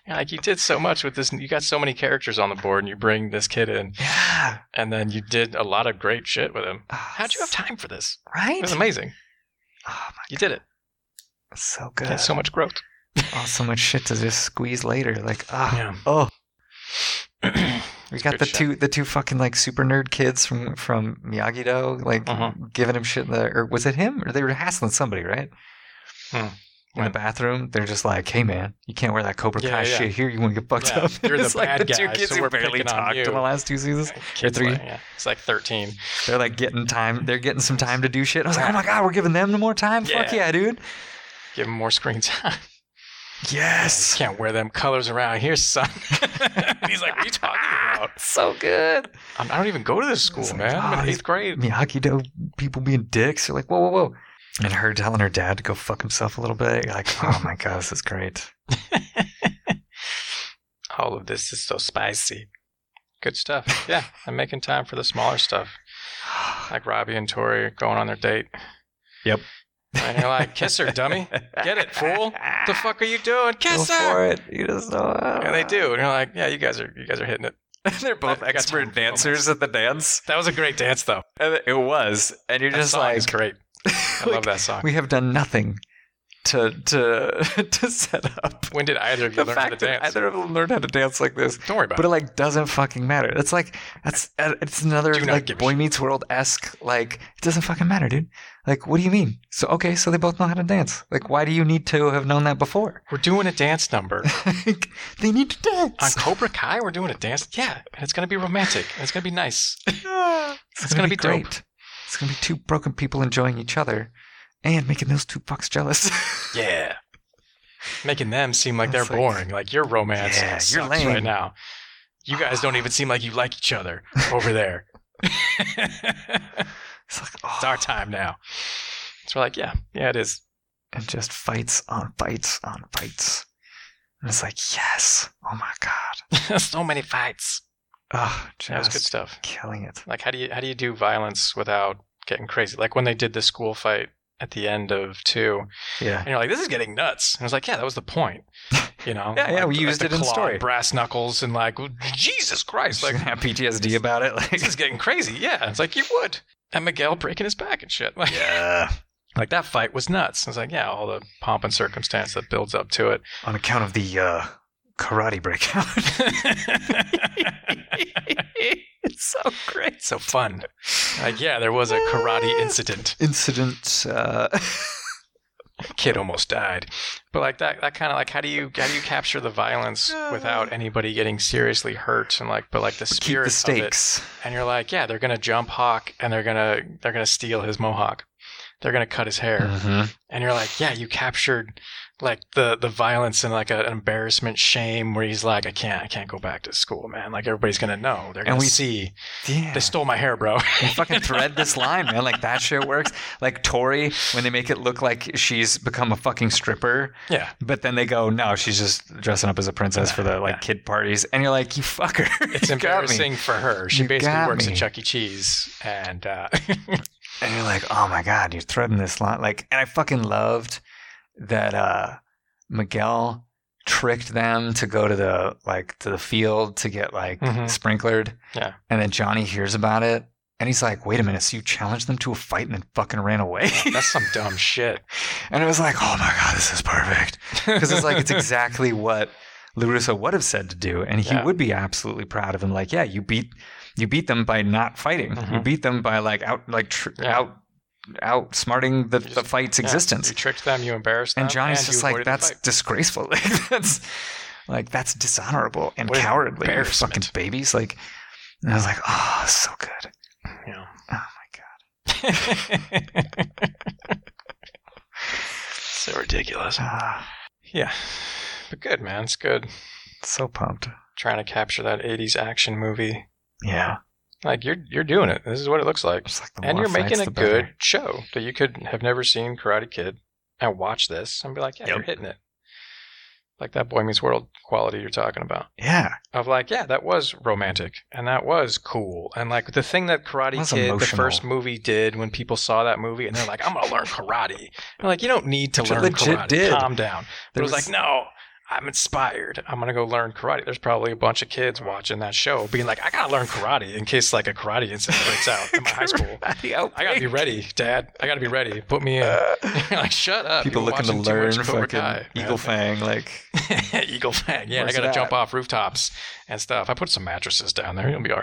[SPEAKER 2] You're like you did so much with this. You got so many characters on the board, and you bring this kid in,
[SPEAKER 1] Yeah. Ah,
[SPEAKER 2] and then you did a lot of great shit with him. How'd you have time for this? It
[SPEAKER 1] Right?
[SPEAKER 2] was amazing.
[SPEAKER 1] Oh, my,
[SPEAKER 2] You did it.
[SPEAKER 1] that's so good.
[SPEAKER 2] That's so much growth.
[SPEAKER 1] oh, so much shit to just squeeze later. Like, ah,
[SPEAKER 2] Yeah.
[SPEAKER 1] oh, we got
[SPEAKER 2] good
[SPEAKER 1] the
[SPEAKER 2] shit.
[SPEAKER 1] two the two fucking like super nerd kids from from Miyagi Do, like
[SPEAKER 2] Uh-huh.
[SPEAKER 1] giving him shit. In the, or was it him? Or they were hassling somebody, right?
[SPEAKER 2] Hmm.
[SPEAKER 1] In the
[SPEAKER 2] When?
[SPEAKER 1] bathroom, they're just like, "Hey, man, you can't wear that Cobra
[SPEAKER 2] Yeah,
[SPEAKER 1] Kai
[SPEAKER 2] yeah.
[SPEAKER 1] shit here. You want to get fucked
[SPEAKER 2] Yeah,
[SPEAKER 1] up."
[SPEAKER 2] you're the
[SPEAKER 1] It's like
[SPEAKER 2] bad
[SPEAKER 1] the two
[SPEAKER 2] guy,
[SPEAKER 1] kids
[SPEAKER 2] so
[SPEAKER 1] who
[SPEAKER 2] we're
[SPEAKER 1] barely
[SPEAKER 2] picking on
[SPEAKER 1] talked
[SPEAKER 2] you.
[SPEAKER 1] in the last two seasons.
[SPEAKER 2] Kids
[SPEAKER 1] three.
[SPEAKER 2] like- yeah. It's like 13.
[SPEAKER 1] They're like getting time. They're getting some time to do shit. I was like, "Oh my god, we're giving them more time. Fuck
[SPEAKER 2] Yeah.
[SPEAKER 1] yeah, dude.
[SPEAKER 2] Give them more screen time.
[SPEAKER 1] Yes,
[SPEAKER 2] Can't wear them colors around here, son. He's like, what are you talking about?
[SPEAKER 1] so good."
[SPEAKER 2] I'm, I don't even go to this school,
[SPEAKER 1] It's like,
[SPEAKER 2] man. I'm
[SPEAKER 1] oh,
[SPEAKER 2] in
[SPEAKER 1] he's-
[SPEAKER 2] eighth grade.
[SPEAKER 1] Miyagi Do people being dicks. You're like, whoa, whoa, whoa. And her telling her dad to go fuck himself a little bit. You're like, oh my god, this is great.
[SPEAKER 2] All of this is so spicy. Good stuff. Yeah, I'm making time for the smaller stuff, like Robbie and Tori going on their date.
[SPEAKER 1] Yep.
[SPEAKER 2] And you're like, kiss her, dummy. Get it, fool. What the fuck are you doing?
[SPEAKER 1] Go
[SPEAKER 2] Kiss her.
[SPEAKER 1] for it. You just know.
[SPEAKER 2] And they do. And you're like, yeah, you guys are you guys are hitting it.
[SPEAKER 1] They're both
[SPEAKER 2] I've got time
[SPEAKER 1] expert
[SPEAKER 2] for
[SPEAKER 1] dancers at the dance.
[SPEAKER 2] That was a great dance, though.
[SPEAKER 1] And it was. And you're
[SPEAKER 2] That
[SPEAKER 1] just
[SPEAKER 2] song
[SPEAKER 1] like,
[SPEAKER 2] is great. I love that song.
[SPEAKER 1] we have done nothing to to to set up
[SPEAKER 2] When did either of you
[SPEAKER 1] the
[SPEAKER 2] learn how to
[SPEAKER 1] fact that
[SPEAKER 2] dance?
[SPEAKER 1] either of them learned how to dance like this.
[SPEAKER 2] Don't worry about
[SPEAKER 1] but it
[SPEAKER 2] it.
[SPEAKER 1] like doesn't fucking matter. That's like that's uh, it's another
[SPEAKER 2] Do not
[SPEAKER 1] like
[SPEAKER 2] give a
[SPEAKER 1] Boy
[SPEAKER 2] shit.
[SPEAKER 1] Meets World esque like it doesn't fucking matter, dude. Like what do you mean? So okay, so they both know how to dance. Like why do you need to have known that before?
[SPEAKER 2] We're doing a dance number
[SPEAKER 1] Like, they need to
[SPEAKER 2] on
[SPEAKER 1] dance.
[SPEAKER 2] Cobra Kai. We're doing a dance. Yeah, and it's gonna be romantic. And it's gonna be nice.
[SPEAKER 1] it's
[SPEAKER 2] gonna be dope.
[SPEAKER 1] It's gonna be two broken people enjoying each other and making those two fucks jealous.
[SPEAKER 2] Yeah. Making them seem like they're
[SPEAKER 1] It's like-
[SPEAKER 2] boring. Like your romance
[SPEAKER 1] Yeah,
[SPEAKER 2] sucks
[SPEAKER 1] you're lame.
[SPEAKER 2] right now. You guys don't even seem like you like each other over there. it's
[SPEAKER 1] it's like oh,
[SPEAKER 2] our time now. So we're like, yeah, yeah, it is.
[SPEAKER 1] and just fights on fights on fights. And it's like yes, oh my god,
[SPEAKER 2] so many fights.
[SPEAKER 1] oh
[SPEAKER 2] That was good
[SPEAKER 1] just
[SPEAKER 2] stuff.
[SPEAKER 1] killing it.
[SPEAKER 2] Like, how do you how do you do violence without getting crazy? Like when they did the school fight at the end of two,
[SPEAKER 1] Yeah.
[SPEAKER 2] and you're like, this is getting nuts. And I was like, yeah, that was the point. You know?
[SPEAKER 1] Yeah, yeah,
[SPEAKER 2] Like,
[SPEAKER 1] we
[SPEAKER 2] like
[SPEAKER 1] used
[SPEAKER 2] the
[SPEAKER 1] it in the
[SPEAKER 2] claw and
[SPEAKER 1] story.
[SPEAKER 2] Brass knuckles and like, Jesus Christ! Like,
[SPEAKER 1] Like have PTSD about it. Like
[SPEAKER 2] this is getting crazy. Yeah, it's like you would. And Miguel breaking his back and shit. Like,
[SPEAKER 1] Yeah.
[SPEAKER 2] like that fight was nuts. It's like, yeah, all the pomp and circumstance that builds up to it.
[SPEAKER 1] On account of the uh, karate breakout. it's so great.
[SPEAKER 2] so fun. Like, yeah, there was a karate incident.
[SPEAKER 1] Incident. Uh,
[SPEAKER 2] Kid almost died. But like that, that kind of like, how do you how do you capture the violence without anybody getting seriously hurt and like, but like the
[SPEAKER 1] keep
[SPEAKER 2] spirit
[SPEAKER 1] the
[SPEAKER 2] of it.
[SPEAKER 1] stakes.
[SPEAKER 2] And you're like, yeah, they're gonna jump Hawk and they're gonna they're gonna steal his mohawk. They're gonna cut his hair. and you're like, yeah, you captured like the the violence and like a, an embarrassment, shame, where he's like, I can't, I can't go back to school, man. Like everybody's gonna know. They're gonna
[SPEAKER 1] we-
[SPEAKER 2] see
[SPEAKER 1] Yeah.
[SPEAKER 2] they stole my hair, bro.
[SPEAKER 1] They fucking thread this line, man. Like that shit works. Like Tori, when they make it look like she's become a fucking stripper,
[SPEAKER 2] yeah,
[SPEAKER 1] but then they go, no, she's just dressing up as a princess for the like
[SPEAKER 2] Yeah.
[SPEAKER 1] kid parties, and you're like, you fucker.
[SPEAKER 2] it's
[SPEAKER 1] You got me.
[SPEAKER 2] embarrassing for her. She
[SPEAKER 1] You
[SPEAKER 2] basically
[SPEAKER 1] got
[SPEAKER 2] works
[SPEAKER 1] me.
[SPEAKER 2] at Chuck E. Cheese, and uh,
[SPEAKER 1] and you're like, oh my god, you're threading this line. Like, and I fucking loved that uh, Miguel tricked them to go to the like to the field to get like
[SPEAKER 2] Mhm.
[SPEAKER 1] sprinklered.
[SPEAKER 2] Yeah.
[SPEAKER 1] And then Johnny hears about it, and he's like, wait a minute, so you challenged them to a fight and then fucking ran away.
[SPEAKER 2] that's some dumb shit.
[SPEAKER 1] and it was like, oh my god, this is perfect because it's like it's exactly what Larusso would have said to do, and he
[SPEAKER 2] Yeah.
[SPEAKER 1] would be absolutely proud of him. Like, yeah, you beat you beat them by not fighting. You
[SPEAKER 2] Mhm.
[SPEAKER 1] beat them by like out like tr-
[SPEAKER 2] Yeah.
[SPEAKER 1] out outsmarting the,
[SPEAKER 2] You
[SPEAKER 1] the
[SPEAKER 2] just-
[SPEAKER 1] fight's
[SPEAKER 2] Yeah,
[SPEAKER 1] existence.
[SPEAKER 2] You tricked them. You embarrassed them.
[SPEAKER 1] and Johnny's just
[SPEAKER 2] you
[SPEAKER 1] like,
[SPEAKER 2] avoided the
[SPEAKER 1] that's
[SPEAKER 2] fight."
[SPEAKER 1] disgraceful. Like that's like that's dishonorable and
[SPEAKER 2] What an
[SPEAKER 1] cowardly. You
[SPEAKER 2] embarrassment.
[SPEAKER 1] fucking babies. Like, and I was like, oh, so good.
[SPEAKER 2] Yeah.
[SPEAKER 1] Oh my
[SPEAKER 2] so ridiculous.
[SPEAKER 1] god, Ah,
[SPEAKER 2] Yeah, but good man. It's good.
[SPEAKER 1] so pumped.
[SPEAKER 2] Trying to capture that '80s action movie.
[SPEAKER 1] Yeah,
[SPEAKER 2] Like you're you're doing it. This is what it looks like.
[SPEAKER 1] just like the
[SPEAKER 2] and
[SPEAKER 1] more
[SPEAKER 2] you're making
[SPEAKER 1] fights,
[SPEAKER 2] a
[SPEAKER 1] the
[SPEAKER 2] good
[SPEAKER 1] better.
[SPEAKER 2] show that you could have never seen Karate Kid and watch this and be like, yeah,
[SPEAKER 4] Yep.
[SPEAKER 2] you're hitting it. Like that Boy Meets World quality you're talking about.
[SPEAKER 1] Yeah,
[SPEAKER 2] Of like, yeah, that was romantic and that was cool. And like the thing that Karate
[SPEAKER 1] Was
[SPEAKER 2] Kid, the
[SPEAKER 1] emotional.
[SPEAKER 2] first movie, did when people saw that movie and they're like, I'm going to learn karate. And like, you don't need to
[SPEAKER 1] Which it
[SPEAKER 2] learn
[SPEAKER 1] legit
[SPEAKER 2] karate.
[SPEAKER 1] did.
[SPEAKER 2] Calm down. But
[SPEAKER 1] There
[SPEAKER 2] it was,
[SPEAKER 1] was-
[SPEAKER 2] like, no, I'm inspired. I'm gonna go learn karate. There's probably a bunch of kids watching that show being like, I gotta learn karate in case like a karate incident breaks out in my high school. I gotta be ready, Dad. I gotta be ready. Put me in. You're like, shut up.
[SPEAKER 1] Uh, People
[SPEAKER 2] You're
[SPEAKER 1] looking to
[SPEAKER 2] watching too
[SPEAKER 1] learn
[SPEAKER 2] much Cobra
[SPEAKER 1] fucking
[SPEAKER 2] Kai."
[SPEAKER 1] Eagle Fang. Like,
[SPEAKER 2] Eagle Fang. Yeah,
[SPEAKER 1] Where's
[SPEAKER 2] I gotta
[SPEAKER 1] that?
[SPEAKER 2] jump off rooftops and stuff. I put some mattresses down there. You'll be all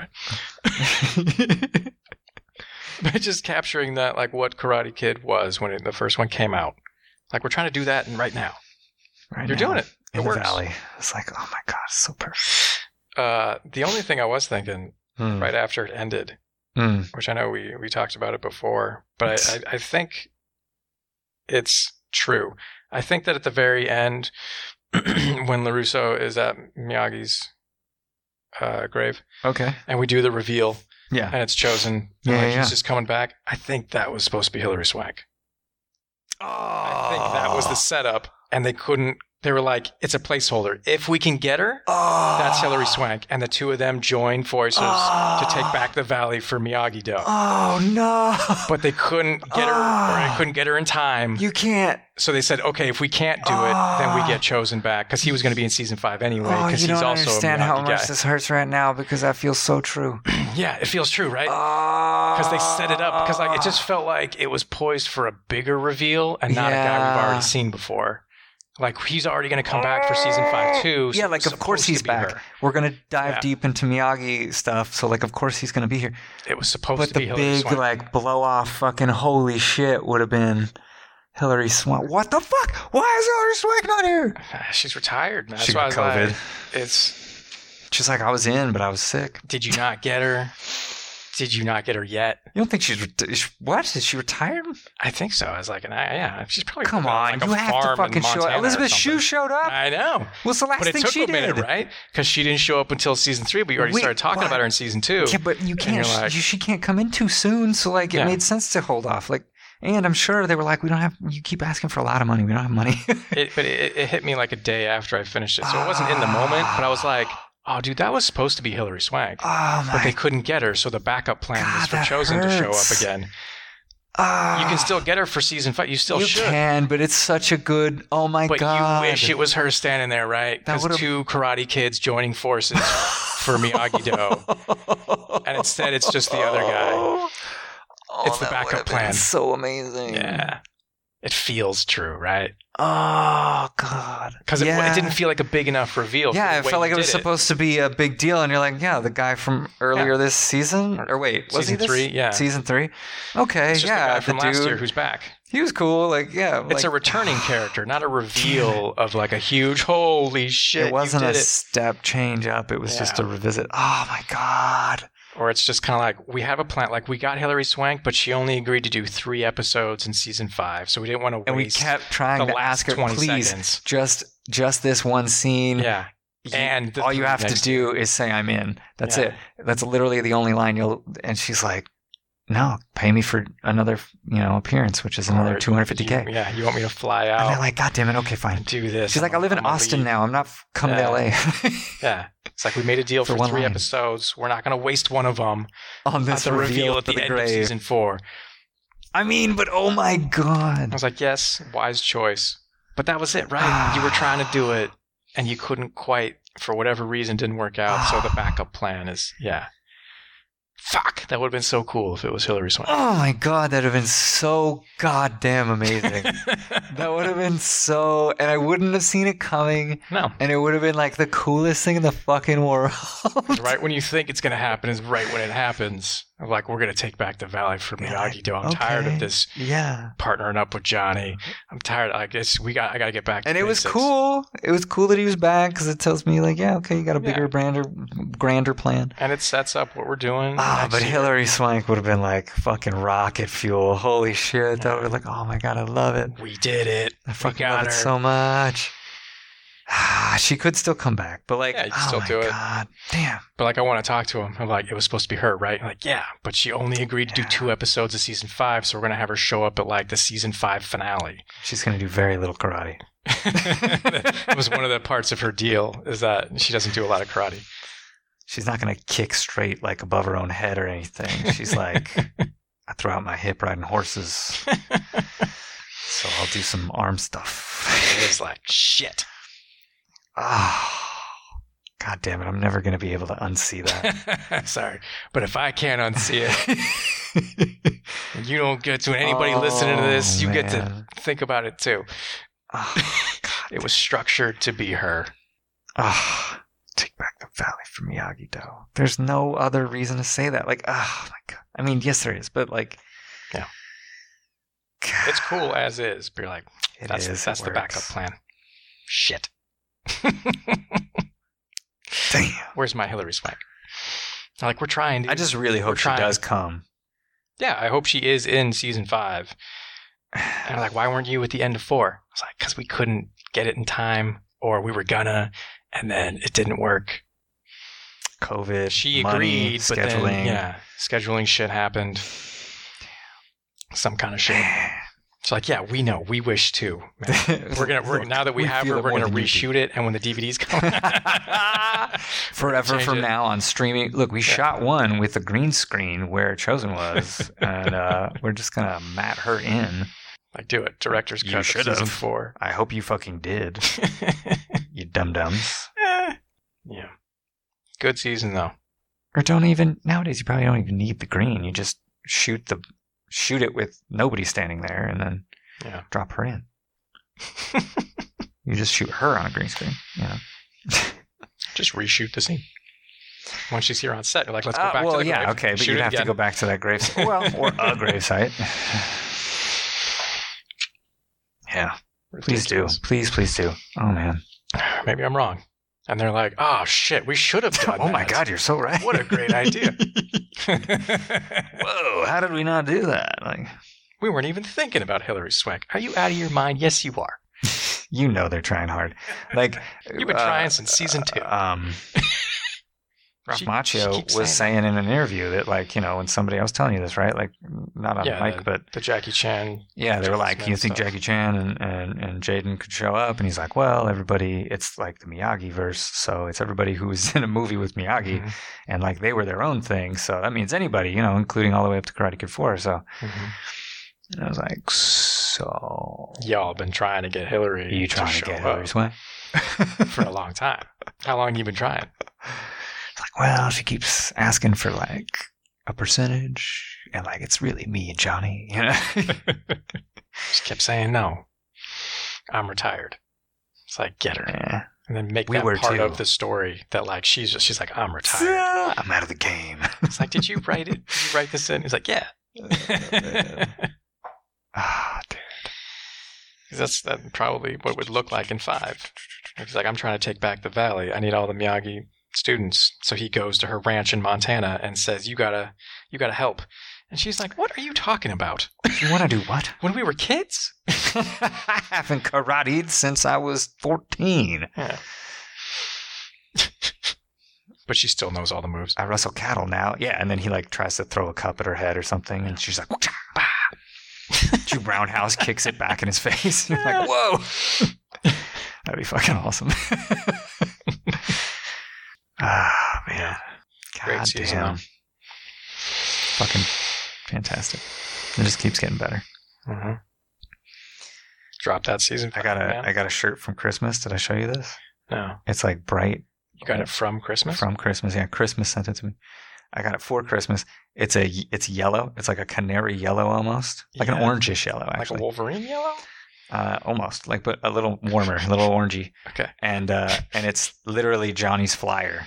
[SPEAKER 2] right. But just capturing that, like what Karate Kid was when it, the first one came out. Like we're trying to do that, and right now
[SPEAKER 1] right
[SPEAKER 2] you're
[SPEAKER 1] now,
[SPEAKER 2] doing it. It
[SPEAKER 1] in the
[SPEAKER 2] works.
[SPEAKER 1] valley. It's like, oh my god, it's so perfect.
[SPEAKER 2] Uh, the only thing I was thinking
[SPEAKER 1] Mm,
[SPEAKER 2] right after it ended,
[SPEAKER 1] mm.
[SPEAKER 2] which I know we we talked about it before, but I, I, I think it's true. I think that at the very end, when Larusso is at Miyagi's uh, grave,
[SPEAKER 1] Okay.
[SPEAKER 2] and we do the reveal,
[SPEAKER 1] Yeah.
[SPEAKER 2] and it's chosen,
[SPEAKER 1] Yeah,
[SPEAKER 2] and like
[SPEAKER 1] yeah, yeah.
[SPEAKER 2] he's just coming back. I think that was supposed to be Hillary Swank.
[SPEAKER 1] Oh,
[SPEAKER 2] I think that was the
[SPEAKER 1] Ah.
[SPEAKER 2] setup, and they couldn't. They were like, "It's a placeholder. If we can get her,
[SPEAKER 1] Oh,
[SPEAKER 2] that's Hillary Swank." And the two of them joined forces
[SPEAKER 1] Ah.
[SPEAKER 2] to take back the valley for Miyagi Do.
[SPEAKER 1] Oh no!
[SPEAKER 2] But they couldn't get her, or they couldn't get her in time.
[SPEAKER 1] Ah. You can't.
[SPEAKER 2] So they said, "Okay, if we can't do it, then we get chosen back because he was going to be in season five anyway.
[SPEAKER 1] Oh,
[SPEAKER 2] Because
[SPEAKER 1] you
[SPEAKER 2] he's
[SPEAKER 1] don't
[SPEAKER 2] also
[SPEAKER 1] understand
[SPEAKER 2] a
[SPEAKER 1] how
[SPEAKER 2] Miyagi
[SPEAKER 1] much
[SPEAKER 2] guy.
[SPEAKER 1] this hurts right now because I feel so true. Ah.
[SPEAKER 2] yeah, it feels true, right?
[SPEAKER 1] Because
[SPEAKER 2] because they set it up because like it just felt like it was poised for a bigger reveal and not a guy we've
[SPEAKER 1] Yeah.
[SPEAKER 2] already seen before. Like he's already going to come back for season five too. so
[SPEAKER 1] Eh. yeah,
[SPEAKER 2] it
[SPEAKER 1] like
[SPEAKER 2] was
[SPEAKER 1] of
[SPEAKER 2] supposed
[SPEAKER 1] course
[SPEAKER 2] to
[SPEAKER 1] he's
[SPEAKER 2] be
[SPEAKER 1] back.
[SPEAKER 2] her.
[SPEAKER 1] We're gonna dive
[SPEAKER 2] Yeah.
[SPEAKER 1] deep into Miyagi stuff, so like of course he's gonna be here.
[SPEAKER 2] It was supposed
[SPEAKER 1] But
[SPEAKER 2] to
[SPEAKER 1] the
[SPEAKER 2] be Hillary
[SPEAKER 1] big
[SPEAKER 2] Swank.
[SPEAKER 1] like blow off, fucking holy shit, would have been Hillary Swank. What the fuck? Why is Hillary Swank not here?
[SPEAKER 2] Ah, She's retired. man. That's
[SPEAKER 1] She
[SPEAKER 2] why I
[SPEAKER 1] got
[SPEAKER 2] was
[SPEAKER 1] COVID.
[SPEAKER 2] like, it's.
[SPEAKER 1] She's like I was in, but I was sick.
[SPEAKER 2] Did you not get her? Did you not get her yet?
[SPEAKER 1] You don't think she's ret- is she- what? Is she retired?
[SPEAKER 2] I think so. I was like, and I, yeah, she's probably
[SPEAKER 1] Come on,
[SPEAKER 2] uh, like a
[SPEAKER 1] you have
[SPEAKER 2] farm
[SPEAKER 1] to
[SPEAKER 2] in
[SPEAKER 1] fucking show
[SPEAKER 2] Montana
[SPEAKER 1] up.
[SPEAKER 2] or
[SPEAKER 1] Elizabeth Shue
[SPEAKER 2] something.
[SPEAKER 1] showed up.
[SPEAKER 2] I know,
[SPEAKER 1] What's the last
[SPEAKER 2] but it
[SPEAKER 1] thing
[SPEAKER 2] took
[SPEAKER 1] she
[SPEAKER 2] a minute,
[SPEAKER 1] did?
[SPEAKER 2] right? Because she didn't show up until season three, but you already
[SPEAKER 1] Wait,
[SPEAKER 2] started talking
[SPEAKER 1] what?
[SPEAKER 2] about her in season two.
[SPEAKER 1] Yeah, but you can't.
[SPEAKER 2] you're
[SPEAKER 1] she-
[SPEAKER 2] like-
[SPEAKER 1] you, she can't come in too soon. So like, it
[SPEAKER 2] Yeah.
[SPEAKER 1] made sense to hold off. Like, and I'm sure they were like, we don't have. You keep asking for a lot of money. We don't have money.
[SPEAKER 2] It, but it, it hit me like a day after I finished it, so it wasn't in the moment. But I was like,
[SPEAKER 1] Ah.
[SPEAKER 2] "Oh, dude, that was supposed to be Hillary Swank,
[SPEAKER 1] oh
[SPEAKER 2] but they
[SPEAKER 1] my.
[SPEAKER 2] couldn't get her, so the backup plan was
[SPEAKER 1] God,
[SPEAKER 2] for
[SPEAKER 1] that
[SPEAKER 2] Chosen to show up
[SPEAKER 1] hurts.
[SPEAKER 2] again.
[SPEAKER 1] ah,
[SPEAKER 2] You can still get her for season five. You still
[SPEAKER 1] You
[SPEAKER 2] should,
[SPEAKER 1] can, but it's such a good. Oh my
[SPEAKER 2] but
[SPEAKER 1] god.
[SPEAKER 2] you wish it was her standing there, right?
[SPEAKER 1] That
[SPEAKER 2] Because
[SPEAKER 1] would've-
[SPEAKER 2] two karate kids joining forces for Miyagi Do, and instead it's just the other guy.
[SPEAKER 1] Oh,
[SPEAKER 2] It's the
[SPEAKER 1] that
[SPEAKER 2] backup
[SPEAKER 1] would've been
[SPEAKER 2] plan.
[SPEAKER 1] So amazing.
[SPEAKER 2] Yeah, it feels true, right?
[SPEAKER 1] Oh god.
[SPEAKER 2] Because it,
[SPEAKER 1] yeah.
[SPEAKER 2] it didn't feel like a big enough reveal. for
[SPEAKER 1] Yeah,
[SPEAKER 2] the
[SPEAKER 1] it
[SPEAKER 2] way
[SPEAKER 1] felt like
[SPEAKER 2] you
[SPEAKER 1] it was
[SPEAKER 2] did
[SPEAKER 1] supposed to be a big deal, and you're like, yeah, the guy from earlier this season,
[SPEAKER 2] Or
[SPEAKER 1] or wait, was he
[SPEAKER 2] season
[SPEAKER 1] this?
[SPEAKER 2] three, yeah.
[SPEAKER 1] season three. Okay,
[SPEAKER 2] It's just the
[SPEAKER 1] yeah,
[SPEAKER 2] guy from
[SPEAKER 1] dude,
[SPEAKER 2] last year who's back.
[SPEAKER 1] he was cool. Like, yeah,
[SPEAKER 2] it's a
[SPEAKER 1] like,
[SPEAKER 2] returning character, not a reveal of like a huge holy shit.
[SPEAKER 1] It wasn't
[SPEAKER 2] you
[SPEAKER 1] a
[SPEAKER 2] did it.
[SPEAKER 1] step change up. It was just a revisit. Oh my god.
[SPEAKER 2] Or it's just kind of like we have a plan. Like we got Hillary Swank, but she only agreed to do three episodes in season five, so we didn't want to waste
[SPEAKER 1] And we kept trying
[SPEAKER 2] the
[SPEAKER 1] to
[SPEAKER 2] last
[SPEAKER 1] ask her,
[SPEAKER 2] twenty
[SPEAKER 1] please,
[SPEAKER 2] seconds.
[SPEAKER 1] just just this one scene.
[SPEAKER 2] Yeah,
[SPEAKER 1] You-
[SPEAKER 2] and the
[SPEAKER 1] all you
[SPEAKER 2] three
[SPEAKER 1] have to
[SPEAKER 2] next-
[SPEAKER 1] do is say I'm in. That's
[SPEAKER 2] Yeah.
[SPEAKER 1] it. That's literally the only line you'll. And she's like, "No, pay me for another, you know, appearance, which is another
[SPEAKER 2] Or
[SPEAKER 1] 250k."
[SPEAKER 2] you- yeah, you want me to fly
[SPEAKER 1] And
[SPEAKER 2] out
[SPEAKER 1] they're like, "God damn it, okay, fine."
[SPEAKER 2] and do this?
[SPEAKER 1] She's like, "I
[SPEAKER 2] I'm-
[SPEAKER 1] live in
[SPEAKER 2] I'm gonna
[SPEAKER 1] Austin
[SPEAKER 2] leave."
[SPEAKER 1] now. I'm not f- coming
[SPEAKER 2] Yeah.
[SPEAKER 1] to LA
[SPEAKER 2] Yeah, it's like we made a deal
[SPEAKER 1] For
[SPEAKER 2] for,
[SPEAKER 1] one
[SPEAKER 2] three
[SPEAKER 1] line.
[SPEAKER 2] episodes. We're not going to waste one of them
[SPEAKER 1] on
[SPEAKER 2] at
[SPEAKER 1] this
[SPEAKER 2] the reveal at
[SPEAKER 1] for
[SPEAKER 2] the, end of
[SPEAKER 1] grave."
[SPEAKER 2] season four.
[SPEAKER 1] I mean, but oh my
[SPEAKER 2] I
[SPEAKER 1] god,
[SPEAKER 2] was like, yes, wise choice. But that was it, right? you were trying to do it and you couldn't quite, for whatever reason, didn't work out. So the backup plan is, yeah. Fuck, that would have been so cool if it was Hillary Swank.
[SPEAKER 1] oh my god, that'd have been so goddamn amazing. that would have been so, and I wouldn't have seen it coming.
[SPEAKER 2] no.
[SPEAKER 1] And it would have been like the coolest thing in the fucking world.
[SPEAKER 2] Right when you think it's going to happen is right when it happens. I'm like, we're going to take back the valley from
[SPEAKER 1] Yeah, like,
[SPEAKER 2] Miyagi Do. I'm tired
[SPEAKER 1] okay.
[SPEAKER 2] of this
[SPEAKER 1] yeah.
[SPEAKER 2] partnering up with Johnny. I'm tired. I guess we got, I got to get back to
[SPEAKER 1] And it was
[SPEAKER 2] basics.
[SPEAKER 1] cool. It was cool that he was back because it tells me, like, yeah, okay, you got a
[SPEAKER 2] Yeah.
[SPEAKER 1] bigger, brander, grander plan.
[SPEAKER 2] And it sets up what we're doing.
[SPEAKER 1] Ah,
[SPEAKER 2] next
[SPEAKER 1] but
[SPEAKER 2] year.
[SPEAKER 1] Hillary Swank would have been like fucking rocket fuel. Holy shit. That would have been like, oh my God, I love it.
[SPEAKER 2] We did it.
[SPEAKER 1] I fucking
[SPEAKER 2] got
[SPEAKER 1] love
[SPEAKER 2] her.
[SPEAKER 1] it so much. Ah, she could still come back, but like,
[SPEAKER 2] Yeah, you could
[SPEAKER 1] oh
[SPEAKER 2] still
[SPEAKER 1] my
[SPEAKER 2] do it.
[SPEAKER 1] God. Damn.
[SPEAKER 2] But like, I want to talk to him. I'm like, it was supposed to be her, right? Like, yeah, but she only agreed to do
[SPEAKER 1] Yeah.
[SPEAKER 2] two episodes of season five, so we're gonna have her show up at like the season five finale.
[SPEAKER 1] She's going to do very little karate.
[SPEAKER 2] it was one of the parts of her deal is that she doesn't do a lot of karate.
[SPEAKER 1] She's not going to kick straight like above her own head or anything. She's like, I throw out my hip riding horses. so I'll do some arm stuff.
[SPEAKER 2] It was like shit.
[SPEAKER 1] Ah, God damn it! I'm never gonna be able to unsee that.
[SPEAKER 2] Sorry, but if I can't unsee it, you don't get to. And anybody
[SPEAKER 1] Oh,
[SPEAKER 2] listening to this, you get to
[SPEAKER 1] man.
[SPEAKER 2] think about it too.
[SPEAKER 1] Ah,
[SPEAKER 2] It was structured to be her.
[SPEAKER 1] ah, take back the valley from Miyagi Do. There's no other reason to say that. Like, ah, my God. I mean, yes, there is, but like,
[SPEAKER 2] Yeah.
[SPEAKER 1] God,
[SPEAKER 2] It's cool as is, but you're like,
[SPEAKER 1] it
[SPEAKER 2] that's
[SPEAKER 1] is, it
[SPEAKER 2] that's the backup
[SPEAKER 1] works.
[SPEAKER 2] plan. Shit,
[SPEAKER 1] Damn.
[SPEAKER 2] where's my Hillary Swank? I'm like we're trying. Dude.
[SPEAKER 1] I just really hope she
[SPEAKER 2] trying.
[SPEAKER 1] does come.
[SPEAKER 2] yeah, I hope she is in season five. And they're like, why weren't you at the end of four? I was like, because we couldn't get it in time, or we were gonna, and then it didn't work.
[SPEAKER 1] COVID.
[SPEAKER 2] She
[SPEAKER 1] money,
[SPEAKER 2] agreed, but
[SPEAKER 1] scheduling.
[SPEAKER 2] then yeah, scheduling shit happened. Some kind of shit. It's like, yeah, we know. We wish too. man. We're gonna we're,
[SPEAKER 1] Look,
[SPEAKER 2] now that we, have
[SPEAKER 1] feel
[SPEAKER 2] her,
[SPEAKER 1] it
[SPEAKER 2] we're
[SPEAKER 1] more
[SPEAKER 2] gonna
[SPEAKER 1] than you do.
[SPEAKER 2] reshoot it, and when the DVDs come, out-
[SPEAKER 1] forever
[SPEAKER 2] Change
[SPEAKER 1] from
[SPEAKER 2] it.
[SPEAKER 1] now on streaming. Look, we
[SPEAKER 2] Yeah.
[SPEAKER 1] shot one with a green screen where Chosen was, and uh, we're just gonna mat her in.
[SPEAKER 2] like do it. Director's
[SPEAKER 1] You
[SPEAKER 2] cut of
[SPEAKER 1] should've.
[SPEAKER 2] season four.
[SPEAKER 1] I hope you fucking did, you dum dums.
[SPEAKER 2] Eh, yeah, good season though.
[SPEAKER 1] Or don't even nowadays. You probably don't even need the green. You just shoot the shoot it with nobody standing there, and then
[SPEAKER 2] Yeah.
[SPEAKER 1] drop her in. you just shoot her on a green screen. You know.
[SPEAKER 2] Just reshoot the scene. Once she's here on set, you're like, let's go
[SPEAKER 1] Uh,
[SPEAKER 2] back
[SPEAKER 1] well,
[SPEAKER 2] to the
[SPEAKER 1] yeah,
[SPEAKER 2] grave.
[SPEAKER 1] okay, but
[SPEAKER 2] Shoot
[SPEAKER 1] you'd
[SPEAKER 2] it
[SPEAKER 1] have to
[SPEAKER 2] again.
[SPEAKER 1] go back to that grave, well, or a grave site. Yeah, please do,
[SPEAKER 2] Ridiculous.
[SPEAKER 1] please, please do. Oh man,
[SPEAKER 2] Maybe I'm wrong. And they're like, oh shit, we should have done
[SPEAKER 1] oh my
[SPEAKER 2] that.
[SPEAKER 1] God, you're so right.
[SPEAKER 2] What a great idea.
[SPEAKER 1] Whoa, how did we not do that? Like,
[SPEAKER 2] we weren't even thinking about Hillary Swank. Are you out of your mind? Yes, you are.
[SPEAKER 1] you know they're trying hard. Like,
[SPEAKER 2] You've been
[SPEAKER 1] uh,
[SPEAKER 2] trying since season two.
[SPEAKER 1] Um, Ralph
[SPEAKER 2] She-
[SPEAKER 1] Macchio
[SPEAKER 2] she keeps
[SPEAKER 1] was saying, in an interview that, like, you know, when somebody I was telling you this, right? Like, not on
[SPEAKER 2] Yeah,
[SPEAKER 1] mic,
[SPEAKER 2] the-
[SPEAKER 1] but
[SPEAKER 2] the Jackie Chan.
[SPEAKER 1] Yeah, they were
[SPEAKER 2] Jaden
[SPEAKER 1] like,
[SPEAKER 2] Smith
[SPEAKER 1] you think
[SPEAKER 2] stuff.
[SPEAKER 1] Jackie Chan and, and, and Jaden could show up? And he's like, well, everybody, it's like the Miyagi verse. So it's everybody who was in a movie with Miyagi.
[SPEAKER 2] Mhm.
[SPEAKER 1] And like they were their own thing. So that means anybody, you know, including all the way up to Karate Kid 4. So
[SPEAKER 2] Mhm.
[SPEAKER 1] and I was like, so.
[SPEAKER 2] Y'all been trying to get Hillary.
[SPEAKER 1] you trying to
[SPEAKER 2] show
[SPEAKER 1] get
[SPEAKER 2] up
[SPEAKER 1] Hillary's way?
[SPEAKER 2] for a long time. How long you been trying?
[SPEAKER 1] It's like, well, she keeps asking for like a percentage. And like, it's really me and Johnny, you know?
[SPEAKER 2] Just kept saying no. I'm retired. It's like get her,
[SPEAKER 1] Yeah.
[SPEAKER 2] and then make
[SPEAKER 1] We
[SPEAKER 2] that
[SPEAKER 1] were
[SPEAKER 2] part
[SPEAKER 1] too.
[SPEAKER 2] of the story that like she's just she's like I'm
[SPEAKER 1] So,
[SPEAKER 2] retired.
[SPEAKER 1] I'm out of the game.
[SPEAKER 2] It's like, did you write it? Did you write this in? He's like, yeah. Because
[SPEAKER 1] Ah, dude.
[SPEAKER 2] that's that probably what it would look like in five. He's like, I'm trying to take back the valley. I need all the Miyagi students. So he goes to her ranch in Montana and says, "You gotta, you gotta help." And she's like, "What are you talking about?
[SPEAKER 1] You want to do what?
[SPEAKER 2] When we were kids?"
[SPEAKER 1] I haven't karateed since I was 14.
[SPEAKER 2] But she still knows all the moves.
[SPEAKER 1] I wrestle cattle now. Yeah, and then he like tries to throw a cup at her head or something, and she's like, "Wah-cha, bah." Drew Brownhouse kicks it back in his face. You're like, whoa. That'd be fucking awesome. Ah, man.
[SPEAKER 2] Great
[SPEAKER 1] God
[SPEAKER 2] season,
[SPEAKER 1] damn.
[SPEAKER 2] though.
[SPEAKER 1] Fucking fantastic. It just keeps getting better.
[SPEAKER 2] Mm-hmm. Drop that season.
[SPEAKER 1] I got a I
[SPEAKER 2] man.
[SPEAKER 1] got a shirt from Christmas. Did I show you this?
[SPEAKER 2] no.
[SPEAKER 1] It's like bright
[SPEAKER 2] You got it from Christmas.
[SPEAKER 1] from Christmas. Yeah, Christmas sent it to me. I got it for Christmas. It's a it's yellow. It's like a canary yellow almost, like an
[SPEAKER 2] Yeah.
[SPEAKER 1] orangish yellow
[SPEAKER 2] like a
[SPEAKER 1] actually,
[SPEAKER 2] Wolverine yellow.
[SPEAKER 1] uh, almost like but a little warmer, a little orangey,
[SPEAKER 2] Okay.
[SPEAKER 1] and uh, and it's literally Johnny's flyer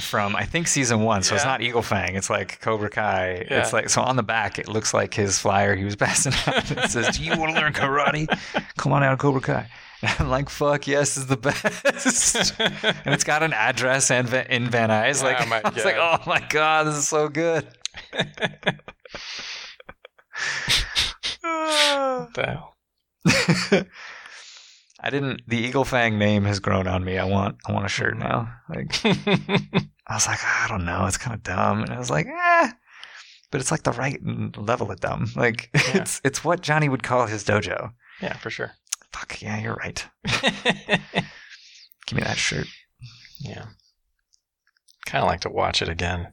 [SPEAKER 1] from I think season one. So it's
[SPEAKER 2] Yeah.
[SPEAKER 1] not Eagle Fang. It's like Cobra Kai.
[SPEAKER 2] Yeah.
[SPEAKER 1] It's like so on the back it looks like his flyer he was passing out. It says, "Do you want to learn karate? Come on out of Cobra Kai." And I'm like, "Fuck yes, this is the best." and it's got an address and va- in Van Nuys. Like,
[SPEAKER 2] Oh my
[SPEAKER 1] I was like, oh
[SPEAKER 2] God.
[SPEAKER 1] my god, this is so good.
[SPEAKER 2] What the hell?
[SPEAKER 1] I didn't. The Eagle Fang name has grown on me. I want. I want a shirt now. Like, I was like, "Ah, I don't know. It's kind of dumb, and I was like, eh. But it's like the right level of dumb. Like, it's it's what Johnny would call his dojo.
[SPEAKER 2] yeah, for sure.
[SPEAKER 1] Fuck yeah, you're right. Give me that shirt.
[SPEAKER 2] yeah. Kind of like to watch it again.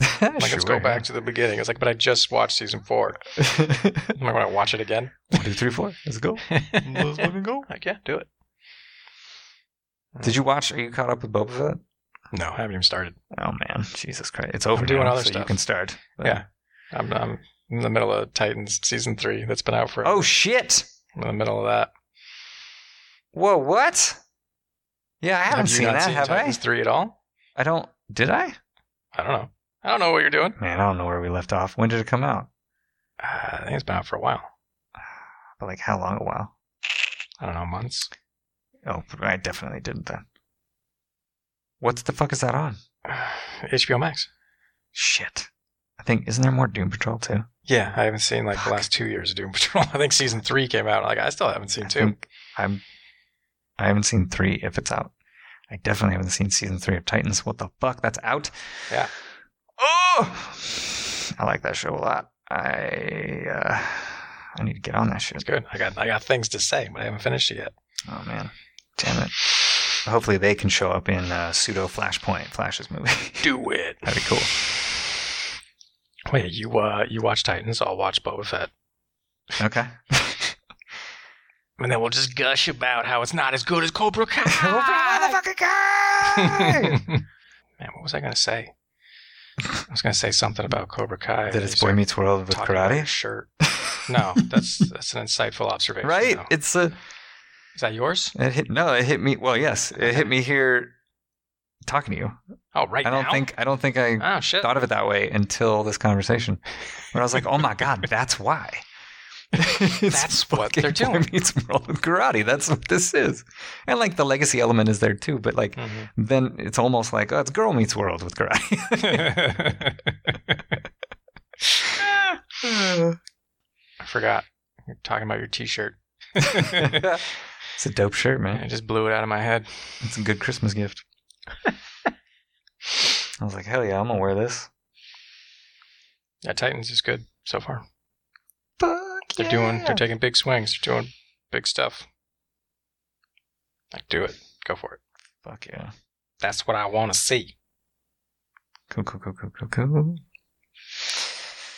[SPEAKER 2] Like,
[SPEAKER 1] Sure.
[SPEAKER 2] let's go back to the beginning. It's like, but I just watched season four. Am I going to watch it again?
[SPEAKER 1] One, two, three, four. Let's go. Let's fucking go.
[SPEAKER 2] Like, yeah, do it.
[SPEAKER 1] Did you watch? Are you caught up with Boba Fett?
[SPEAKER 2] No, I haven't even started.
[SPEAKER 1] Oh man, Jesus Christ! It's over.
[SPEAKER 2] I'm doing
[SPEAKER 1] now,
[SPEAKER 2] other
[SPEAKER 1] so You
[SPEAKER 2] stuff.
[SPEAKER 1] can start. But-
[SPEAKER 2] Yeah. I'm, I'm in the middle of Titans season three. That's been out for.
[SPEAKER 1] Oh shit!
[SPEAKER 2] I'm in the middle of that.
[SPEAKER 1] Whoa, what? Yeah, I
[SPEAKER 2] Have
[SPEAKER 1] haven't
[SPEAKER 2] you
[SPEAKER 1] seen
[SPEAKER 2] not
[SPEAKER 1] that,
[SPEAKER 2] seen
[SPEAKER 1] have
[SPEAKER 2] Titans three at all?
[SPEAKER 1] I? I don't. Did I?
[SPEAKER 2] I don't know. I don't know what you're doing.
[SPEAKER 1] Man, I don't know where we left off. When did it come out?
[SPEAKER 2] Uh, I think it's been out for a while.
[SPEAKER 1] But like, how long? A while.
[SPEAKER 2] I don't know, months.
[SPEAKER 1] Oh, I definitely didn't then. What the fuck is that on?
[SPEAKER 2] HBO Max.
[SPEAKER 1] Shit. I think isn't there more Doom Patrol too?
[SPEAKER 2] Yeah, I haven't seen like the
[SPEAKER 1] Fuck.
[SPEAKER 2] last two years of Doom Patrol. I think season three came out. Like I still haven't seen
[SPEAKER 1] I
[SPEAKER 2] two.
[SPEAKER 1] think I'm. I haven't seen three if it's out. I definitely haven't seen season three of Titans. What the fuck? That's out.
[SPEAKER 2] Yeah.
[SPEAKER 1] Oh. I like that show a lot. I. Uh, I need to get on that shit.
[SPEAKER 2] It's good. I got I got things to say, but I haven't finished it yet.
[SPEAKER 1] Oh man, damn it! Hopefully they can show up in uh, pseudo Flashpoint, Flash's movie.
[SPEAKER 2] Do it.
[SPEAKER 1] That'd be cool.
[SPEAKER 2] Wait, you uh you watch Titans? I'll watch Boba Fett,
[SPEAKER 1] Okay.
[SPEAKER 2] and then we'll just gush about how it's not as good as Cobra Kai.
[SPEAKER 1] Motherfucker guy!
[SPEAKER 2] Man, what was I gonna say? I was gonna say something about Cobra Kai.
[SPEAKER 1] that
[SPEAKER 2] You
[SPEAKER 1] it's Boy
[SPEAKER 2] started
[SPEAKER 1] Meets World with
[SPEAKER 2] talking about your
[SPEAKER 1] karate,
[SPEAKER 2] shirt. No, that's that's an insightful observation.
[SPEAKER 1] right?
[SPEAKER 2] though.
[SPEAKER 1] It's a
[SPEAKER 2] Is that yours?
[SPEAKER 1] it hit no, it hit me. Well, yes, it hit me here talking to you.
[SPEAKER 2] Oh, right.
[SPEAKER 1] I don't
[SPEAKER 2] now?
[SPEAKER 1] think I don't think I
[SPEAKER 2] Oh shit.
[SPEAKER 1] thought of it that way until this conversation, where I was like, oh my god, that's why. It's
[SPEAKER 2] That's what
[SPEAKER 1] fucking
[SPEAKER 2] they're
[SPEAKER 1] Boy
[SPEAKER 2] doing.
[SPEAKER 1] Meets World with karate. That's what this is, and like the legacy element is there too. But like
[SPEAKER 2] Mhm.
[SPEAKER 1] then it's almost like oh, it's Girl Meets World with karate.
[SPEAKER 2] I forgot. You're talking about your T-shirt.
[SPEAKER 1] it's a dope shirt, man.
[SPEAKER 2] I just blew it out of my head.
[SPEAKER 1] It's a good Christmas gift. I was like, hell yeah, I'm gonna wear this.
[SPEAKER 2] Yeah, Titans is good so far.
[SPEAKER 1] Fuck
[SPEAKER 2] They're doing. They're taking big swings. They're doing big stuff. Like, do it. Go for it.
[SPEAKER 1] Fuck yeah.
[SPEAKER 2] That's what I want to see.
[SPEAKER 1] Cool, cool, cool, cool, cool, cool.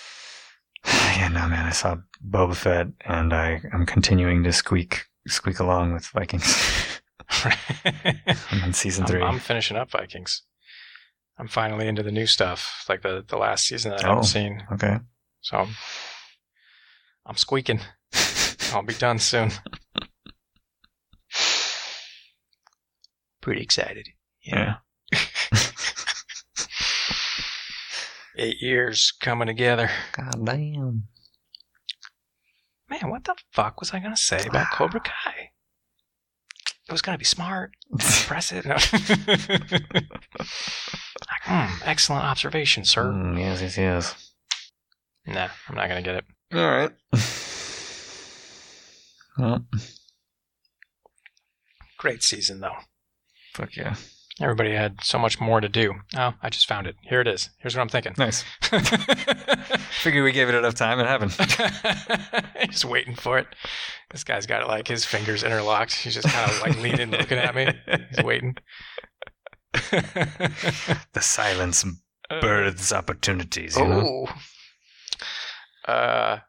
[SPEAKER 1] yeah, no man, I saw Boba Fett, and I I'm continuing to squeak squeak along with Vikings.
[SPEAKER 2] I'm,
[SPEAKER 1] I'm in season 3
[SPEAKER 2] I'm finishing up Vikings. I'm finally into the new stuff, like the the last season that I
[SPEAKER 1] Oh.
[SPEAKER 2] haven't seen.
[SPEAKER 1] okay.
[SPEAKER 2] So I'm, I'm squeaking. I'll be done soon. Pretty excited.
[SPEAKER 1] Yeah.
[SPEAKER 2] Eight years coming together.
[SPEAKER 1] God damn.
[SPEAKER 2] Man, what the fuck was I gonna say about Cobra Kai? It was gonna be smart, impressive. No. Like, hmm, excellent observation, sir.
[SPEAKER 1] Mm, yes, yes, yes.
[SPEAKER 2] Nah, I'm not gonna get it.
[SPEAKER 1] All right. Well,
[SPEAKER 2] Great season though.
[SPEAKER 1] fuck yeah.
[SPEAKER 2] Everybody had so much more to do. Oh, I just found it. Here it is. Here's what I'm thinking.
[SPEAKER 1] Nice. Figure we gave it enough time. It happened.
[SPEAKER 2] just waiting for it. This guy's got like his fingers interlocked. He's just kind of like leaning, looking at me. He's waiting.
[SPEAKER 1] The silence
[SPEAKER 2] Uh,
[SPEAKER 1] births opportunities. You know?
[SPEAKER 2] Oh. Uh,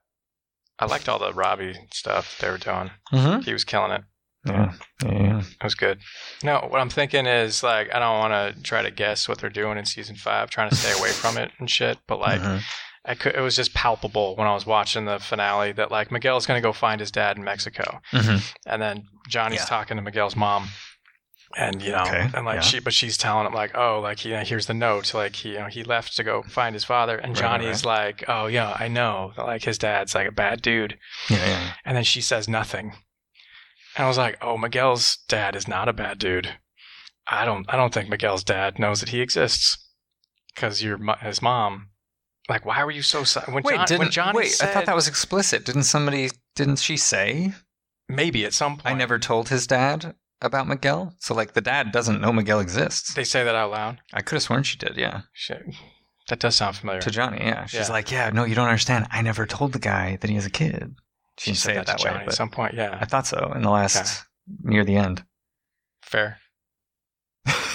[SPEAKER 2] I liked all the Robbie stuff they were doing.
[SPEAKER 1] Mm-hmm.
[SPEAKER 2] He was killing it.
[SPEAKER 1] Yeah. Yeah.
[SPEAKER 2] It was good. No, what I'm thinking is like I don't want to try to guess what they're doing in season five, trying to stay away from it and shit. But like,
[SPEAKER 1] Mhm.
[SPEAKER 2] I could, it was just palpable when I was watching the finale that like Miguel's gonna go find his dad in Mexico.
[SPEAKER 1] Mhm.
[SPEAKER 2] and then Johnny's
[SPEAKER 1] Yeah.
[SPEAKER 2] talking to Miguel's mom, and you know,
[SPEAKER 1] Okay,
[SPEAKER 2] and like
[SPEAKER 1] yeah.
[SPEAKER 2] she, but she's telling him like, oh, like you know, here's the note, like he, you know, he left to go find his father, and
[SPEAKER 1] Right,
[SPEAKER 2] Johnny's like, oh yeah, I know, like his dad's like a bad dude,
[SPEAKER 1] Yeah. Yeah.
[SPEAKER 2] and then she says nothing, and I was like, oh, Miguel's dad is not a bad dude. I don't, I don't think Miguel's dad knows that he exists, because your mo- his mom. Like, why were you so si- when,
[SPEAKER 1] Wait,
[SPEAKER 2] John,
[SPEAKER 1] didn't
[SPEAKER 2] when Johnny
[SPEAKER 1] wait?
[SPEAKER 2] said
[SPEAKER 1] I thought that was explicit. Didn't somebody? Didn't she say?
[SPEAKER 2] maybe at some point?
[SPEAKER 1] I never told his dad about Miguel. So like, the dad doesn't know Miguel exists.
[SPEAKER 2] They say that out loud.
[SPEAKER 1] I could have sworn she did. Yeah.
[SPEAKER 2] Shit. That does sound familiar.
[SPEAKER 1] To Johnny. Yeah. She's
[SPEAKER 2] Yeah.
[SPEAKER 1] like, yeah. No, you don't understand. I never told the guy that he has a kid. She didn't say it that
[SPEAKER 2] to
[SPEAKER 1] way,
[SPEAKER 2] Johnny
[SPEAKER 1] but-
[SPEAKER 2] at some point.
[SPEAKER 1] I
[SPEAKER 2] Yeah,
[SPEAKER 1] thought so. In the last near the end.
[SPEAKER 2] fair.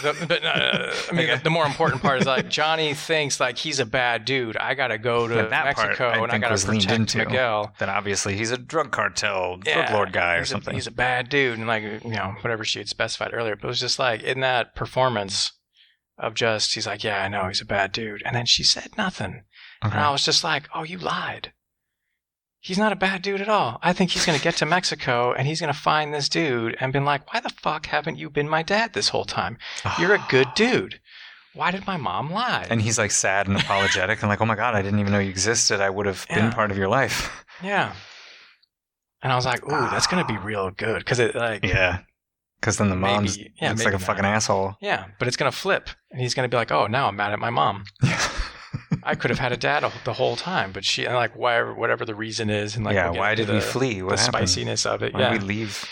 [SPEAKER 2] the, but uh, I mean, the, the more important part is like Johnny thinks like he's a bad dude. I gotta go to
[SPEAKER 1] Yeah, that part,
[SPEAKER 2] Mexico
[SPEAKER 1] I
[SPEAKER 2] and I
[SPEAKER 1] think,
[SPEAKER 2] gotta
[SPEAKER 1] was leaned
[SPEAKER 2] protect
[SPEAKER 1] into.
[SPEAKER 2] Miguel.
[SPEAKER 1] Then obviously he's a drug cartel, drug
[SPEAKER 2] Yeah,
[SPEAKER 1] lord guy or
[SPEAKER 2] he's a-
[SPEAKER 1] something.
[SPEAKER 2] he's a bad dude, and like you know whatever she had specified earlier. But it was just like in that performance of just he's like, yeah, I know he's a bad dude, and then she said nothing, and I was just like, oh, you lied. He's not a bad dude at all. I think he's gonna get to Mexico and he's gonna find this dude and been like, why the fuck haven't you been my dad this whole time? You're a good dude. Why did my mom lie?
[SPEAKER 1] And he's like sad and apologetic and like, oh my god, I didn't even know you existed. I would have been
[SPEAKER 2] Yeah.
[SPEAKER 1] part of your life.
[SPEAKER 2] yeah. And I was like, ooh, that's gonna be real good because it like
[SPEAKER 1] Ah. Yeah. Because then the mom's
[SPEAKER 2] Maybe- yeah,
[SPEAKER 1] looks like a
[SPEAKER 2] maybe not.
[SPEAKER 1] fucking asshole.
[SPEAKER 2] Yeah, but it's gonna flip, and he's gonna be like, "Oh, now I'm mad at my mom. I could have had a dad the whole time, but she and like why, whatever the reason is, and like
[SPEAKER 1] yeah.
[SPEAKER 2] we'll get
[SPEAKER 1] Why
[SPEAKER 2] into
[SPEAKER 1] did we
[SPEAKER 2] the-
[SPEAKER 1] flee? What
[SPEAKER 2] the
[SPEAKER 1] happened?
[SPEAKER 2] spiciness of it,
[SPEAKER 1] Why
[SPEAKER 2] yeah,
[SPEAKER 1] did we leave?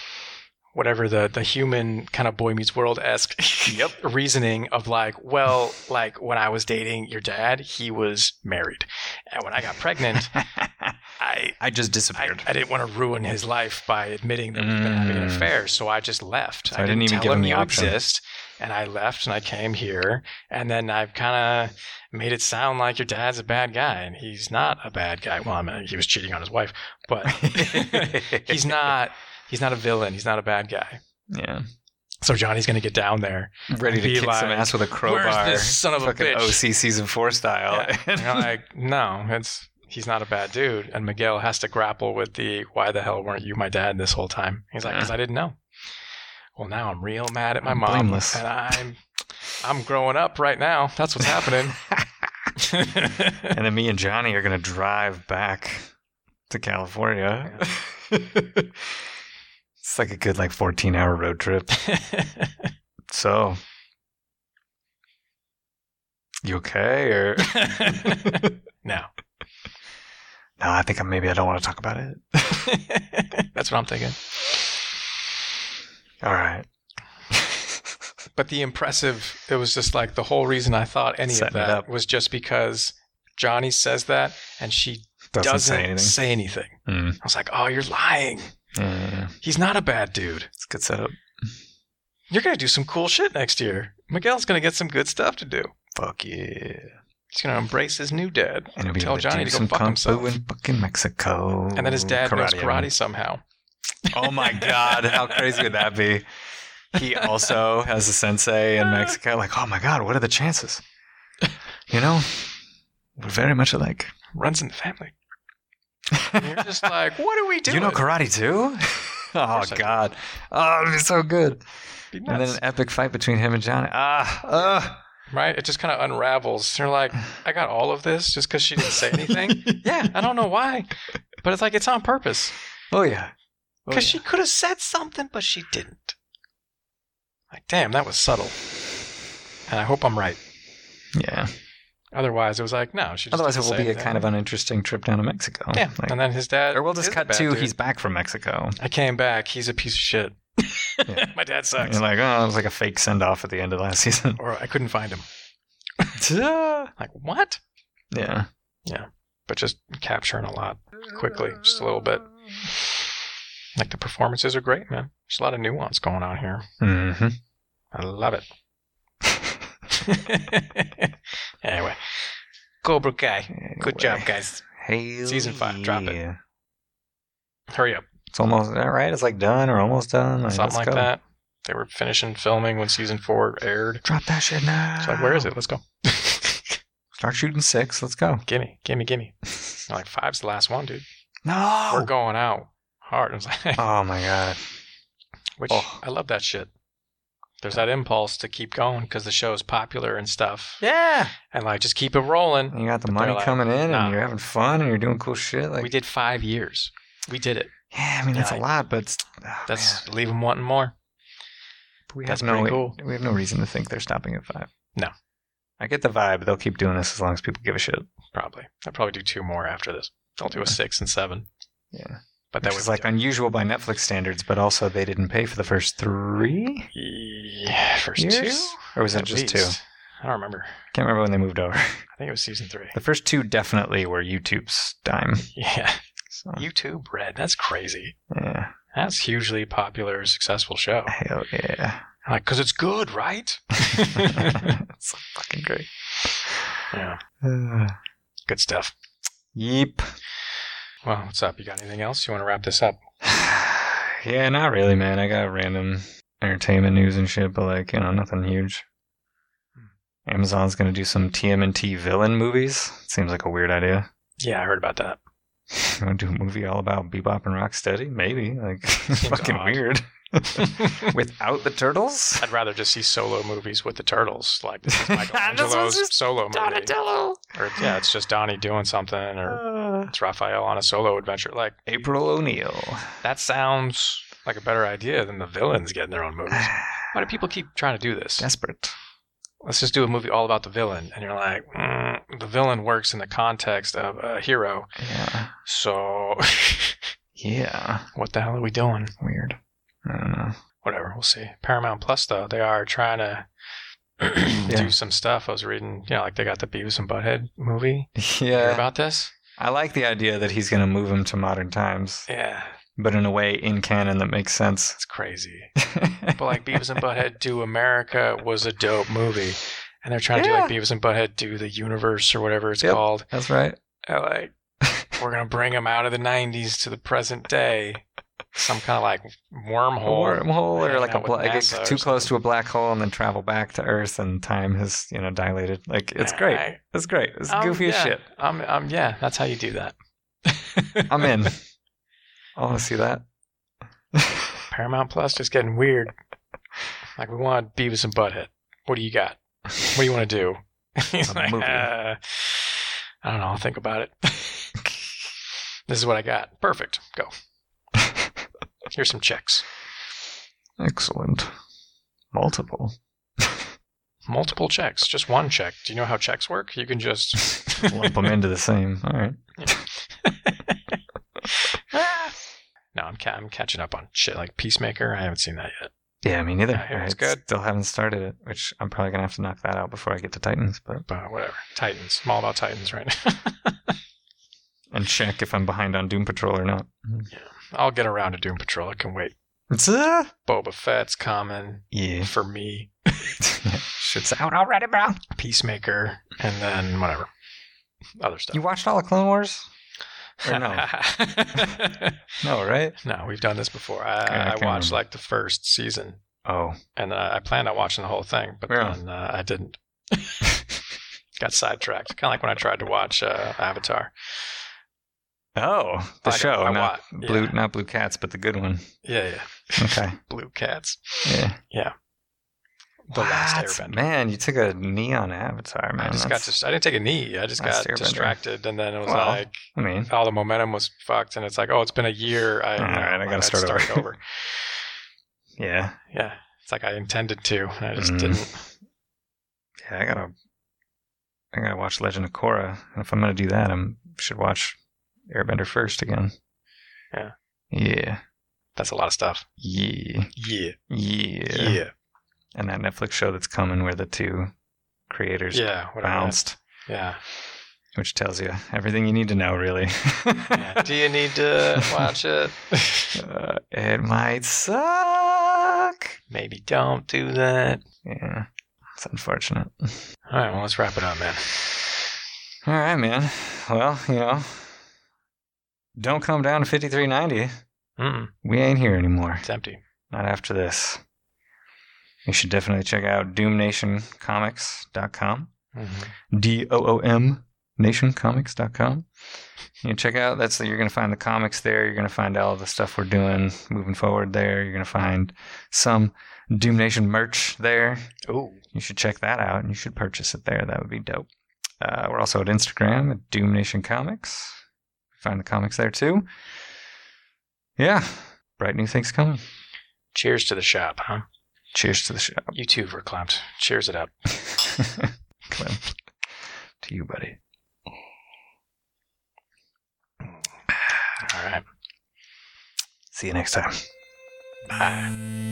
[SPEAKER 2] whatever the the human kind of boy meets world esque
[SPEAKER 1] Yep.
[SPEAKER 2] reasoning of like, well, like when I was dating your dad, he was married, and when I got pregnant, I
[SPEAKER 1] I just
[SPEAKER 2] I,
[SPEAKER 1] disappeared.
[SPEAKER 2] I didn't want to ruin his life by admitting that we've been having an
[SPEAKER 1] Mm.
[SPEAKER 2] affair, so I just left.
[SPEAKER 1] So I didn't even
[SPEAKER 2] tell
[SPEAKER 1] give him the
[SPEAKER 2] you
[SPEAKER 1] option.
[SPEAKER 2] Exist, and I left, and I came here, and then I've kind of made it sound like your dad's a bad guy, and he's not a bad guy. Well, I mean, he was cheating on his wife, but he's not. He's not a villain. He's not a bad guy.
[SPEAKER 1] yeah.
[SPEAKER 2] So Johnny's gonna get down there.
[SPEAKER 1] Ready to
[SPEAKER 2] Be
[SPEAKER 1] kick some
[SPEAKER 2] like,
[SPEAKER 1] ass with a crowbar.
[SPEAKER 2] Where's this son of a
[SPEAKER 1] fucking
[SPEAKER 2] bitch?
[SPEAKER 1] OC season four style.
[SPEAKER 2] Yeah. And you're like, no, it's he's not a bad dude. And Miguel has to grapple with the why the hell weren't you my dad this whole time? He's like, because I didn't know. Well, now I'm real mad at my
[SPEAKER 1] I'm
[SPEAKER 2] mom,
[SPEAKER 1] blameless.
[SPEAKER 2] and I'm I'm growing up right now. That's what's happening.
[SPEAKER 1] and then me and Johnny are gonna drive back to California. it's like a good like fourteen hour road trip. So you okay or
[SPEAKER 2] no,
[SPEAKER 1] no, I think I, maybe I don't want to talk about it.
[SPEAKER 2] that's what I'm thinking.
[SPEAKER 1] All right.
[SPEAKER 2] But the impressive, it was just like the whole reason I thought any
[SPEAKER 1] Setting it
[SPEAKER 2] of
[SPEAKER 1] up.
[SPEAKER 2] that was just because Johnny says that and she
[SPEAKER 1] Doesn't,
[SPEAKER 2] doesn't,
[SPEAKER 1] say anything.
[SPEAKER 2] say anything.
[SPEAKER 1] Mm.
[SPEAKER 2] I was like, oh, you're lying.
[SPEAKER 1] Yeah, yeah, yeah.
[SPEAKER 2] He's not a bad dude.
[SPEAKER 1] It's a good setup.
[SPEAKER 2] You're going to do some cool shit next year. Miguel's going to get some good stuff to do.
[SPEAKER 1] Fuck yeah.
[SPEAKER 2] He's going to embrace his new dad.
[SPEAKER 1] And he'll be
[SPEAKER 2] Tell
[SPEAKER 1] able to
[SPEAKER 2] Johnny
[SPEAKER 1] do
[SPEAKER 2] to go
[SPEAKER 1] some
[SPEAKER 2] fuck
[SPEAKER 1] kung fu
[SPEAKER 2] himself.
[SPEAKER 1] in fucking Mexico.
[SPEAKER 2] And then his dad knows
[SPEAKER 1] in
[SPEAKER 2] karate somehow.
[SPEAKER 1] Oh my god, how crazy would that be? He also has a sensei
[SPEAKER 2] Ah.
[SPEAKER 1] in Mexico. Like, oh my god, what are the chances? You know, we're very much alike.
[SPEAKER 2] Runs in the family. And you're just like, what are we
[SPEAKER 1] Do
[SPEAKER 2] doing?
[SPEAKER 1] you know karate too? oh
[SPEAKER 2] course I do.
[SPEAKER 1] god, oh, it'd be so good.
[SPEAKER 2] Be
[SPEAKER 1] And then
[SPEAKER 2] nuts,
[SPEAKER 1] an epic fight between him and Johnny. Ah, ah.
[SPEAKER 2] right? It just kind of unravels. You're like, I got all of this just because she didn't say anything. yeah, I don't know why. But it's like, it's on purpose.
[SPEAKER 1] oh yeah. Oh,
[SPEAKER 2] Because
[SPEAKER 1] yeah.
[SPEAKER 2] she could have said something, but she didn't. Like, damn, that was subtle. And I hope I'm right.
[SPEAKER 1] yeah.
[SPEAKER 2] Otherwise, it was like, no, she just
[SPEAKER 1] Otherwise, it
[SPEAKER 2] didn't
[SPEAKER 1] will
[SPEAKER 2] say
[SPEAKER 1] be a
[SPEAKER 2] anything.
[SPEAKER 1] kind of uninteresting trip down to Mexico.
[SPEAKER 2] Yeah,
[SPEAKER 1] Like,
[SPEAKER 2] and then his dad.
[SPEAKER 1] or we'll just
[SPEAKER 2] is a
[SPEAKER 1] cut
[SPEAKER 2] bad
[SPEAKER 1] to
[SPEAKER 2] dude.
[SPEAKER 1] he's back from Mexico.
[SPEAKER 2] I came back. He's a piece of shit.
[SPEAKER 1] Yeah.
[SPEAKER 2] My dad
[SPEAKER 1] And
[SPEAKER 2] sucks.
[SPEAKER 1] you're like, oh, it was like a fake send off at the end of last season.
[SPEAKER 2] or I couldn't find him. Like what?
[SPEAKER 1] yeah.
[SPEAKER 2] But just capturing a lot quickly, just a little bit. Like the performances are great, man. There's a lot of nuance going on here.
[SPEAKER 1] Mm-hmm.
[SPEAKER 2] I love it. anyway, Cobra Kai. Good job, guys.
[SPEAKER 1] Hey,
[SPEAKER 2] Season five, drop it. Hurry up.
[SPEAKER 1] It's almost all right. It's like done or almost done. Like,
[SPEAKER 2] Something
[SPEAKER 1] let's
[SPEAKER 2] like
[SPEAKER 1] go.
[SPEAKER 2] that. They were finishing filming when season four aired.
[SPEAKER 1] Drop that shit now.
[SPEAKER 2] It's like, where is it? Let's go.
[SPEAKER 1] Start shooting six. Let's go.
[SPEAKER 2] gimme, gimme, gimme. I'm like five's the last one, dude.
[SPEAKER 1] No.
[SPEAKER 2] We're going out hard. I was like,
[SPEAKER 1] oh my god.
[SPEAKER 2] which
[SPEAKER 1] Oh.
[SPEAKER 2] I love that shit. There's that impulse to keep going because the show's popular and stuff,
[SPEAKER 1] Yeah.
[SPEAKER 2] and like just keep it rolling.
[SPEAKER 1] You got the
[SPEAKER 2] But
[SPEAKER 1] money
[SPEAKER 2] they're like,
[SPEAKER 1] coming in,
[SPEAKER 2] nah.
[SPEAKER 1] and you're having fun, and you're doing cool shit. Like,
[SPEAKER 2] we did five years. We did it.
[SPEAKER 1] yeah, I mean that's
[SPEAKER 2] Yeah,
[SPEAKER 1] a lot, but it's, oh, man.
[SPEAKER 2] That's leave them wanting more.
[SPEAKER 1] we
[SPEAKER 2] that's
[SPEAKER 1] have no
[SPEAKER 2] pretty cool.
[SPEAKER 1] we have no reason to think they're stopping at five.
[SPEAKER 2] No.
[SPEAKER 1] I get the vibe they'll keep doing this as long as people give a shit.
[SPEAKER 2] Probably. I'll probably do two more after this. I'll do
[SPEAKER 1] Yeah.
[SPEAKER 2] a six and seven.
[SPEAKER 1] Yeah.
[SPEAKER 2] But
[SPEAKER 1] That
[SPEAKER 2] that
[SPEAKER 1] was
[SPEAKER 2] was
[SPEAKER 1] like unusual by Netflix standards, but also they didn't pay for the first three
[SPEAKER 2] yeah, first
[SPEAKER 1] years,
[SPEAKER 2] two.
[SPEAKER 1] or was it
[SPEAKER 2] At
[SPEAKER 1] just two?
[SPEAKER 2] least. I don't remember.
[SPEAKER 1] Can't remember when they moved over.
[SPEAKER 2] I think it was season three.
[SPEAKER 1] The first two definitely were YouTube's dime.
[SPEAKER 2] Yeah.
[SPEAKER 1] So,
[SPEAKER 2] YouTube Red. That's crazy.
[SPEAKER 1] yeah,
[SPEAKER 2] That's hugely popular, successful show.
[SPEAKER 1] hell yeah.
[SPEAKER 2] Like, because it's good, right?
[SPEAKER 1] it's so fucking great.
[SPEAKER 2] Yeah.
[SPEAKER 1] Uh,
[SPEAKER 2] Good stuff.
[SPEAKER 1] Yeep.
[SPEAKER 2] Well, what's up? You got anything else? You want to wrap this up?
[SPEAKER 1] yeah, not really, man. I got random entertainment news and shit, but like, you know, nothing huge. Amazon's gonna do some TMNT villain movies. Seems like a weird idea.
[SPEAKER 2] Yeah, I heard about that.
[SPEAKER 1] You want to do a movie all about Bebop and Rocksteady? Maybe. Like, fucking
[SPEAKER 2] odd.
[SPEAKER 1] weird. Without the turtles?
[SPEAKER 2] I'd rather just see solo movies with the turtles, like this is
[SPEAKER 1] That's what's
[SPEAKER 2] Michelangelo's
[SPEAKER 1] just
[SPEAKER 2] solo movie,
[SPEAKER 1] Donatello!
[SPEAKER 2] or yeah, it's just Donnie doing something, or
[SPEAKER 1] Uh,
[SPEAKER 2] it's Raphael on a solo adventure. Like
[SPEAKER 1] April O'Neil.
[SPEAKER 2] that sounds like a better idea than the villains getting their own movies. Why do people keep trying to do this?
[SPEAKER 1] Desperate.
[SPEAKER 2] Let's just do a movie all about the villain, and you're like, mm, the villain works in the context of a hero,
[SPEAKER 1] Yeah.
[SPEAKER 2] so
[SPEAKER 1] Yeah.
[SPEAKER 2] what the hell are we doing?
[SPEAKER 1] Weird. I don't know.
[SPEAKER 2] whatever. We'll see. Paramount Plus though, they are trying to do some stuff. I was reading, you know, like they got the Beavis and Butthead movie. Hear
[SPEAKER 1] Yeah.
[SPEAKER 2] about this?
[SPEAKER 1] I like the idea that he's going to move him to modern times,
[SPEAKER 2] Yeah,
[SPEAKER 1] but in a way in canon that makes sense.
[SPEAKER 2] it's crazy. But like Beavis and Butthead Do America was a dope movie, and they're trying
[SPEAKER 1] Yeah.
[SPEAKER 2] to do like Beavis and Butthead Do the Universe or whatever it's
[SPEAKER 1] Yep.
[SPEAKER 2] called.
[SPEAKER 1] That's right.
[SPEAKER 2] And like we're gonna bring them out of the '90s to the present day. Some kind of like
[SPEAKER 1] A
[SPEAKER 2] wormhole.
[SPEAKER 1] wormhole
[SPEAKER 2] hanging
[SPEAKER 1] or like a
[SPEAKER 2] out with
[SPEAKER 1] bla- it gets
[SPEAKER 2] NASA or
[SPEAKER 1] too close to a black hole and then travel back to Earth and time has, you know, dilated. Like it's great.
[SPEAKER 2] Alright.
[SPEAKER 1] It's great. It's
[SPEAKER 2] Um,
[SPEAKER 1] goofy as
[SPEAKER 2] yeah.
[SPEAKER 1] shit.
[SPEAKER 2] Um, um, yeah, that's how you do that.
[SPEAKER 1] I'm in. Oh, I want to see that.
[SPEAKER 2] Paramount Plus just getting weird. Like we want Beavis and Butthead. What do you got? What do you want to do? He's
[SPEAKER 1] A
[SPEAKER 2] like,
[SPEAKER 1] movie.
[SPEAKER 2] "Uh, I don't know. I'll think about it. this is what I got. Perfect. Go. Here's some checks.
[SPEAKER 1] Excellent. Multiple.
[SPEAKER 2] Multiple checks. Just one check. Do you know how checks work? You can just.
[SPEAKER 1] Lump them into the same. All right.
[SPEAKER 2] no, I'm, ca- I'm catching up on shit like Peacemaker. I haven't seen that yet.
[SPEAKER 1] Yeah, me neither.
[SPEAKER 2] Yeah, it's
[SPEAKER 1] I
[SPEAKER 2] good.
[SPEAKER 1] still haven't started it, which I'm probably gonna have to knock that out before I get to Titans, but
[SPEAKER 2] But whatever. Titans. I'm all about Titans right now.
[SPEAKER 1] and check if I'm behind on Doom Patrol or not.
[SPEAKER 2] I'll get around to Doom Patrol. I can wait.
[SPEAKER 1] It's uh,
[SPEAKER 2] Boba Fett's coming
[SPEAKER 1] yeah.
[SPEAKER 2] for me.
[SPEAKER 1] Shit's out already, bro.
[SPEAKER 2] Peacemaker, and then whatever other stuff.
[SPEAKER 1] You watched all the Clone Wars? or no?
[SPEAKER 2] no.
[SPEAKER 1] No, right?
[SPEAKER 2] we've done this before. I,
[SPEAKER 1] Okay, I
[SPEAKER 2] I watched
[SPEAKER 1] can't remember.
[SPEAKER 2] like the first season,
[SPEAKER 1] Oh,
[SPEAKER 2] and uh, I planned on watching the whole thing, but
[SPEAKER 1] Yeah.
[SPEAKER 2] then uh, I didn't. Got sidetracked, kind of like when I tried to watch uh, Avatar.
[SPEAKER 1] oh, the
[SPEAKER 2] Like,
[SPEAKER 1] show,
[SPEAKER 2] I
[SPEAKER 1] not
[SPEAKER 2] wa-
[SPEAKER 1] blue,
[SPEAKER 2] yeah.
[SPEAKER 1] not blue cats, but the good one.
[SPEAKER 2] Yeah, yeah.
[SPEAKER 1] Okay,
[SPEAKER 2] Blue Cats,
[SPEAKER 1] yeah.
[SPEAKER 2] The Last
[SPEAKER 1] What?
[SPEAKER 2] Airbender.
[SPEAKER 1] Man, you took a knee on Avatar, man.
[SPEAKER 2] I just got
[SPEAKER 1] That's-
[SPEAKER 2] just I didn't take a knee. I just
[SPEAKER 1] Last
[SPEAKER 2] got
[SPEAKER 1] Airbender.
[SPEAKER 2] distracted, and then it was
[SPEAKER 1] Well,
[SPEAKER 2] like
[SPEAKER 1] I mean,
[SPEAKER 2] all the momentum was fucked, and it's like, oh, it's been a year. I,
[SPEAKER 1] All right, I
[SPEAKER 2] never
[SPEAKER 1] gotta
[SPEAKER 2] mind,
[SPEAKER 1] start over.
[SPEAKER 2] over.
[SPEAKER 1] yeah,
[SPEAKER 2] Yeah. It's like I intended to, and I just
[SPEAKER 1] Mm.
[SPEAKER 2] didn't.
[SPEAKER 1] yeah. I gotta, I gotta watch Legend of Korra. And if I'm gonna do that, I should watch Airbender first again.
[SPEAKER 2] Yeah.
[SPEAKER 1] Yeah.
[SPEAKER 2] That's a lot of stuff.
[SPEAKER 1] Yeah.
[SPEAKER 2] Yeah.
[SPEAKER 1] Yeah.
[SPEAKER 2] Yeah. Yeah.
[SPEAKER 1] And that Netflix show that's coming where the two creators
[SPEAKER 2] whatever.
[SPEAKER 1] bounced,
[SPEAKER 2] Yeah.
[SPEAKER 1] which tells you everything you need to know, really.
[SPEAKER 2] yeah. Do you need to watch it?
[SPEAKER 1] Uh, it might suck.
[SPEAKER 2] Maybe don't do that.
[SPEAKER 1] Yeah, it's unfortunate. All
[SPEAKER 2] All right. Well, let's wrap it up, man.
[SPEAKER 1] right, man. Well, you know, don't come down to 5390.
[SPEAKER 2] Mm,
[SPEAKER 1] We ain't here anymore.
[SPEAKER 2] it's empty.
[SPEAKER 1] Not after this. You should definitely check out doomnationcomics.com.
[SPEAKER 2] Mhm.
[SPEAKER 1] D O O M nationcomics.com. You check out that's you're going to find the comics there. You're going to find all the stuff we're doing moving forward there. You're going to find some Doom Nation merch there.
[SPEAKER 2] Ooh.
[SPEAKER 1] you should check that out and you should purchase it there. That would be dope. Uh, we're also at Instagram at Doom Nation Comics. Find the comics there too. Yeah, bright new things coming.
[SPEAKER 2] Cheers to the shop, huh?
[SPEAKER 1] Cheers to the shop.
[SPEAKER 2] You too, Verklempt. Cheers it up.
[SPEAKER 1] Clem, to you, buddy.
[SPEAKER 2] All right.
[SPEAKER 1] See you next time.
[SPEAKER 2] Bye.